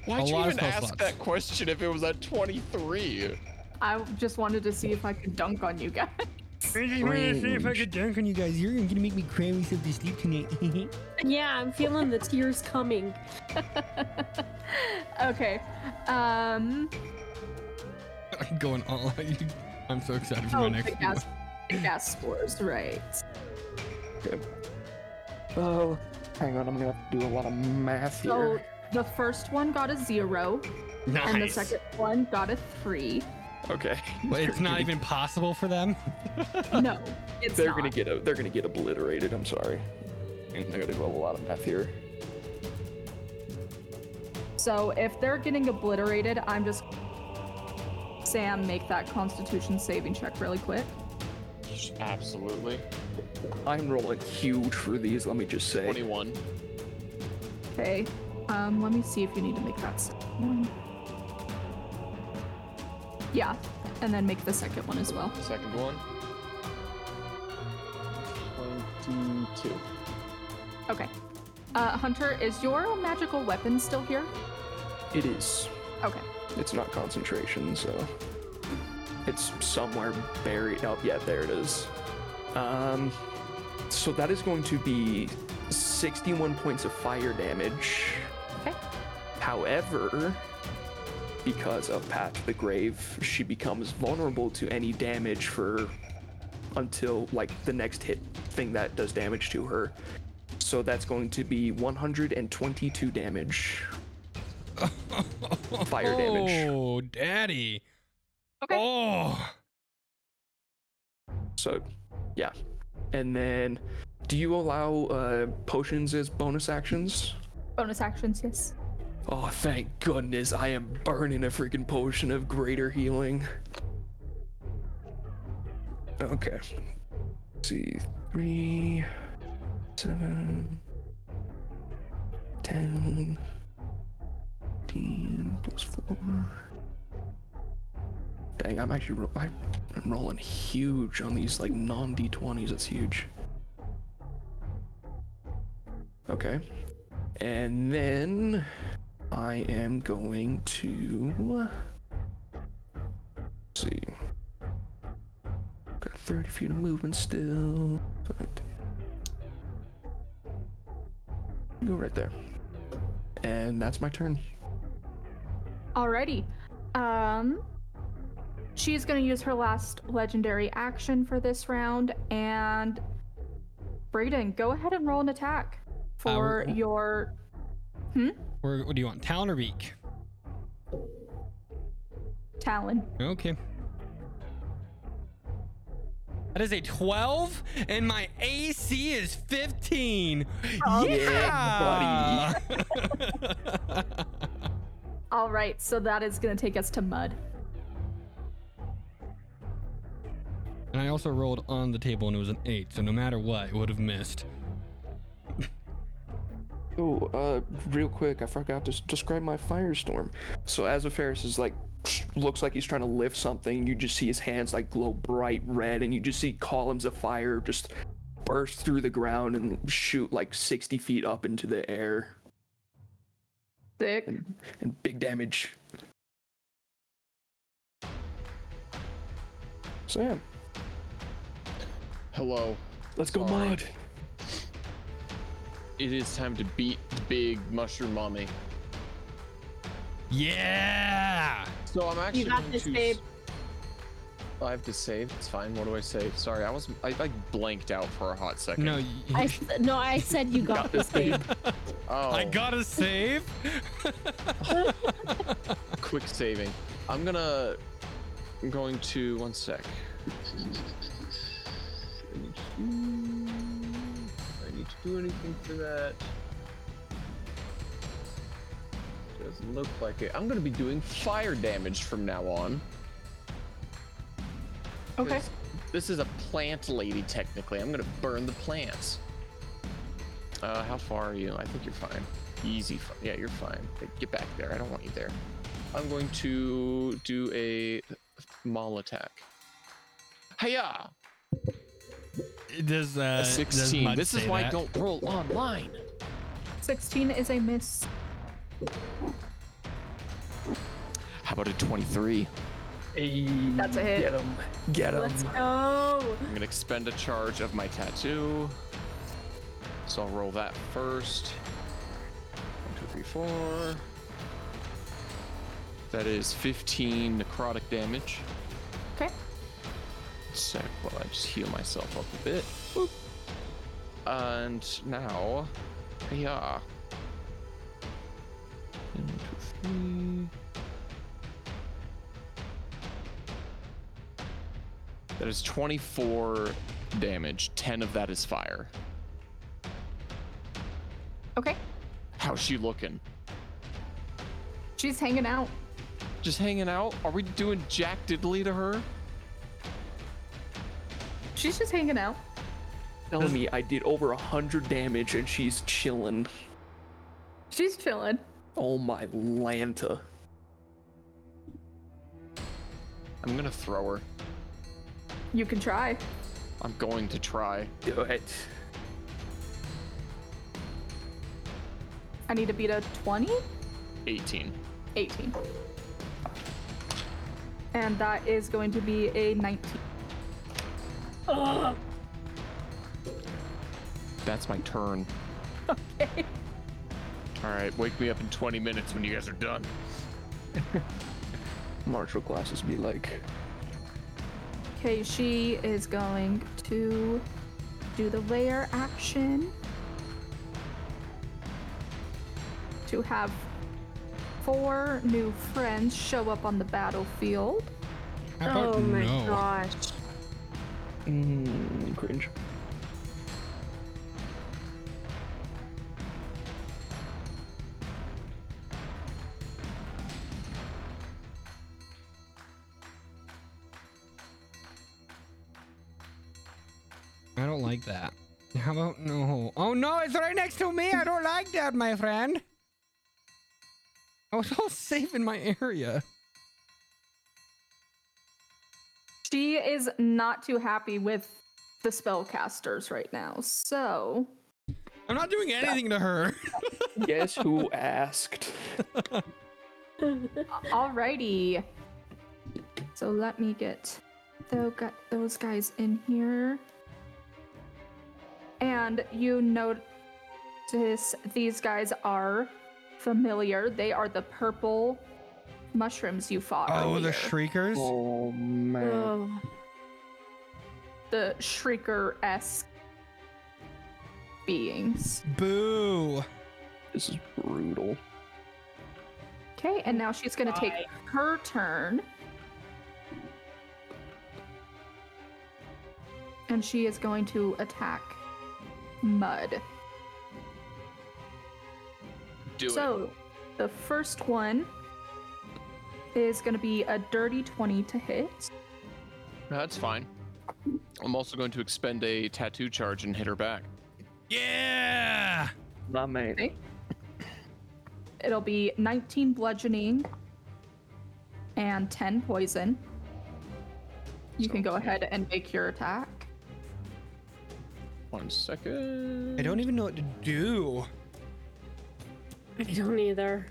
Why'd A you lot of even spell ask slots. that question if it was at 23? I just wanted to see if I could dunk on you guys. if I could dunk on you guys, you're gonna make me cry myself to sleep tonight. Yeah, I'm feeling the tears coming. Okay. Um, I'm going all out. You- I'm so excited for my oh, the next one. gas, the gas spores, right. Oh, hang on. I'm gonna have to do a lot of math So here. the first one got a zero, and the Nice. second one got a three. okay. But it's not even possible for them. No, it's They're not. gonna get. A, they're gonna get obliterated. I'm sorry. I gotta do a lot of math here. So if they're getting obliterated, I'm just Sam make that Constitution saving check really quick. Absolutely. I'm rolling huge for these, let me just say. 21. Okay. Um, let me see if you need to make that second one. Yeah, and then make the second one as well. Second one. 22. Okay. Uh, Hunter, is your magical weapon still here? It is. Okay. It's not concentration, so. It's somewhere buried. Oh, yeah, there it is. Um, so that is going to be 61 points of fire damage. Okay. However, because of Path to the Grave, she becomes vulnerable to any damage for until like the next hit thing that does damage to her. So that's going to be 122 damage. Fire damage. Oh, daddy. Okay. Oh. So, yeah. And then, do you allow uh, potions as bonus actions? Bonus actions, yes. Oh, thank goodness! I am burning a freaking potion of greater healing. Okay. see, three, seven, ten, fifteen plus four. Dang, I'm actually ro- I- I'm rolling huge on these like non d20s. That's huge. Okay. And then I am going to let's see. Got 30 feet of movement still. But... Go right there. And that's my turn. Alrighty. Um, she's gonna use her last legendary action for this round, and Brayden, go ahead and roll an attack for Uh, wh- your. Where, what do you want? Talon or beak? Talon. Okay. That is a 12, and my AC is 15. yeah, yeah, buddy. All right, so that is gonna take us to mud. and I also rolled on the table, and it was an 8, so no matter what, it would have missed. Oh, uh, real quick, I forgot to s- describe my firestorm. So as a Ferris is like, looks like he's trying to lift something, you just see his hands like glow bright red, and you just see columns of fire just burst through the ground and shoot like 60 feet up into the air, Sick. and big damage. So yeah, Hello. let's go Sorry. mod. It is time to beat the big mushroom mommy. Yeah. So I'm actually You got going this, to s- babe. I have to save. It's fine. What do I save? Sorry, I was I, I blanked out for a hot second. No, I s- no, I said you got this, babe. oh, I got a save. quick saving. I'm gonna. I'm going to one sec. I need to do- I need to do anything for that. Doesn't look like it. I'm gonna be doing fire damage from now on. Okay. 'Cause This is a plant lady, technically. I'm gonna burn the plants. Uh, how far are you? I think you're fine. Easy. Fi- yeah, you're fine. Hey, Get back there. I don't want you there. I'm going to do a maul attack. Hiya! It does, uh, A does 16. Mud This is say why I that? don't roll online. 16 is a miss. How about a 23? That's a hit. Get him. Get him. Let's go. I'm gonna expend a charge of my tattoo. So I'll roll that first. One, two, three, four. That is 15 necrotic damage. Okay. Sec while I just heal myself up a bit. Boop. And now, yeah. And one, two, three. That is 24 damage. 10 of that is fire. Okay. How's she looking? She's hanging out. Just hanging out? Are we doing Jack Diddley to her? She's just hanging out. Telling me I did over a hundred damage and she's chilling. She's chilling. Oh my lanta. I'm gonna throw her. You can try. I'm going to try. Do it. I need to beat a 20? 18. 18. And that is going to be a 19. That's my turn. Okay. All right, wake me up in 20 minutes when you guys are done. Martial classes be like, Okay, she is going to do the layer action to have four new friends show up on the battlefield. How about oh my no? gosh. mm, cringe. I don't like that. How about no? Oh no, it's right next to me. I don't like that, my friend. I was all safe in my area. She is not too happy with the spellcasters right now, so I'm not doing anything to her. Guess who asked? Alrighty. So let me get tho- got those guys in here. And you notice these guys are familiar. They are the purple mushrooms you fought. oh, the earlier. shriekers. Oh man. Oh. the shrieker esque beings. Boo. This is brutal. Okay, and now she's gonna take her turn. And she is going to attack Mud. Do it. so, the first one is gonna be a dirty 20 to hit. That's fine. I'm also going to expend a tattoo charge and hit her back. Yeah. My man. Okay. It'll be 19 bludgeoning and 10 poison. You can go ahead and make your attack. One second. I don't even know what to do. I don't either.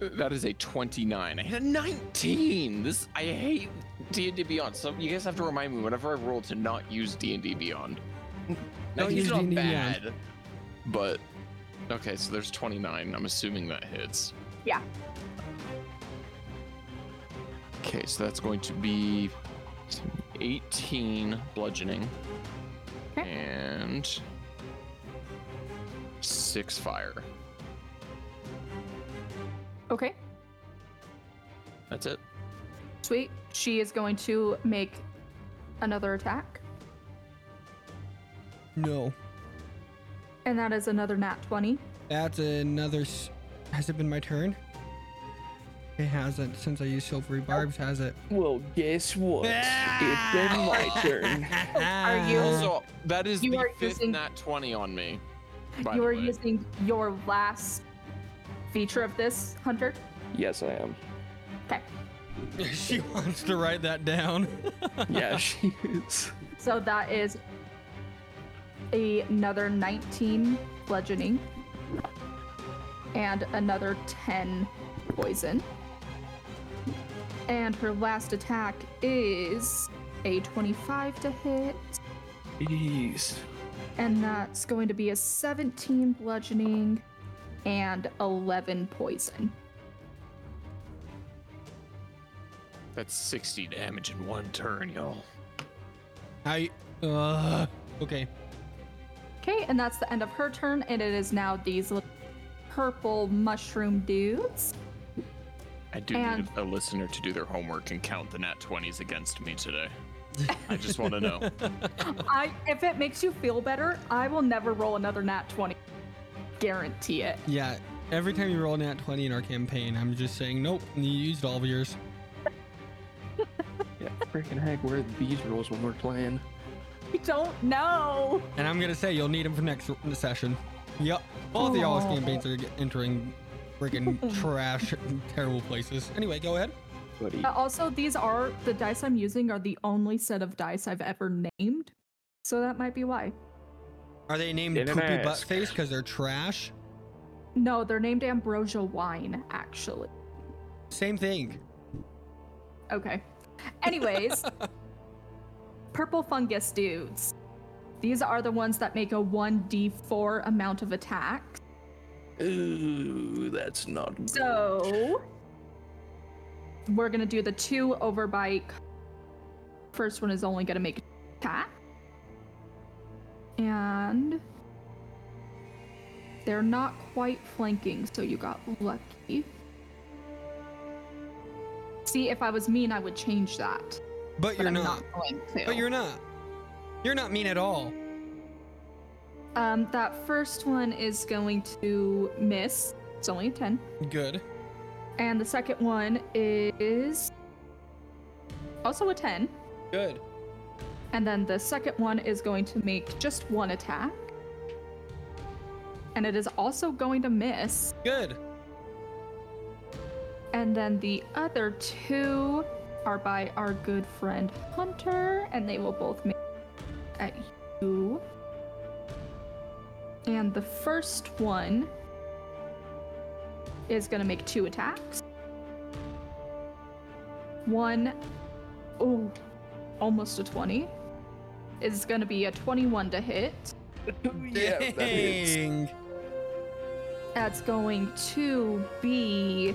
That is a 29. I hit a 19. This I hate D&D Beyond. So you guys have to remind me whenever I roll to not use D&D Beyond. Don't Like, it's use not D&D bad, But okay, so there's 29. I'm assuming that hits. Yeah. Okay, so that's going to be 18 bludgeoning Okay. and 6 fire. Okay. That's it. Sweet. She is going to make another attack, No. and that is another nat 20. That's another. S- Has it been my turn? It hasn't since I used silvery barbs. Has it? Well, guess what? it's been my turn. Are you Also, that is You the are fifth using- nat 20 on me. by you the are way. using your last feature of this, Hunter? Yes, I am. Okay. she wants to write that down. Yeah, she is. So that is another 19 bludgeoning and another 10 poison. And her last attack is a 25 to hit, Jeez. and that's going to be a 17 bludgeoning and 11 poison. That's 60 damage in one turn, y'all. I. Uh, okay. Okay, and that's the end of her turn, and it is now these little purple mushroom dudes. I do And- need a, a listener to do their homework and count the nat 20s against me today. I just want to know. I if it makes you feel better, I will never roll another nat 20. Guarantee it. Yeah, every time you roll a nat 20 in our campaign, I'm just saying, nope, you used all of yours. Yeah, Freaking heck, where are these rules when we're playing? We don't know. And I'm gonna say you'll need them for next r- session. Yep. Both of y'all's Aw. campaigns are get- entering freaking trash, terrible places. Anyway, go ahead. Buddy. Uh, also, these are the dice I'm using are the only set of dice I've ever named, so that might be why. Are they named Didn't Poopy ask. Buttface because they're trash? No, they're named Ambrosia Wine, actually. Same thing. Okay. Anyways, purple fungus dudes. These are the ones that make a 1d4 amount of attack. Oh. Ooh, that's not good. So, we're going to do the two overbite. First one is only going to make attack. And they're not quite flanking, so you got lucky. See, if I was mean, I would change that. But, But you're I'm not. not going to. But you're not. You're not mean at all. Um, that first one is going to miss. It's only a 10. Good. And the second one is also a 10. Good. And then the second one is going to make just one attack. And it is also going to miss. Good. And then the other two are by our good friend Hunter, and they will both make at you. And the first one is going to make two attacks. One, oh, almost a 20, is going to be a 21 to hit. yeah, that hits. Dang. That's going to be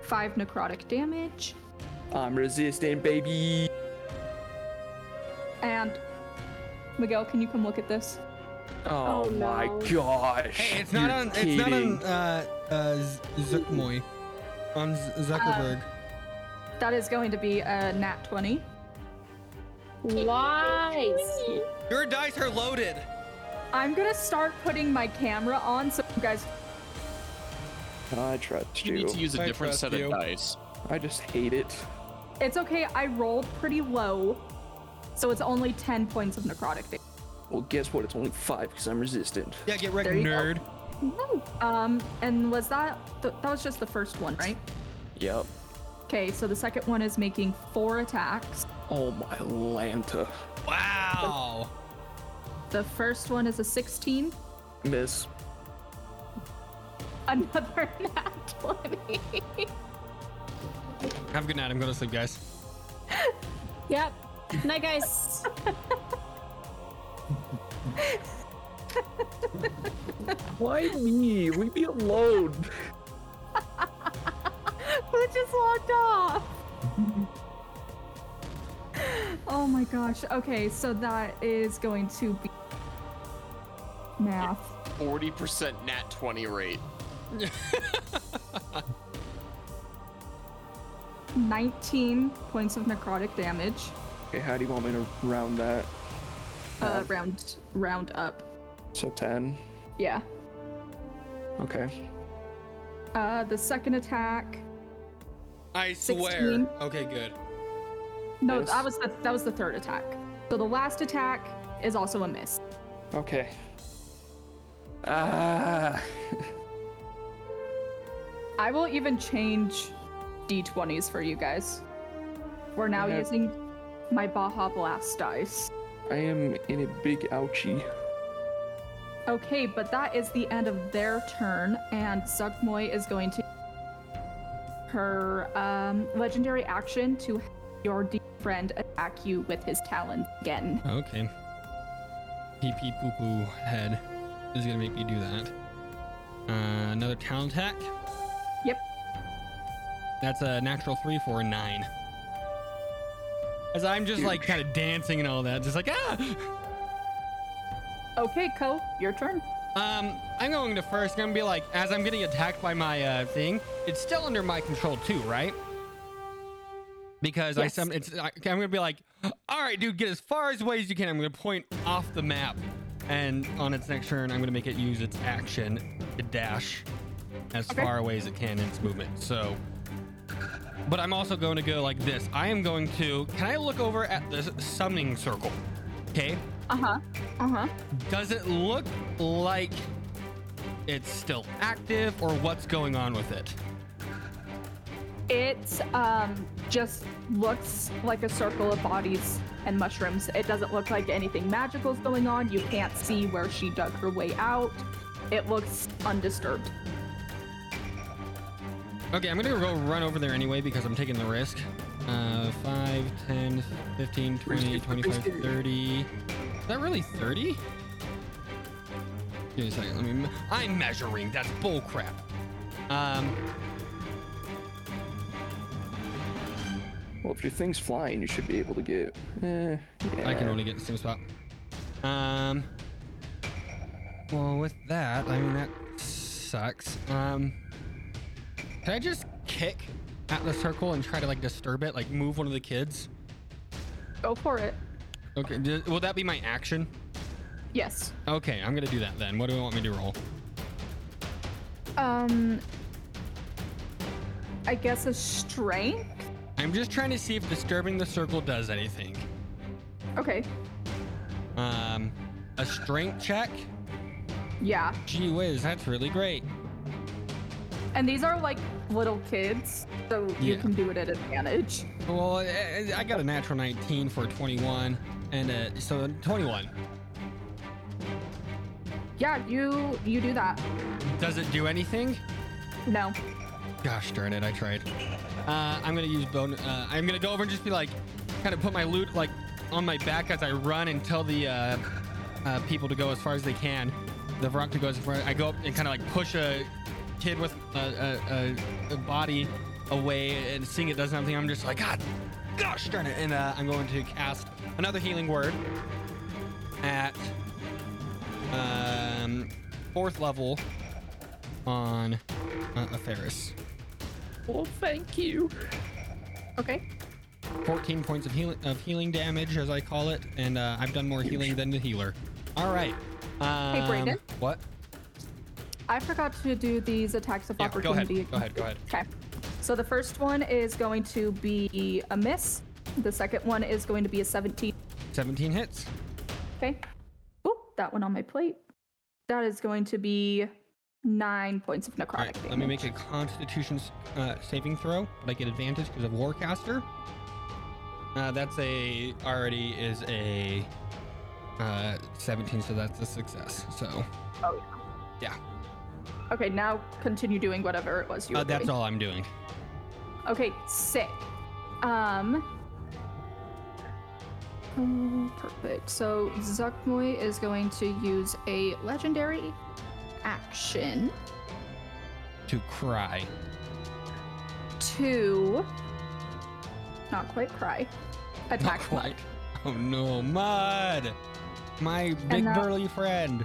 five necrotic damage. I'm resistant, baby. And Miguel, can you come look at this? Oh, Oh, my no. gosh. Hey, it's not You're on. It's not on. kidding. Uh, uh, Z- Zuckmoy. On Z- Zuckerberg. That is going to be a nat 20. Why? Your dice are loaded. I'm gonna start putting my camera on so you guys. I trust You need to you. use a I different trust set you. of dice. I just hate it. It's okay, I rolled pretty low, so it's only 10 points of necrotic damage. Well, guess what? It's only five because I'm resistant. Yeah, get wrecked, There you go. nerd. No. Um, and was that. Th- that was just the first one, right? Yep. Okay, so the second one is making four attacks. Oh my Lanta. Wow. The first one is a 16, Miss. another nat 20. Have a good night. I'm going to sleep, guys. Yep. Night, guys. Why me? Leave me alone. Who just walked off? oh my gosh. Okay, so that is going to be math. 40% nat 20 rate. 19 points of necrotic damage. Okay, how do you want me to round that? Uh, round round up. So 10. Yeah. Okay. Uh, the second attack. I swear. 16. Okay, good. No, Miss. that was the that was the third attack. So the last attack is also a miss. Okay. Ah. I will even change d20s for you guys. We're now Okay. using my Baja Blast dice. I am in a big ouchie. Okay, but that is the end of their turn, and Zugmoy is going to her um, legendary action to have your dear friend attack you with his talons again. Okay. Pee pee poo poo head is gonna make me do that. Uh, another talent hack. Yep. That's a natural three for a nine. As I'm just like kind of dancing and all that, just like ah. Okay, Co, your turn. Um, I'm going to first. Gonna be like, as I'm getting attacked by my uh, thing, it's still under my control too, right? Because I Yes. some, it's. I, I'm gonna be like, all right, dude, get as far as away as you can. I'm gonna point off the map, and on its next turn, I'm gonna make it use its action to dash as Okay. far away as it can in its movement. So But I'm also going to go like this. I am going to. Can I look over at the summoning circle? Okay. Uh huh. Uh huh. Does it look like it's still active or what's going on with it? It um, just looks like a circle of bodies and mushrooms. It doesn't look like anything magical is going on. You can't see where she dug her way out. It looks undisturbed. Okay, I'm gonna go run over there anyway because I'm taking the risk. Uh, 5, 10, 15, 20, 25, 30. Is that really 30? Give me a second. Let me. me- I'm measuring. That's bullcrap. Um, Well, if your thing's flying, you should be able to get. Eh, I can yeah. only get the same spot. Um. Well, with that, I mean that sucks. Um. Can I just kick at the circle and try to like disturb it, like move one of the kids? Go for it. Okay. d- Will that be my action? Yes. Okay, I'm gonna do that then. What do I want me to roll? Um. I guess a strength. I'm just trying to see if disturbing the circle does anything. Okay. Um, a strength check. Yeah. Gee whiz, that's really great. And these are like little kids, so you Yeah. can do it at advantage. Well, eh, I I got a natural 19 for 21, and uh, so 21. Yeah, you you do that. Does it do anything? No. Gosh darn it, I tried. Uh, I'm gonna use bone. Uh, I'm gonna go over and just be like, kind of put my loot like on my back as I run and tell the uh, uh, people to go as far as they can. The Varrock to go as far. I go up and kind of like push a kid with a, a, a, a body away and seeing it does something. I'm just like, God, gosh darn it! And uh, I'm going to cast another healing word at um, fourth level on uh, Atheris. Well, thank you. Okay. 14 points of healing of healing damage, as I call it, and uh, I've done more healing than the healer. All right. Um, Brandon? What? I forgot to do these attacks of Yeah, go ahead. opportunity. Go ahead. Go ahead. Okay. So the first one is going to be a miss. The second one is going to be a 17. 17 hits. Okay. Oop, that one on my plate. That is going to be nine points of necrotic All right. damage. Let me make a Constitution s- uh, saving throw, but I get advantage because of Warcaster. Uh, that's a already is a uh, 17, so that's a success. So Oh, yeah, Okay, now continue doing whatever it was you were uh, that's doing. all I'm doing. Okay, sick. Um. mm, Perfect. So Zuckmoy is going to use a legendary action To cry. to not quite cry. Not Attack quite. Oh no, Mud, my big that- burly friend.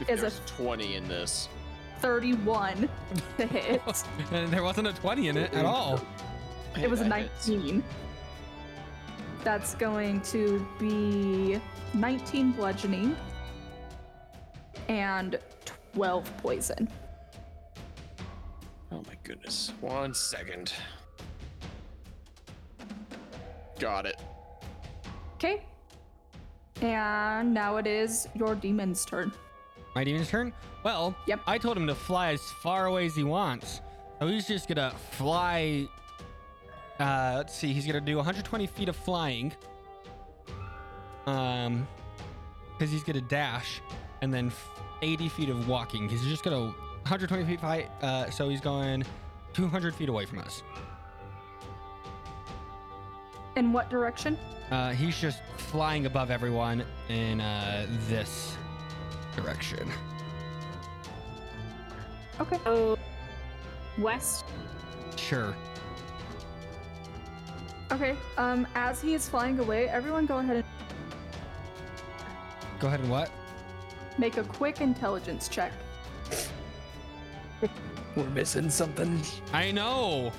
If Is a- there's 20 in this. 31 to hit. And there wasn't a 20 in it at all. It was a That hits. 19. That's going to be 19 bludgeoning and 12 poison. Oh my goodness. One second. Got it. Okay. And now it is your demon's turn. My demon's turn? Well, Yep. I told him to fly as far away as he wants. So he's just gonna fly. Uh, let's see, he's gonna do 120 feet of flying. Um, because he's gonna dash and then f- 80 feet of walking. He's just gonna 120 feet fight. Uh, so he's going 200 feet away from us. In what direction? Uh, he's just flying above everyone in uh, this direction. Okay. So, Oh. west. Sure. Okay. Um, as he is flying away, everyone go ahead and Go ahead and what? make a quick intelligence check. We're missing something. I know.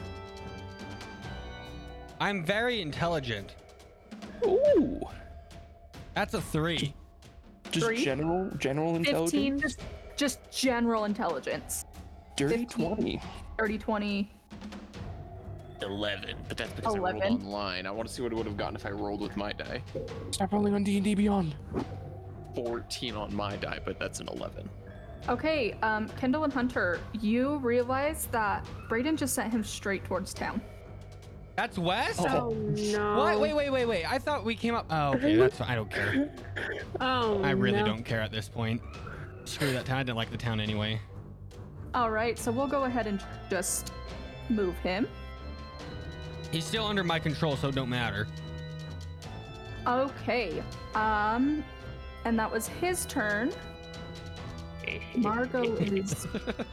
I'm very intelligent. Ooh. That's a three. Just Three? general general intelligence. 15. Just general intelligence. Dirty 15. 20. 30, 20. eleven, but that's because I 11. rolled online. I want to see what it would have gotten if I rolled with my die. Stop rolling on D and D Beyond. 14 on my die, but that's an 11. Okay, um, Kendall and Hunter, you realize that Brayden just sent him straight towards town. That's West? Oh no. What? Wait, wait, wait, wait. I thought we came up. Oh, okay. That's fine. I don't care. Oh. I really no. don't care at this point. Screw that town. I didn't like the town anyway. All right, so we'll go ahead and just move him. He's still under my control, so it don't matter. Okay, um, and that was his turn. Margot is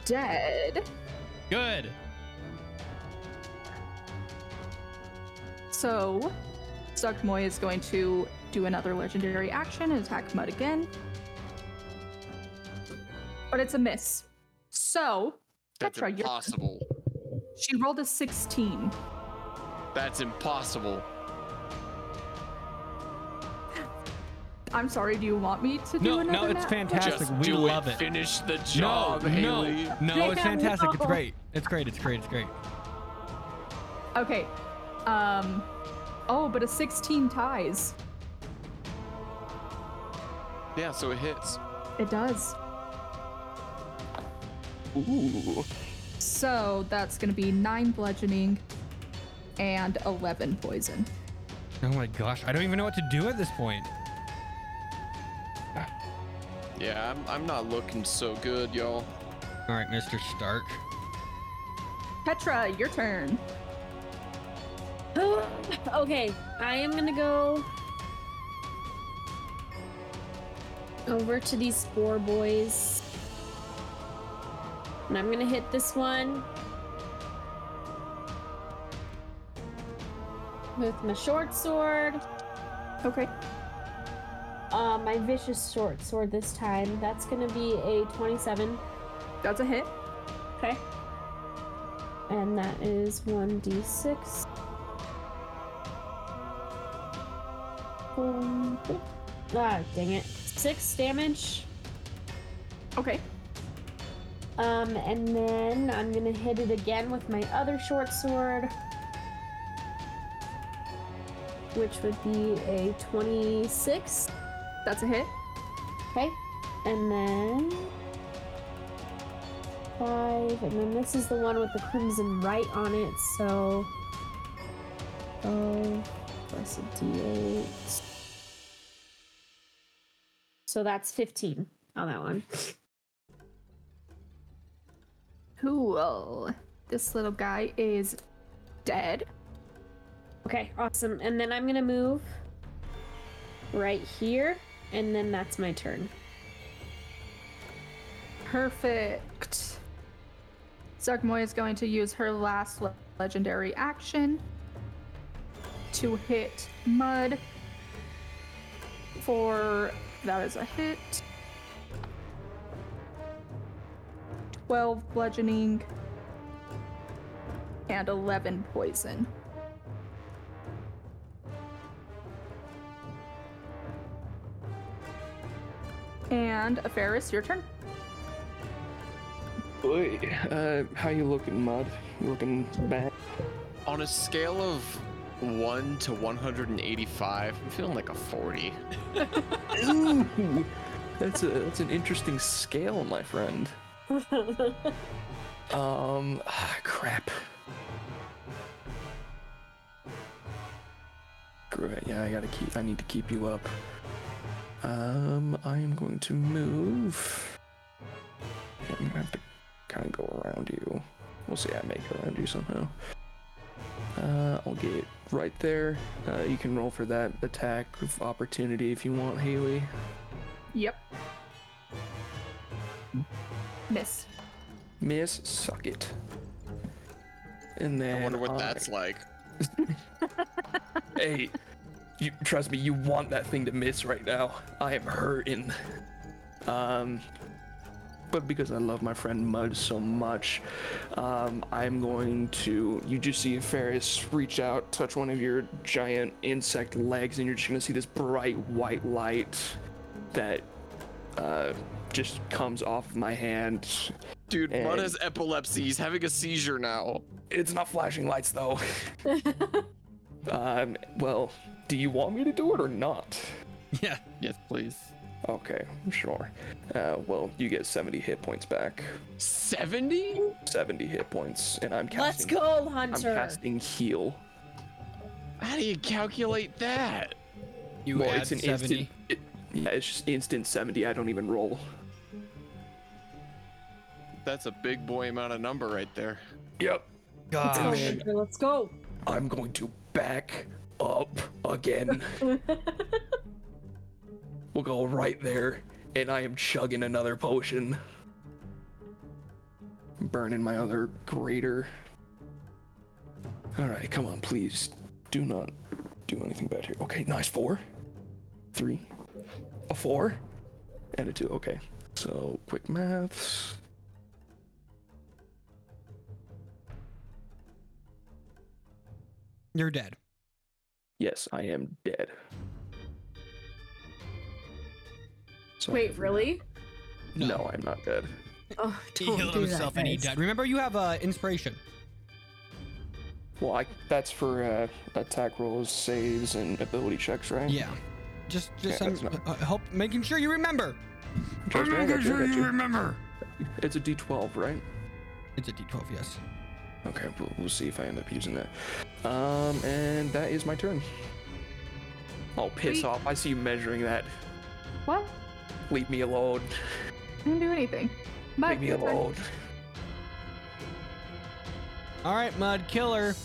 dead. Good. So, Zugmoy is going to do another legendary action and attack Mud again. But it's a miss. So, That's Petra, you're, impossible. she rolled a 16. That's impossible. I'm sorry, do you want me to do No, another no, it's nat- fantastic. Just we do love it. it. Finish the No, job, no, Haley. no, it's Yeah, fantastic. It's no. great. It's great. It's great. It's great. Okay. Um Oh, but a 16 ties. Yeah, so it hits. It does. Ooh. So, that's going to be 9 bludgeoning and 11 poison. Oh my gosh. I don't even know what to do at this point. Yeah, I'm, I'm not looking so good, y'all. All right, Mr. Stark. Petra, your turn. okay, I am gonna go over to these four boys. And I'm gonna hit this one with my short sword. Okay. Uh, my vicious short sword this time. That's gonna be a 27. That's a hit. Okay. And that is 1d6. Um, Ah, dang it. Six damage. Okay. Um, and then I'm gonna hit it again with my other short sword, which would be a 26. That's a hit. Okay. And then five, and then this is the one with the crimson right on it. So oh, plus a d8. So that's 15 on that one. Cool. This little guy is dead. Okay, awesome. And then I'm gonna move right here, and then that's my turn. Perfect. Zugmoy is going to use her last le- legendary action to hit Mud for that is a hit. 12 bludgeoning and 11 poison. And Aferis, your turn. Boy, uh, how you looking, Mud? You looking bad? On a scale of 1 to 185, I'm feeling like a 40. Ooh, that's a that's an interesting scale, my friend. um, ah, crap. Screw it. Yeah, I gotta keep. I need to keep you up. Um, I am going to move. I'm gonna have to kind of go around you. We'll see. I make around you somehow. Uh, I'll get right there. Uh, you can roll for that attack of opportunity if you want, Haley. Yep. Miss. Miss, suck it. And then I wonder what I- that's like. Hey, you trust me. You want that thing to miss right now. I am hurting. Um, but because I love my friend Mud so much, um, I'm going to. You just see Ferris reach out, touch one of your giant insect legs, and you're just gonna see this bright white light that uh, just comes off my hand. Dude, Mud And- has epilepsy. He's having a seizure now. It's not flashing lights though. um, well, do you want me to do it or not? Yeah. Yes, please. Okay, sure. Uh, well, you get 70 hit points back. 70? 70 hit points, and I'm casting. Let's go, I'm Hunter. casting heal. How do you calculate that? You Well, add it's an 70. instant. It, yeah, it's just instant 70. I don't even roll. That's a big boy amount of number right there. Yep. Let's Oh, go, Hunter. Let's go. I'm going to back up again. we'll go right there, and I am chugging another potion. Burning my other greater. Alright, come on, please. Do not do anything bad here. Okay, nice. Four. Three. A four. And a two. Okay. So, quick maths. You're dead. Yes, I am dead. So- Wait, really? No, I'm not dead. Oh, He don't healed do himself that, and he guys. died. Remember, you have uh, inspiration. Well, I, that's for uh, attack rolls, saves, and ability checks, Mm-hmm. right? Yeah. Just, just Yeah, um, that's not- uh, help making sure you remember. Trust me, I got you, I got you. remember. It's a D12, right? It's a D12, yes. Okay, we'll, we'll see if I end up using that. Um, and that is my turn. Oh, piss Wait. off! I see you measuring that. What? Leave me alone. I didn't do anything. But Leave me alone. All right, Mud Killer.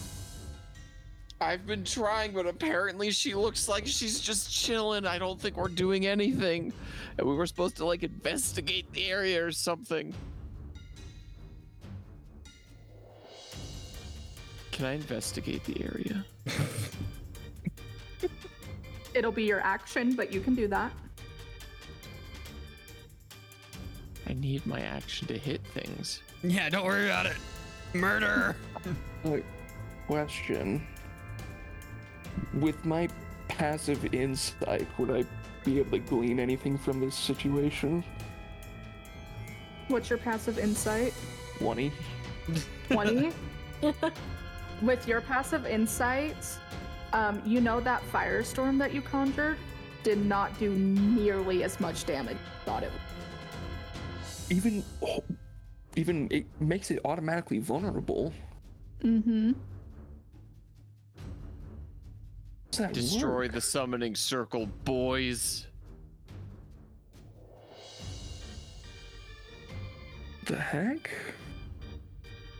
I've been trying, but apparently she looks like she's just chilling. I don't think we're doing anything. And we were supposed to like investigate the area or something. Can I investigate the area? It'll be your action, but you can do that. I need my action to hit things. Yeah, don't worry about it. Murder. Wait, question. With my passive insight, would I be able to glean anything from this situation? What's your passive insight? 20. 20 with your passive insights um, you know that firestorm that you conjured did not do nearly as much damage as you thought it would. Even, oh, even it makes it automatically vulnerable. mm-hmm Does that Destroy work? the summoning circle, boys. The heck?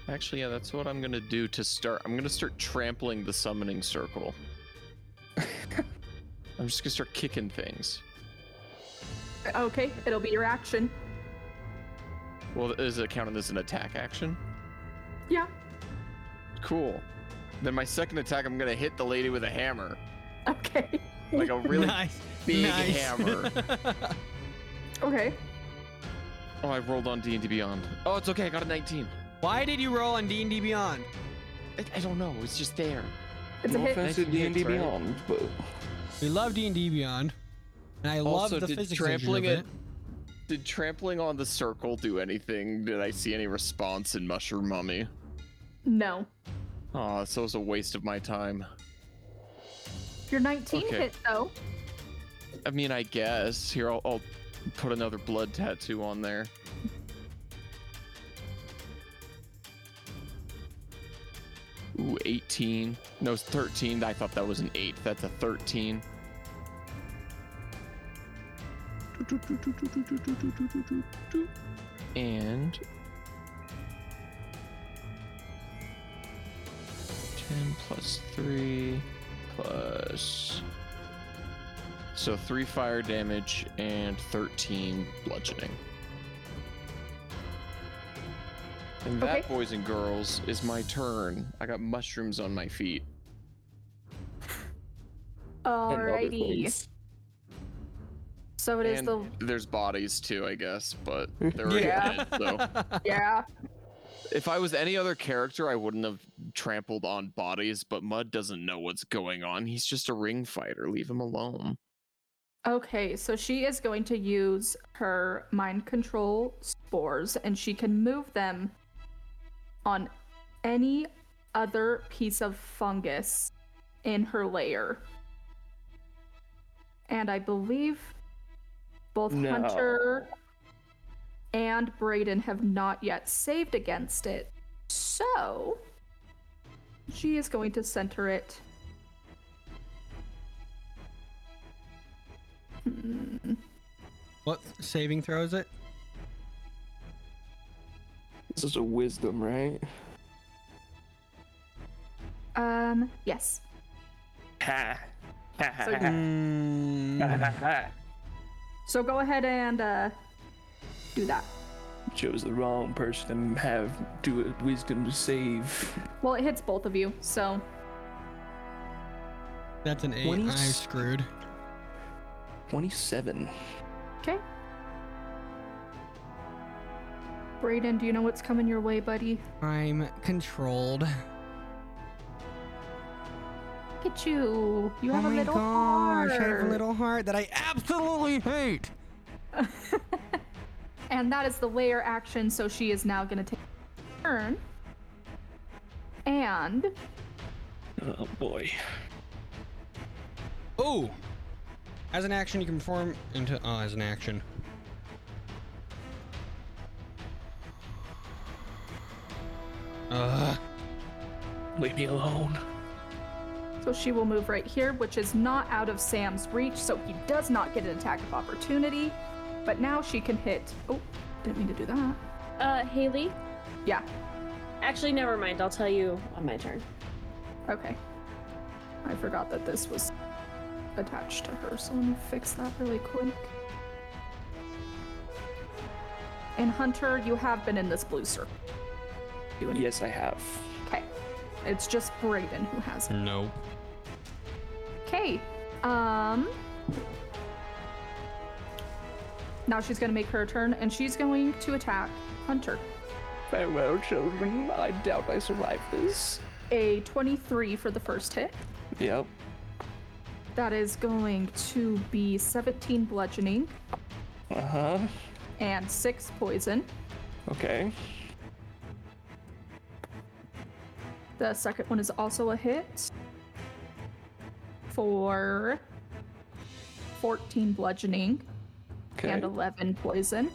Actually, yeah, that's what I'm gonna do to start. I'm gonna start trampling the summoning circle. I'm just gonna start kicking things. okay it'll be your action Well, is it counted as an attack action? yeah Cool. Then my second attack, I'm gonna hit the lady with a hammer, okay like a really nice. big nice. hammer. okay oh, I rolled on D and D Beyond. Oh, it's okay. I got a 19. Why did you roll on D&D Beyond? I, I don't know. It's just there. it's no a hit offense to Nineteen D&D hits, right? Beyond, but We love D&D Beyond. And I Also, love the did physics trampling engine it- Did trampling on the circle do anything? Did I see any response in Mushroom Mummy? no Aw, so it's a waste of my time. your 19 Okay. hit though I mean, I guess. Here, I'll, I'll put another blood tattoo on there. Ooh, 18. No, it's 13. I thought that was an 8. That's a 13. And. 10 plus 3 plus. So three fire damage and 13 bludgeoning. And that, Okay. boys and girls, is my turn. I got mushrooms on my feet. and other alrighty things. so it is and the there's bodies too, I guess, but they're already Yeah. dead. So yeah if I was any other character, I wouldn't have trampled on bodies. But Mud doesn't know what's going on. He's just a ring fighter. Leave him alone. Okay, so she is going to use her mind control spores and she can move them on any other piece of fungus in her layer. And I believe both No. Hunter and Brayden have not yet saved against it. So she is going to center it What saving throw is it? This is a wisdom, right? Um, yes. Ha. Ha, ha, So- ha, ha, ha, ha. So go ahead and uh do that. Chose the wrong person to have do a wisdom save. Well, it hits both of you, so That's an eight. Twenty- I screwed. 27. okay. Brayden, do you know what's coming your way, buddy? I'm controlled. Look at you. You oh have a my little gosh, heart. I have a little heart that I absolutely hate. And that is the layer action, so she is now gonna take a turn. And Oh boy. Oh, as an action, you can perform into. Oh, as an action. Ugh. Leave me alone. so she will move right here, which is not out of Sam's reach, so he does not get an attack of opportunity. But now she can hit. Oh, didn't mean to do that. Uh, Haley? Yeah, Actually, never mind. I'll tell you on my turn. Okay. I forgot that this was attached to her, so let me fix that really quick. And Hunter, you have been in this blue circle. Yes, I have. Okay. It's just Brayden who has it. Nope. Okay. Um. Now she's gonna make her turn, and she's going to attack Hunter. Farewell, children. I doubt I survived this. A 23 for the first hit. Yep. That is going to be 17 bludgeoning Uh huh. and 6 poison. Okay. The second one is also a hit for 14 bludgeoning Okay. and 11 poison.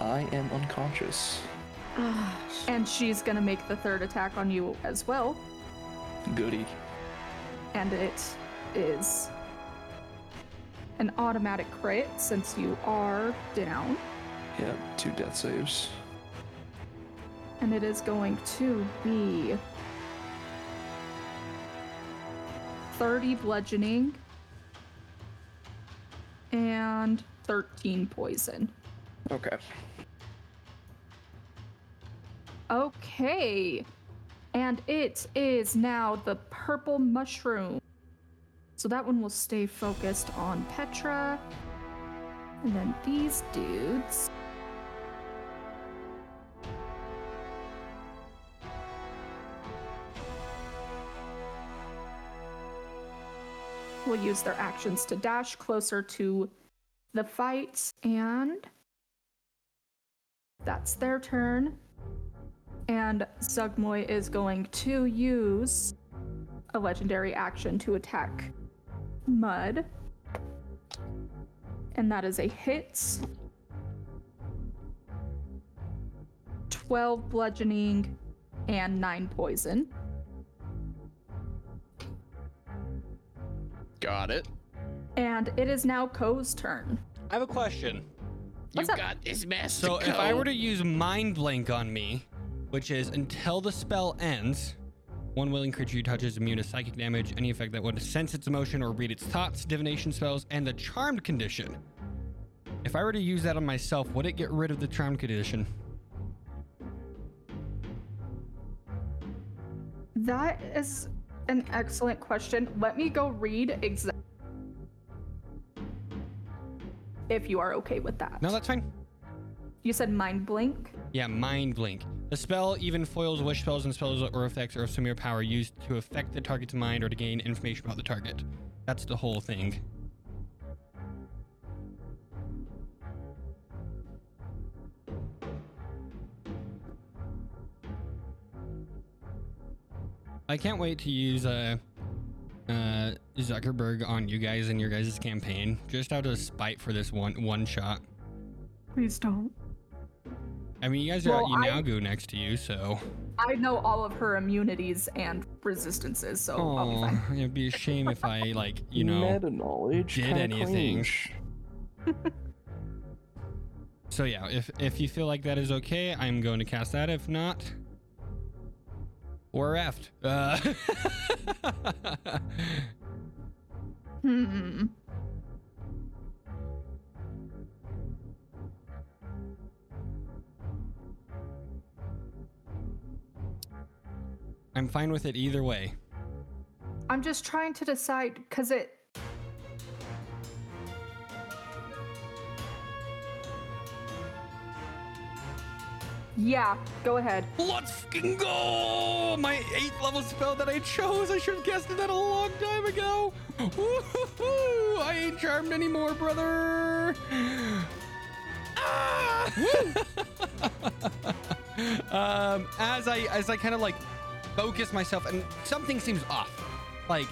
I am unconscious. And she's going to make the third attack on you as well. Goody. And it is an automatic crit since you are down. Yep. Two death saves. And it is going to be 30 bludgeoning and 13 poison. Okay. Okay. And it is now the purple mushroom. So that one will stay focused on Petra. And then these dudes. Will use their actions to dash closer to the fight, and that's their turn. And Zugmoy is going to use a legendary action to attack Mud. And that is a hit. 12 bludgeoning and 9 poison. Got it. And it is now Ko's turn. I have a question. You What's up? got this mess. So if I were to use Mind Blank on me, which is until the spell ends, one willing creature you touch is immune to psychic damage, any effect that would sense its emotion or read its thoughts, divination spells, and the charmed condition. If I were to use that on myself, would it get rid of the charmed condition? That is an excellent question. Let me go read exactly. If you are okay with that. No, that's fine. You said mind blink. Yeah, mind blink. The spell even foils wish spells and spells or effects or some mere power used to affect the target's mind or to gain information about the target. That's the whole thing. I can't wait to use uh, uh, Zuckerberg on you guys and your guys' campaign, just out of spite for this one one shot. Please don't. I mean, you guys are Well, I- at Inagu next to you, so I know all of her immunities and resistances, so I'll be oh, fine. it'd be a shame if I like you know. meta knowledge. did kinda anything. cringe. So yeah, if if you feel like that is okay, I'm going to cast that. If not, we're effed. Uh, Hmm. I'm fine with it either way. I'm just trying to decide because it. Yeah, go ahead. Let's fucking go! My eighth level spell that I chose, I should have casted that a long time ago. Woo-hoo-hoo! I ain't charmed anymore, brother. Ah! um, as I as I kind of like focus myself, and something seems off. Like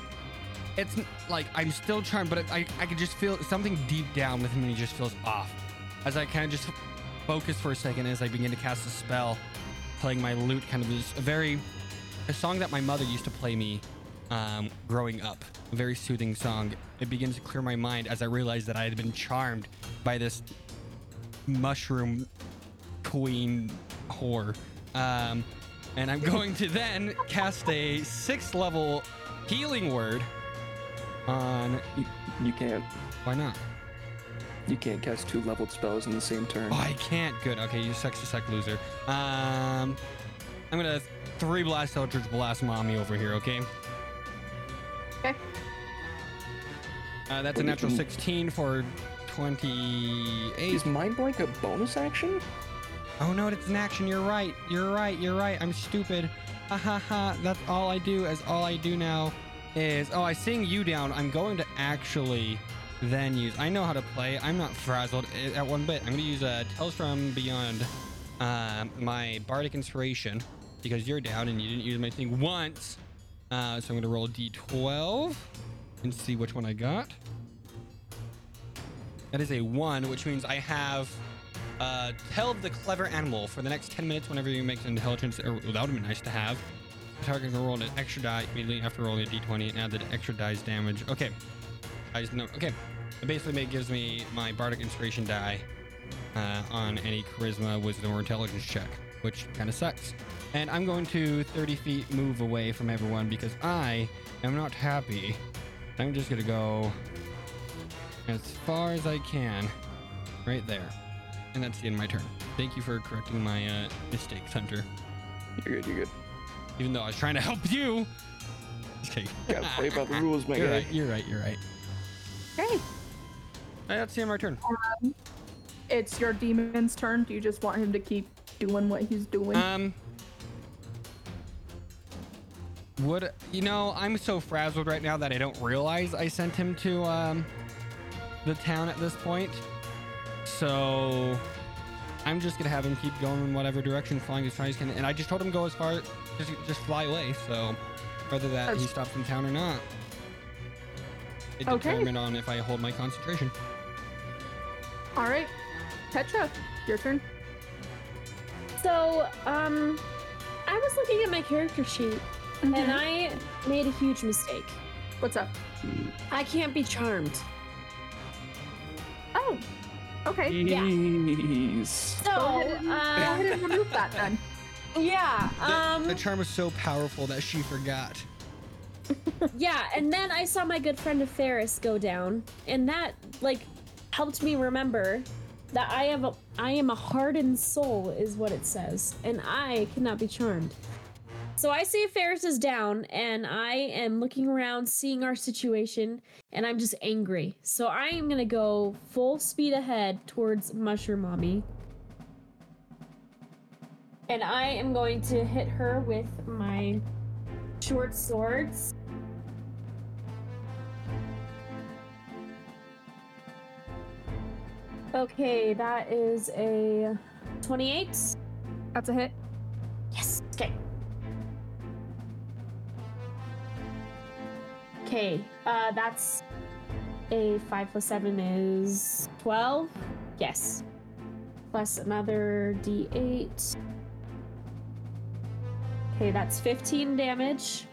it's n- like I'm still charmed, but it, I I can just feel something deep down within me just feels off. As I kind of just focus for a second, as I begin to cast a spell, playing my lute kind of is a very a song that my mother used to play me um, growing up a very soothing song it begins to clear my mind as i realize that i had been charmed by this mushroom queen whore um, and i'm going to then cast a sixth level healing word on You, you can't. Uh, why not You can't cast two leveled spells in the same turn. Oh, I can't. Good. Okay, you sexy sec loser. Um, I'm gonna three blast Eldritch blast mommy over here. Okay. Okay. Uh, that's a natural 16 for 28. Is mind blank a bonus action? Oh no, it's an action. You're right. You're right. You're right. I'm stupid. Ha ha ha. That's all I do. As all I do now is oh, I sing you down. I'm going to actually then use. I know how to play. I'm not frazzled i- at one bit. I'm going to use uh, Tales from Beyond, um, my bardic inspiration, because you're down and you didn't use my thing once. Uh, so I'm going to roll d d12 and see which one I got. That is a one, which means I have uh, tell the clever animal for the next 10 minutes whenever you make an intelligence. Or, that would have been nice to have. The target can roll an extra die immediately after rolling a d20 and add the extra die's damage. Okay. Die's no. Okay. It basically ma- gives me my bardic inspiration die uh, on any charisma, wisdom, or intelligence check, which kind of sucks. And I'm going to 30 feet move away from everyone because I am not happy. I'm just going to go as far as I can right there. And that's the end of my turn. Thank you for correcting my uh, mistakes, Hunter. You're good. You're good. Even though I was trying to help you. Just kidding. Gotta play by the rules, my You're guy. right. You're right. You're right. Okay. Uh, That's the end of my turn. It's your demon's turn. Do you just want him to keep doing what he's doing? Um. Would you know? I'm so frazzled right now that I don't realize I sent him to um the town at this point. So I'm just gonna have him keep going in whatever direction, flying as far as he can. And I just told him go as far, just just fly away. So whether that he That's- stops in town or not, it Okay. determined on if I hold my concentration. All right, Petra, your turn. So, um, I was looking at my character sheet and I made a huge mistake. What's up? I can't be charmed. Oh, okay. Yeah. Jeez. So, Go ahead and- Go uh, ahead and remove that then. yeah, The- um, the charm was so powerful that she forgot. yeah, and then I saw my good friend of Ferris go down, and that like helped me remember that I have a I am a hardened soul is what it says, and I cannot be charmed. So I see Ferris is down, and I am looking around, seeing our situation, and I'm just angry. So I am gonna go full speed ahead towards Mushroom Mommy. And I am going to hit her with my short swords. Okay, that is a 28. That's a hit. Yes. Okay. Okay, uh, that's a five plus seven is twelve. Yes, plus another d8. Okay, that's fifteen damage.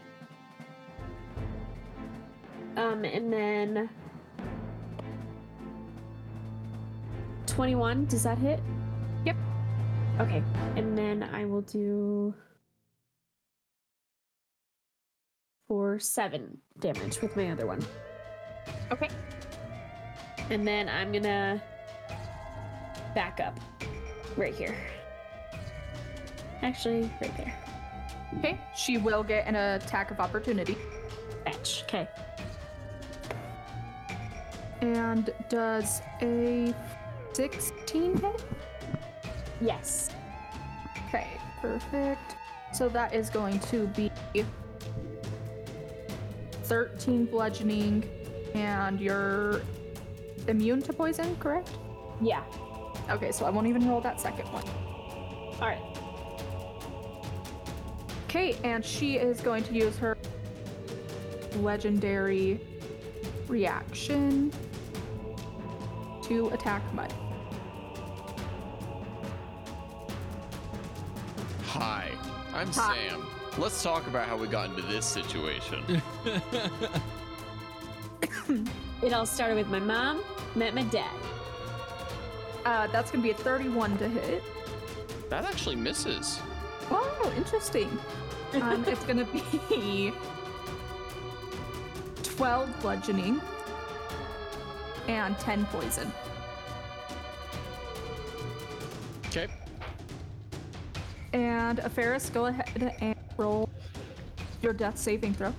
Um, and then twenty-one. Does that hit? Yep. Okay, and then I will do for seven damage with my other one. Okay. And then I'm gonna back up right here. Actually, right there. Okay. She will get an attack of opportunity. Fetch. Okay. And does a 16 hit? Yes. Okay, perfect. So that is going to be 13 bludgeoning, and you're immune to poison, correct? Yeah. Okay, so I won't even roll that second one. All right. Okay, and she is going to use her legendary reaction to attack Mud. Hi, I'm Hi. Sam. Let's talk about how we got into this situation. It all started with my mom, met my dad. Uh, that's going to be a 31 to hit. that actually misses. Oh, interesting. Um, it's going to be 12 bludgeoning and 10 poison. Okay. And Ferris, go ahead and roll your death saving throw.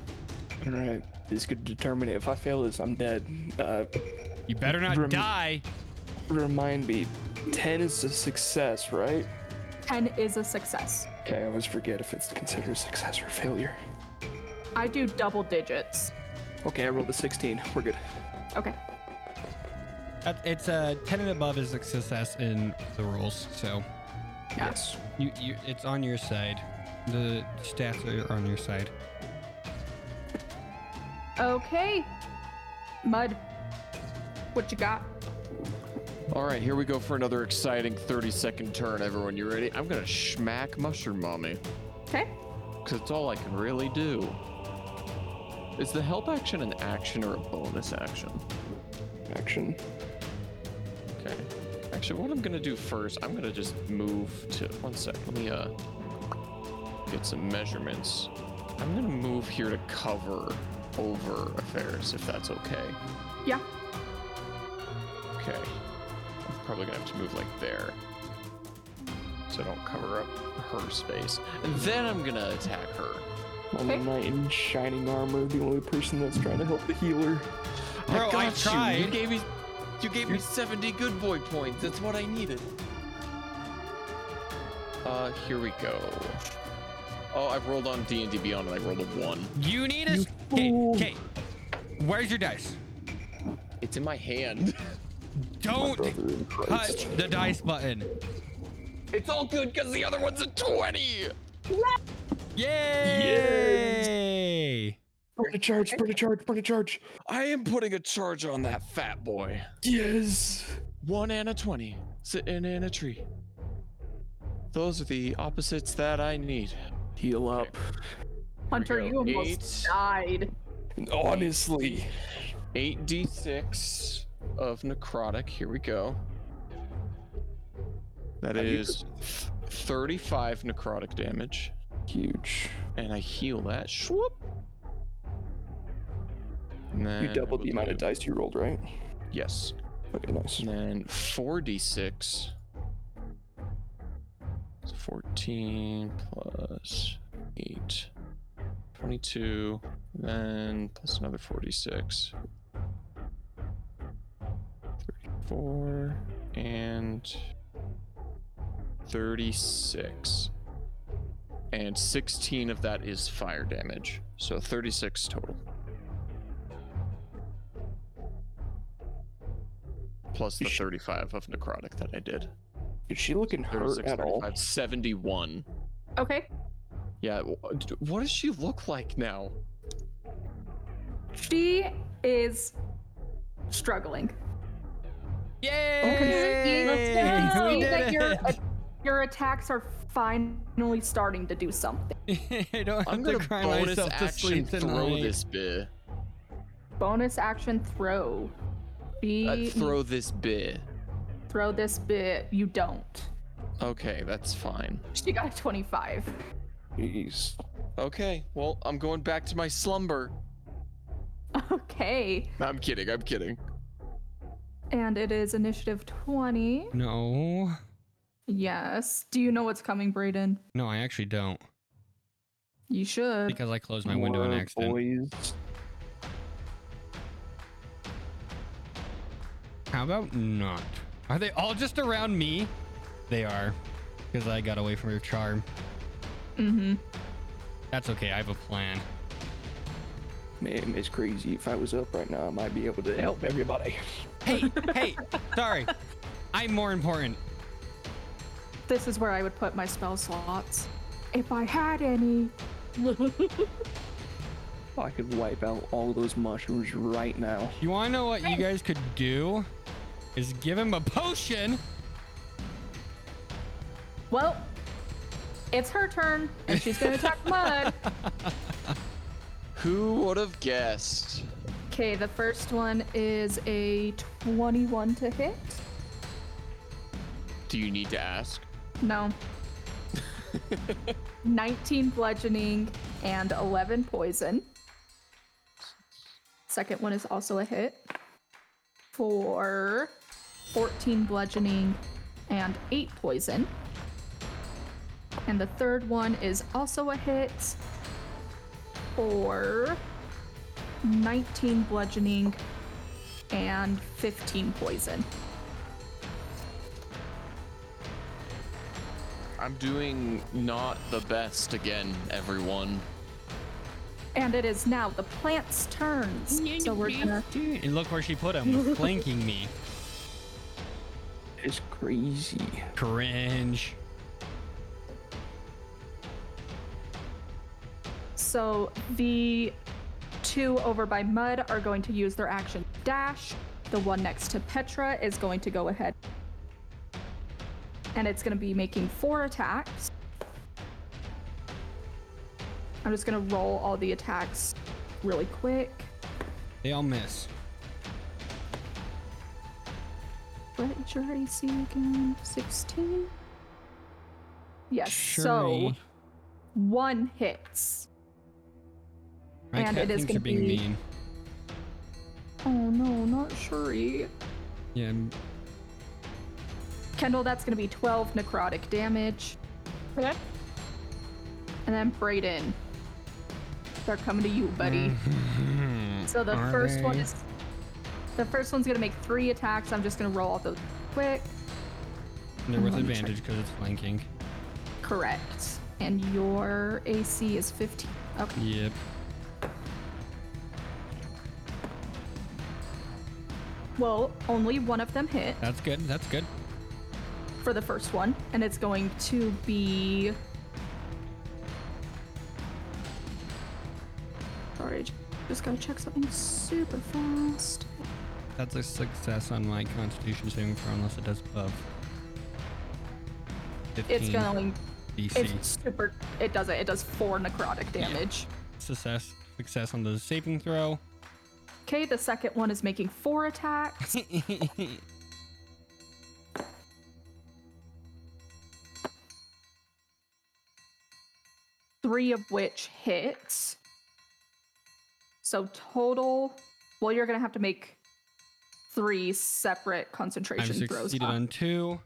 All right. This could determine it. If I fail this, I'm dead. Uh, You better not Rem- die. remind me, 10 is a success, right? 10 is a success. Okay, I always forget if it's considered success or failure. I do double digits. Okay, I rolled a 16. We're good. Okay. Uh, It's a ten and above is a success in the rules, so Yes. you, you it's on your side. The stats are on your side. Okay. Mud, what you got? All right, here we go for another exciting 30 second turn, everyone. You ready? I'm gonna smack Mushroom Mommy, Okay. because it's all I can really do. Is the help action an action or a bonus action? Action. Okay. Actually, what I'm gonna do first, I'm gonna just move to one sec. Let me uh get some measurements. I'm gonna move here to cover over affairs, if that's okay. Yeah. Okay. I'm probably gonna have to move like there, so I don't cover up her space. And then I'm gonna attack her. I'm Okay. the knight in shining armor, the only person that's trying to help the healer. Bro, I got You. tried. you gave me, you gave me 70 good boy points. That's what I needed. Uh, here we go. Oh, I've rolled on D and D Beyond, and I rolled a one. You need a okay. okay. Where's your dice? It's in my hand. Don't in touch the dice button. It's all good because the other one's a 20. Yay! Burn a charge, burn a charge, burn a charge. I am putting a charge on that fat boy. Yes. One and a 20, sitting in a tree. Those are the opposites that I need. Heal up. Hunter, go. you almost Eight. died. Honestly. 8d6 of necrotic. Here we go. That Have you- is 35 necrotic damage. Huge. And I heal that. Swoop. And You then I doubled the will amount Uh, do- of dice you rolled, right? Yes. Okay, nice. And then 4d6. It's 14 plus 8. 22. Then plus another 46. 34. And 36. And 16 of that is fire damage. So 36 total. Plus the You sh- 35 of necrotic that I did. Is she looking hurt 36, at all? 35, 71. Okay. Yeah. wh- d- What does she look like now? She is struggling. Yay! Considering We that did your, it. your attacks are finally starting to do something. I don't have I'm to gonna cry bonus myself to action sleep throw tonight. this bit. Bonus action throw. Be Uh, throw this bit. throw this bit. You don't. Okay, that's fine. She got a 25. Jeez. Okay, well, I'm going back to my slumber. Okay. No, I'm kidding. I'm kidding. And it is initiative 20. No, Yes. Do you know what's coming, Brayden? no, I actually don't You should. because I closed my window in More accident. Boys. How about not? Are they all just around me? They are, because I got away from your charm. Mm-hmm. That's okay. I have a plan. Man, it's crazy. If I was up right now, I might be able to help everybody. Hey, hey, sorry, I'm more important. This is where I would put my spell slots. If I had any. I could wipe out all those mushrooms right now. You want to know what you guys could do? Is give him a potion. Well, it's her turn, and she's gonna attack Mud. Who would have guessed? Okay, the first one is a 21 to hit. Do you need to ask? No. 19 bludgeoning and 11 poison. Second one is also a hit for 14 bludgeoning and 8 poison. And the third one is also a hit for 19 bludgeoning and 15 poison. I'm doing not the best again, everyone. And it is now the plant's turns. So we're gonna. And look where she put him, flanking me. It's crazy. Cringe. So the two over by Mud are going to use their action dash. The one next to Petra is going to go ahead. And it's going to be making four attacks. I'm just going to roll all the attacks really quick. They all miss. What is your AC again? 16? Yes, so Shuri. one hits. My and cat it is thinks you're gonna being be- mean. Oh no, not Shuri. Yeah, I'm- Kendall, that's going to be 12 necrotic damage. Okay. And then Brayden. They're coming to you, buddy. so the Mm-hmm. Are first one they? is. The first one's going to make three attacks. I'm just going to roll all those quick. they're with Let me check. advantage because it's flanking. Correct. And your AC is 15. Okay. Yep. Well, only one of them hit That's good. That's good. for the first one. And it's going to be. Sorry, just got to check something super fast. That's a success on my constitution saving throw unless it does above. 15 It's going to only DC. It's super. It doesn't. It does four necrotic damage. Success. Success on the saving throw. Okay, the second one is making four attacks. three of which hits. So total. Well, you're gonna have to make three separate I've concentration throws. succeeded on two.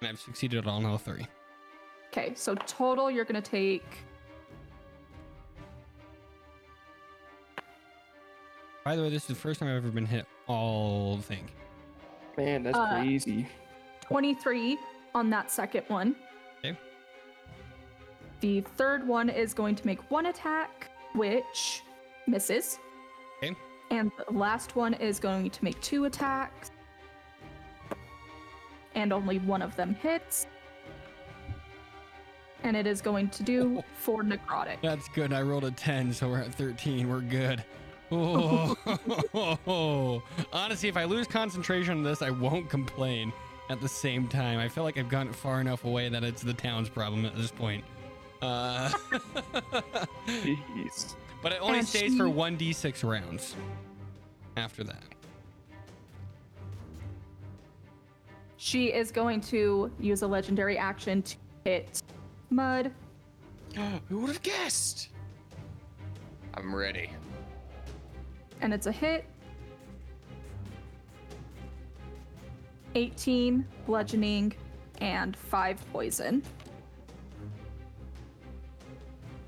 And I've succeeded on all three. Okay, so total, you're gonna take. By the way, this is the first time I've ever been hit all thing. Man, that's Uh, crazy. 23 on that second one. Okay. The third one is going to make one attack, which misses. Okay. And the last one is going to make two attacks. And only one of them hits. and it is going to do four necrotic. That's good. I rolled a 10, so we're at 13. We're good. Oh. Honestly, if I lose concentration on this, I won't complain at the same time. I feel like I've gotten far enough away that it's the town's problem at this point. Uh, Jeez. but it only And stays for she- 1d6 rounds after that. She is going to use a legendary action to hit mud. Who would have guessed? I'm ready. and it's a hit. 18 bludgeoning and 5 poison.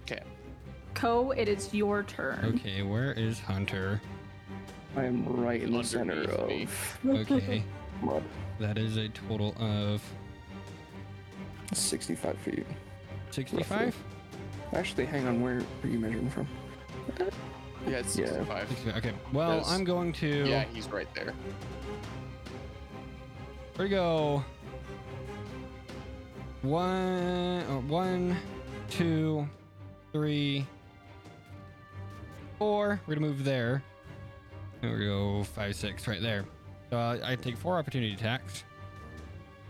Okay. Co, it is your turn. Okay, where is Hunter? I am right in the center Underneath of me. Okay, mud. that is a total of 65 feet. 65? Actually, hang on. Where are you measuring from? Yeah, it's Yeah. 65. 65, Okay, well, Yes. I'm going to. Yeah, he's right there. Here we go. One, uh, one, two, three, four. We're gonna move there. There we go. Five, six, right there. So uh, I take four opportunity attacks.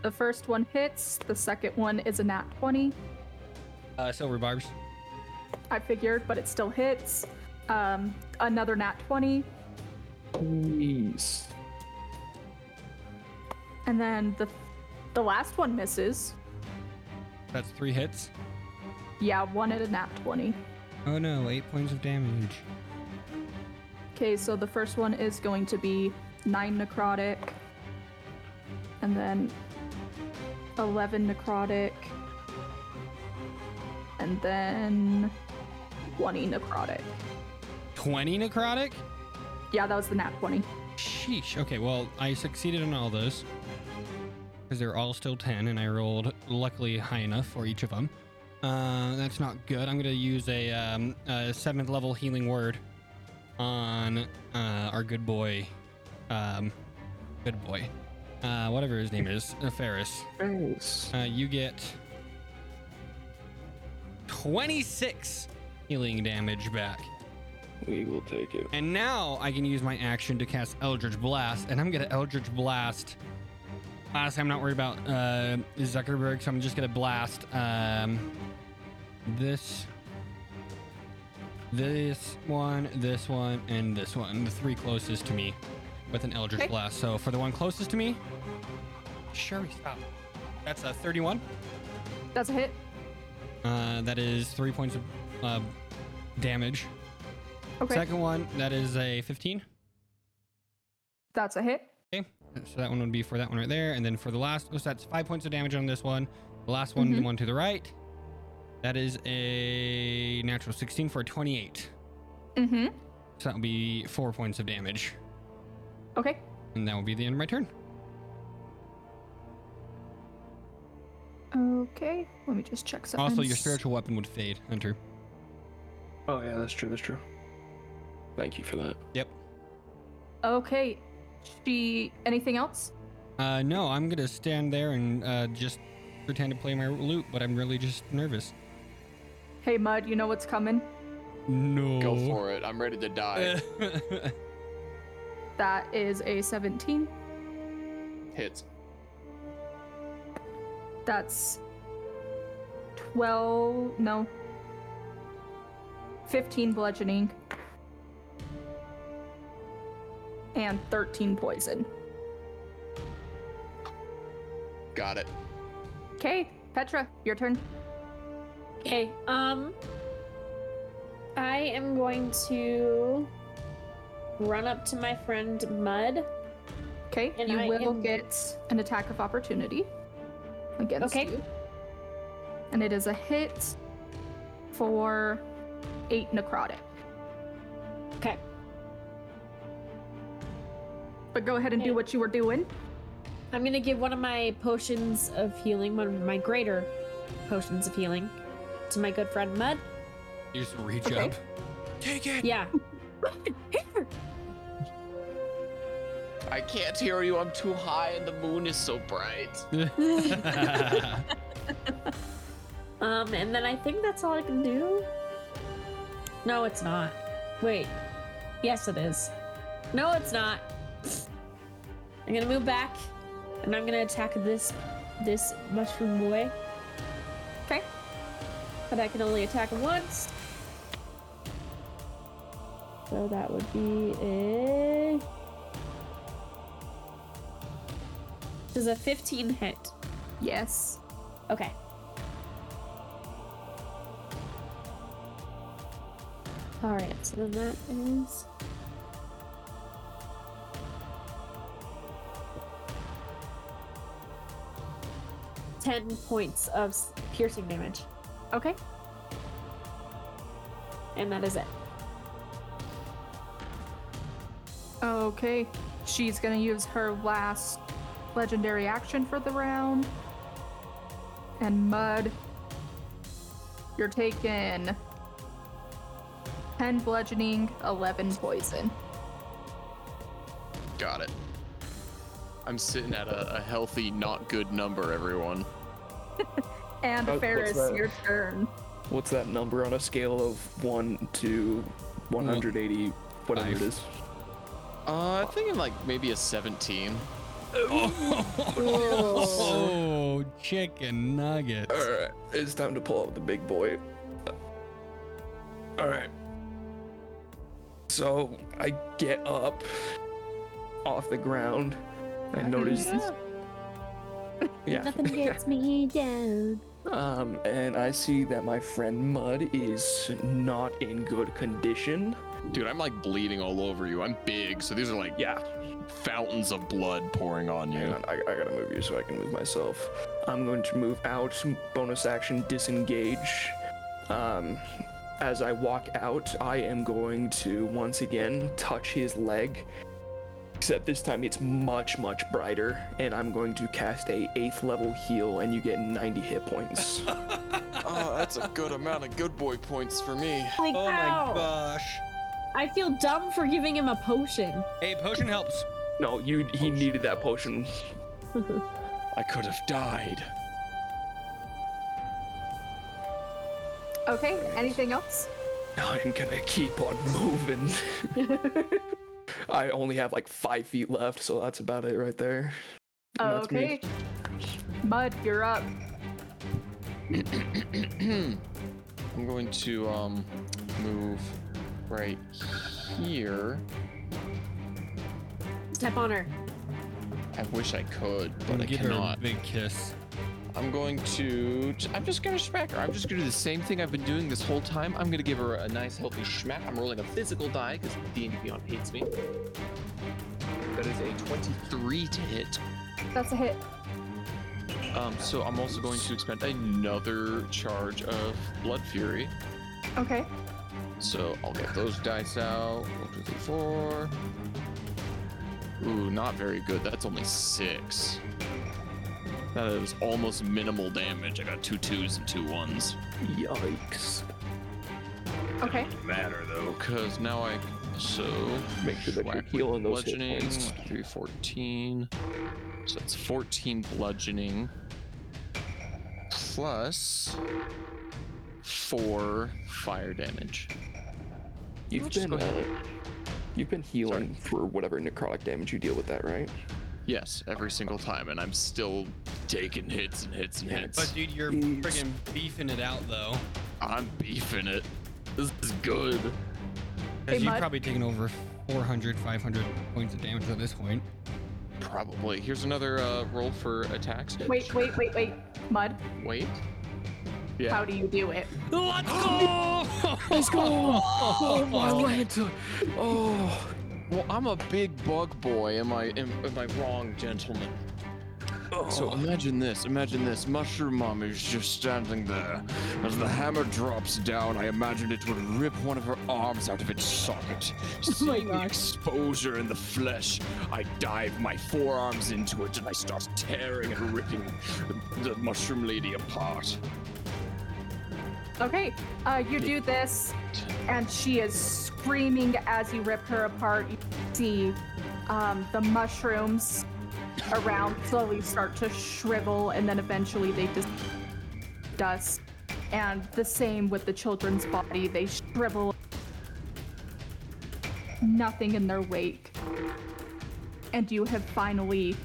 The first one hits, the second one is a nat 20. Uh, silver barbs. I figured, but it still hits. Um, another nat 20. Please. And then the the last one misses. That's three hits. Yeah, one at a nat 20. Oh no, eight points of damage. Okay, so the first one is going to be 9 necrotic, and then 11 necrotic, and then 20 necrotic. 20 necrotic? Yeah, that was the nat 20. Sheesh. Okay, well, I succeeded on all those. Because they're all still 10, and I rolled luckily high enough for each of them. Uh, that's not good. I'm going to use a, um, a seventh level healing word on uh, our good boy. Um, good boy. Uh, whatever his name is, uh, Ferris. Thanks. Uh, you get 26 healing damage back. We will take it. And now I can use my action to cast Eldritch Blast, and I'm gonna Eldritch Blast. Honestly, I'm not worried about uh, Zuckerberg, so I'm just gonna blast um, this, this one, this one, and this one—the three closest to me with an Eldritch Okay. Blast. So for the one closest to me, Sherry, stop. That's a 31. That's a hit. Uh, that is three points of uh, damage. Okay, Second one, that is a 15. that's a hit. Okay, so that one would be for that one right there, and then for the last, so that's five points of damage on this one. The last one, the one to the right, that is a natural 16 for a 28. Mm-hmm. So that would be four points of damage, Okay, and that would be the end of my turn. okay. Let me just check something. Also, your spiritual weapon would fade, Hunter. Oh, yeah, that's true. That's true. Thank you for that. Yep. Okay, she. Anything else? Uh, no, I'm gonna stand there and uh, just pretend to play my lute, but I'm really just nervous. Hey Mud, you know what's coming. No. Go for it. I'm ready to die. That is a 17. Hits. That's 12, no. 15 bludgeoning. And 13 poison. Got it. Okay, Petra, your turn. Okay. Um, I am going to run up to my friend Mud. Okay, And you I will am- get an attack of opportunity against Okay. you. And it is a hit for 8 necrotic. Okay. But go ahead and do Okay. what you were doing. I'm gonna give one of my potions of healing, one of my greater potions of healing, to my good friend Mud. You just reach Okay. up. Take it. Yeah. I can't hear you. I'm too high and the moon is so bright. Um, and then I think that's all I can do. No, it's not. Wait. Yes, it is. No, it's not. I'm gonna move back, and I'm gonna attack this this mushroom boy. Okay. But I can only attack him once. So that would be a. Does a 15 hit? Yes. Okay. All right. So then that is. Ten points of s- piercing damage, Okay. and that is it. Okay. She's gonna use her last legendary action for the round. And Mud, you're taking 10 bludgeoning, 11 poison. Got it. I'm sitting at a, a healthy, not good number, everyone. And Oh, what's Ferris, that? your turn. What's that number on a scale of 1 to 180, whatever it Five. is? Uh, I'm thinking like maybe a 17. Oh, chicken nuggets. Alright, it's time to pull out the big boy. Alright. So I get up off the ground. I notice these. Yeah. Nothing gets me down. Um, and I see that my friend Mud is not in good condition. Dude, I'm like bleeding all over you. I'm big, so these are like Yeah, fountains of blood pouring on you. Hang on, I, I gotta move you so I can move myself. I'm going to move out, bonus action, disengage. Um, as I walk out, I am going to once again touch his leg. Except this time it's much, much brighter, and I'm going to cast a eighth level heal, and you get 90 hit points. Oh, that's a good amount of good boy points for me. Like, Oh ow! my gosh. I feel dumb for giving him a potion. Hey, potion helps. no, you he needed that potion. I could have died. Okay, anything else? I'm gonna keep on moving. I only have like five feet left, so that's about it right there. Oh, That's me. okay. Mud, you're up. I'm going to um move right here. Step on her. I wish I could, but I give her cannot. a big kiss. I'm going to. I'm just gonna smack her. I'm just gonna do the same thing I've been doing this whole time. I'm gonna give her a nice healthy smack. I'm rolling a physical die because D and D Beyond hates me. That is a 23 to hit. That's a hit. Um, so I'm also going to expend another charge of Blood Fury. Okay. So I'll get those dice out. One, two, three, four. Ooh, not very good. That's only six. That is almost minimal damage. I got two twos and two ones. Yikes. Okay. matter though, because now I so Make sure that you're whack with healing those hit bludgeoning. points. one, two, Three fourteen. So it's fourteen bludgeoning plus four fire damage. You've Just been go uh, ahead. you've been healing for whatever necrotic damage you deal with that, right? Yes, every single time, and I'm still taking hits and hits and hits. But dude, you're friggin' beefing it out though. I'm beefing it. This is good. Hey, Because you've Mud. probably taken over 400, 500 points of damage at this point. Probably. Here's another uh, roll for attacks. Wait, wait, wait, wait. Mud, Wait. Yeah. how do you do it? Let's go! Let's go! Oh, Well, I'm a big bug boy. Am I am, am I wrong, gentlemen? So imagine this. Imagine this. Mushroom Mom is just standing there. As the hammer drops down, I imagine it would rip one of her arms out of its socket. Seeing the exposure in the flesh, I dive my forearms into it and I start tearing and ripping the mushroom lady apart. Okay, uh, you do this, and she is screaming as you rip her apart. You see um, the mushrooms around slowly start to shrivel, and then eventually they just dust. And the same with the children's body. They shrivel. Nothing in their wake. And you have finally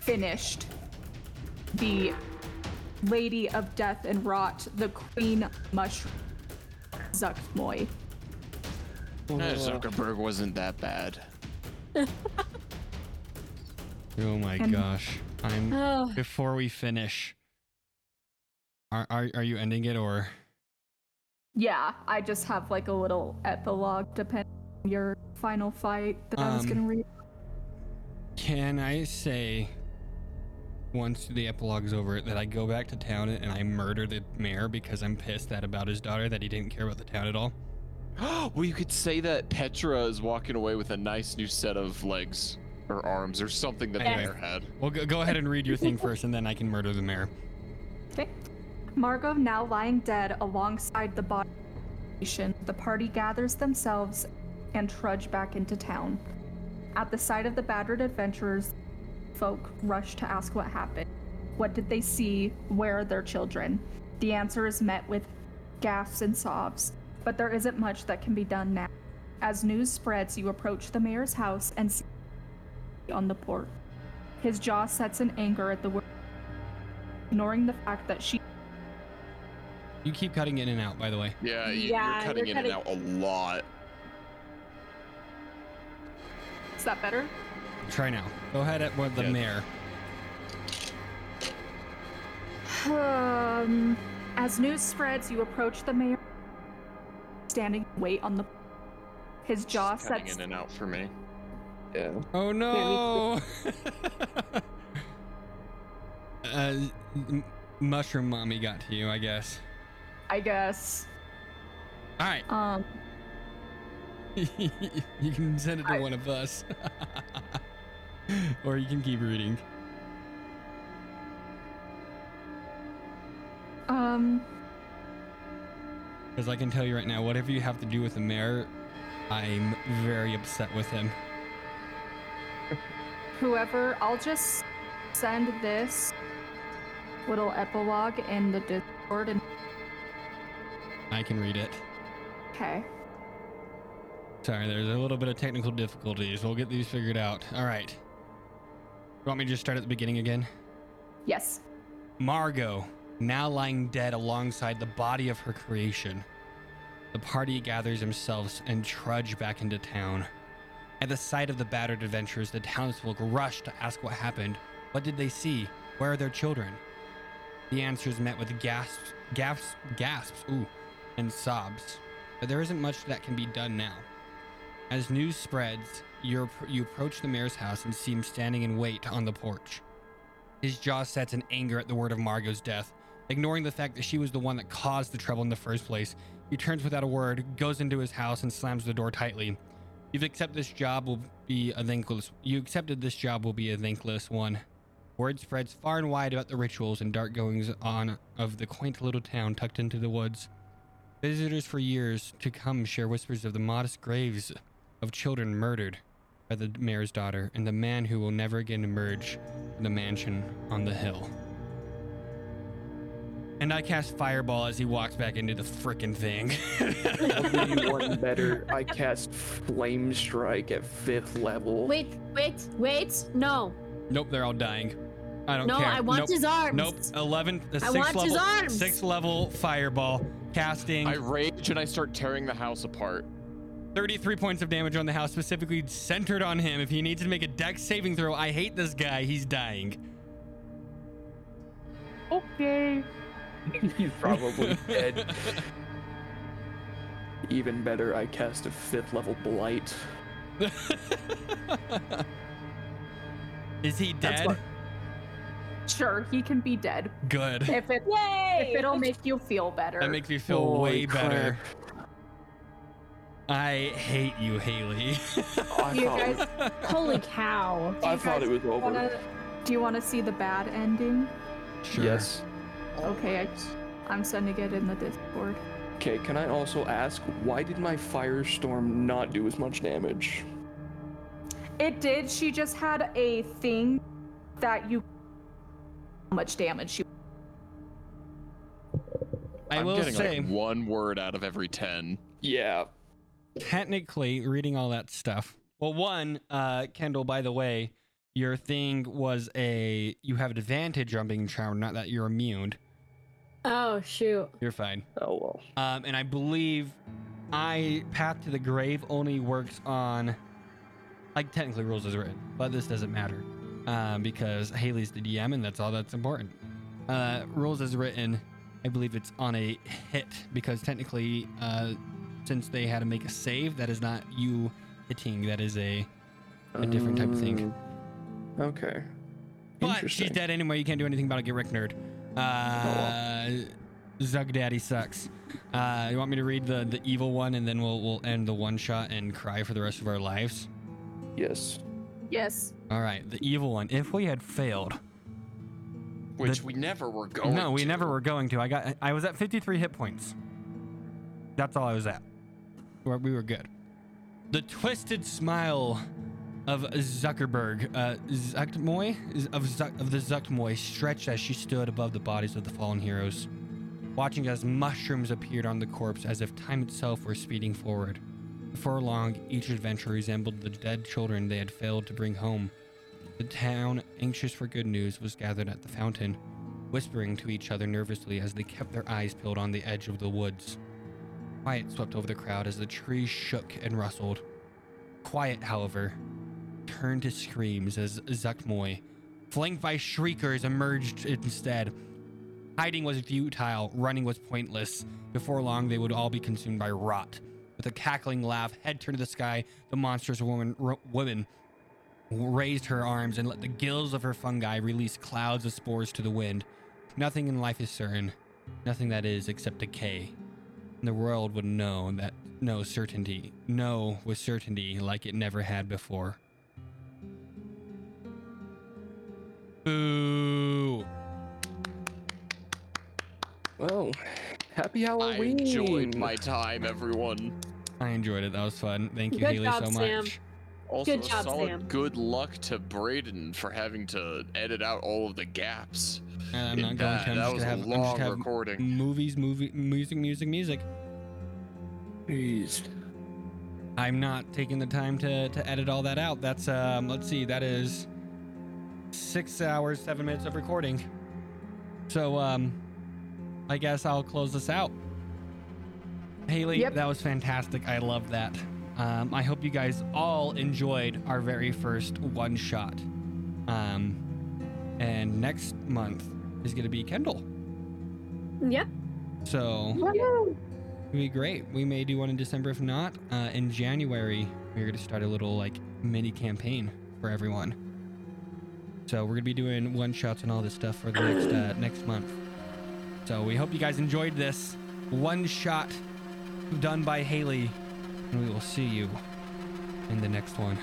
finished the Lady of Death and Rot, the Queen Mushroom, Zuckmoy. Eh, Zuckerberg wasn't that bad. Oh my And- gosh. I'm Oh, before we finish. Are, are are you ending it or Yeah, I just have like a little epilogue depending on your final fight that I was Um, gonna read. can I say once the epilogue's over that I go back to town and I murder the mayor because I'm pissed that about his daughter that he didn't care about the town at all? well, you could say that Petra is walking away with a nice new set of legs or arms or something that Yes. the mayor had. Well, go, go ahead and read your thing first, and then I can murder the mayor. Okay. Margot now lying dead alongside the body, the party gathers themselves and trudge back into town. At the sight of the battered adventurers, folk rush to ask what happened. What did they see? Where are their children? The answer is met with gasps and sobs, but there isn't much that can be done now. As news spreads, you approach the mayor's house and see on the porch. His jaw sets in anger at the word ignoring the fact that she You keep cutting in and out, by the way. Yeah, you, Yeah, you're cutting you're in and out a lot. is that better? Try now. Go ahead at with the Yeah. mayor. Um, as news spreads, you approach the mayor, standing wait on the. His jaw Just cutting sets. in and out for me. Yeah. Oh no! uh, m- mushroom mommy got to you, I guess. I guess. All right, Um, you can send it to one of us, or you can keep reading. um, Because I can tell you right now, whatever you have to do with the mayor, I'm very upset with him. whoever, I'll just send this little epilogue in the Discord. And I can read it. okay, Sorry, there's a little bit of technical difficulties. We'll get these figured out. All right. You want me to just start at the beginning again? yes. Margot, now lying dead alongside the body of her creation. The party gathers themselves and trudge back into town. At the sight of the battered adventurers, the townsfolk rush to ask what happened. What did they see? Where are their children? The answer is met with gasps, gasps, gasps, ooh, and sobs. But there isn't much that can be done now. As news spreads, you you approach the mayor's house and see him standing in wait on the porch. His jaw sets in anger at the word of Margot's death. Ignoring the fact that she was the one that caused the trouble in the first place, he turns without a word, goes into his house, and slams the door tightly. You've accepted this job will be a thankless. You accepted this job will be a thankless one. Word spreads far and wide about the rituals and dark goings on of the quaint little town tucked into the woods. Visitors for years to come share whispers of the modest graves of children murdered by the mayor's daughter and the man who will never again emerge the mansion on the hill. And I cast Fireball as he walks back into the frickin' thing. I'll give you one better. I cast Flame Strike at fifth level. wait, wait, wait. No, nope, they're all dying. I don't no, care. I want nope. his arms. Nope, 11th, the I sixth want level, his arms. sixth level Fireball, casting I rage and I start tearing the house apart. 33 points of damage on the house, specifically centered on him. If he needs to make a dex saving throw, I hate this guy, he's dying. Okay. He's probably dead. Even better, I cast a fifth level blight. Is he That's dead? Sure, he can be dead Good. if it Yay! if it'll make you feel better. That makes me feel Holy way crap. better. I hate you, Haley. I you thought, guys, Holy cow. I you thought guys it was over. wanna, do you want to see the bad ending? Sure. Yes. Okay, I, I'm sending it in the Discord. Okay, can I also ask why did my firestorm not do as much damage? It did. She just had a thing that you. How much damage she. I I'm will getting, like, say, One word out of every ten. Yeah. technically, reading all that stuff. Well, one, uh, Kendall, by the way, your thing was a you have an advantage on being charmed, not that you're immune. Oh shoot. You're fine. Oh well. Um, and I believe I Path to the Grave only works on like technically rules is written, but this doesn't matter um, because Haley's the DM and that's all that's important. Uh, rules is written, I believe it's on a hit because technically, uh, since they had to make a save, that is not you hitting. That is a a different type of thing. Okay. But she's dead anyway. You can't do anything about it. Get Rick nerd. Uh, Zug Daddy sucks. Uh, you want me to read the, the evil one and then we'll we'll end the one shot and cry for the rest of our lives? Yes. Yes. All right, the evil one. If we had failed, Which we never were going. no, we to. never were going to. I got. I was at 53 hit points. That's all I was at. We're- We were good. The twisted smile of Zuckerberg, uh, Zuckmoy, of, Zuck, of the Zuckmoy, stretched as she stood above the bodies of the fallen heroes, watching as mushrooms appeared on the corpse as if time itself were speeding forward. Before long, each adventure resembled the dead children they had failed to bring home. The town, anxious for good news, was gathered at the fountain, whispering to each other nervously as they kept their eyes peeled on the edge of the woods. Quiet swept over the crowd as the trees shook and rustled. Quiet, however, turned to screams as Zuckmoy, flanked by shriekers, emerged instead. Hiding was futile, running was pointless. Before long, they would all be consumed by rot. With a cackling laugh, head turned to the sky, the monstrous woman, ro- woman raised her arms and let the gills of her fungi release clouds of spores to the wind. Nothing in life is certain, nothing that is except decay. And the world would know that no certainty, no with certainty like it never had before. Boo! Well, happy I Halloween. enjoyed my time, everyone. I enjoyed it. That was fun. Thank you, Good Haley, job, so Sam. much. Also, Good job, solid Sam. good luck to Braden for having to edit out all of the gaps. And I'm in not going that. to. I'm that just was gonna have, a I'm just long gonna have recording. movies, movie, music, music, music. Jeez. I'm not taking the time to to edit all that out. That's um let's see, that is six hours, seven minutes of recording. So um I guess I'll close this out. Haley, Yep. that was fantastic. I love that. Um, I hope you guys all enjoyed our very first one shot. Um, and next month is going to be Kendall. Yep. So It'd be great. We may do one in December. If not, uh, in January, we're going to start a little like mini campaign for everyone. So we're going to be doing one shots and all this stuff for the next uh, next month. So we hope you guys enjoyed this one shot done by Haley, and we will see you in the next one.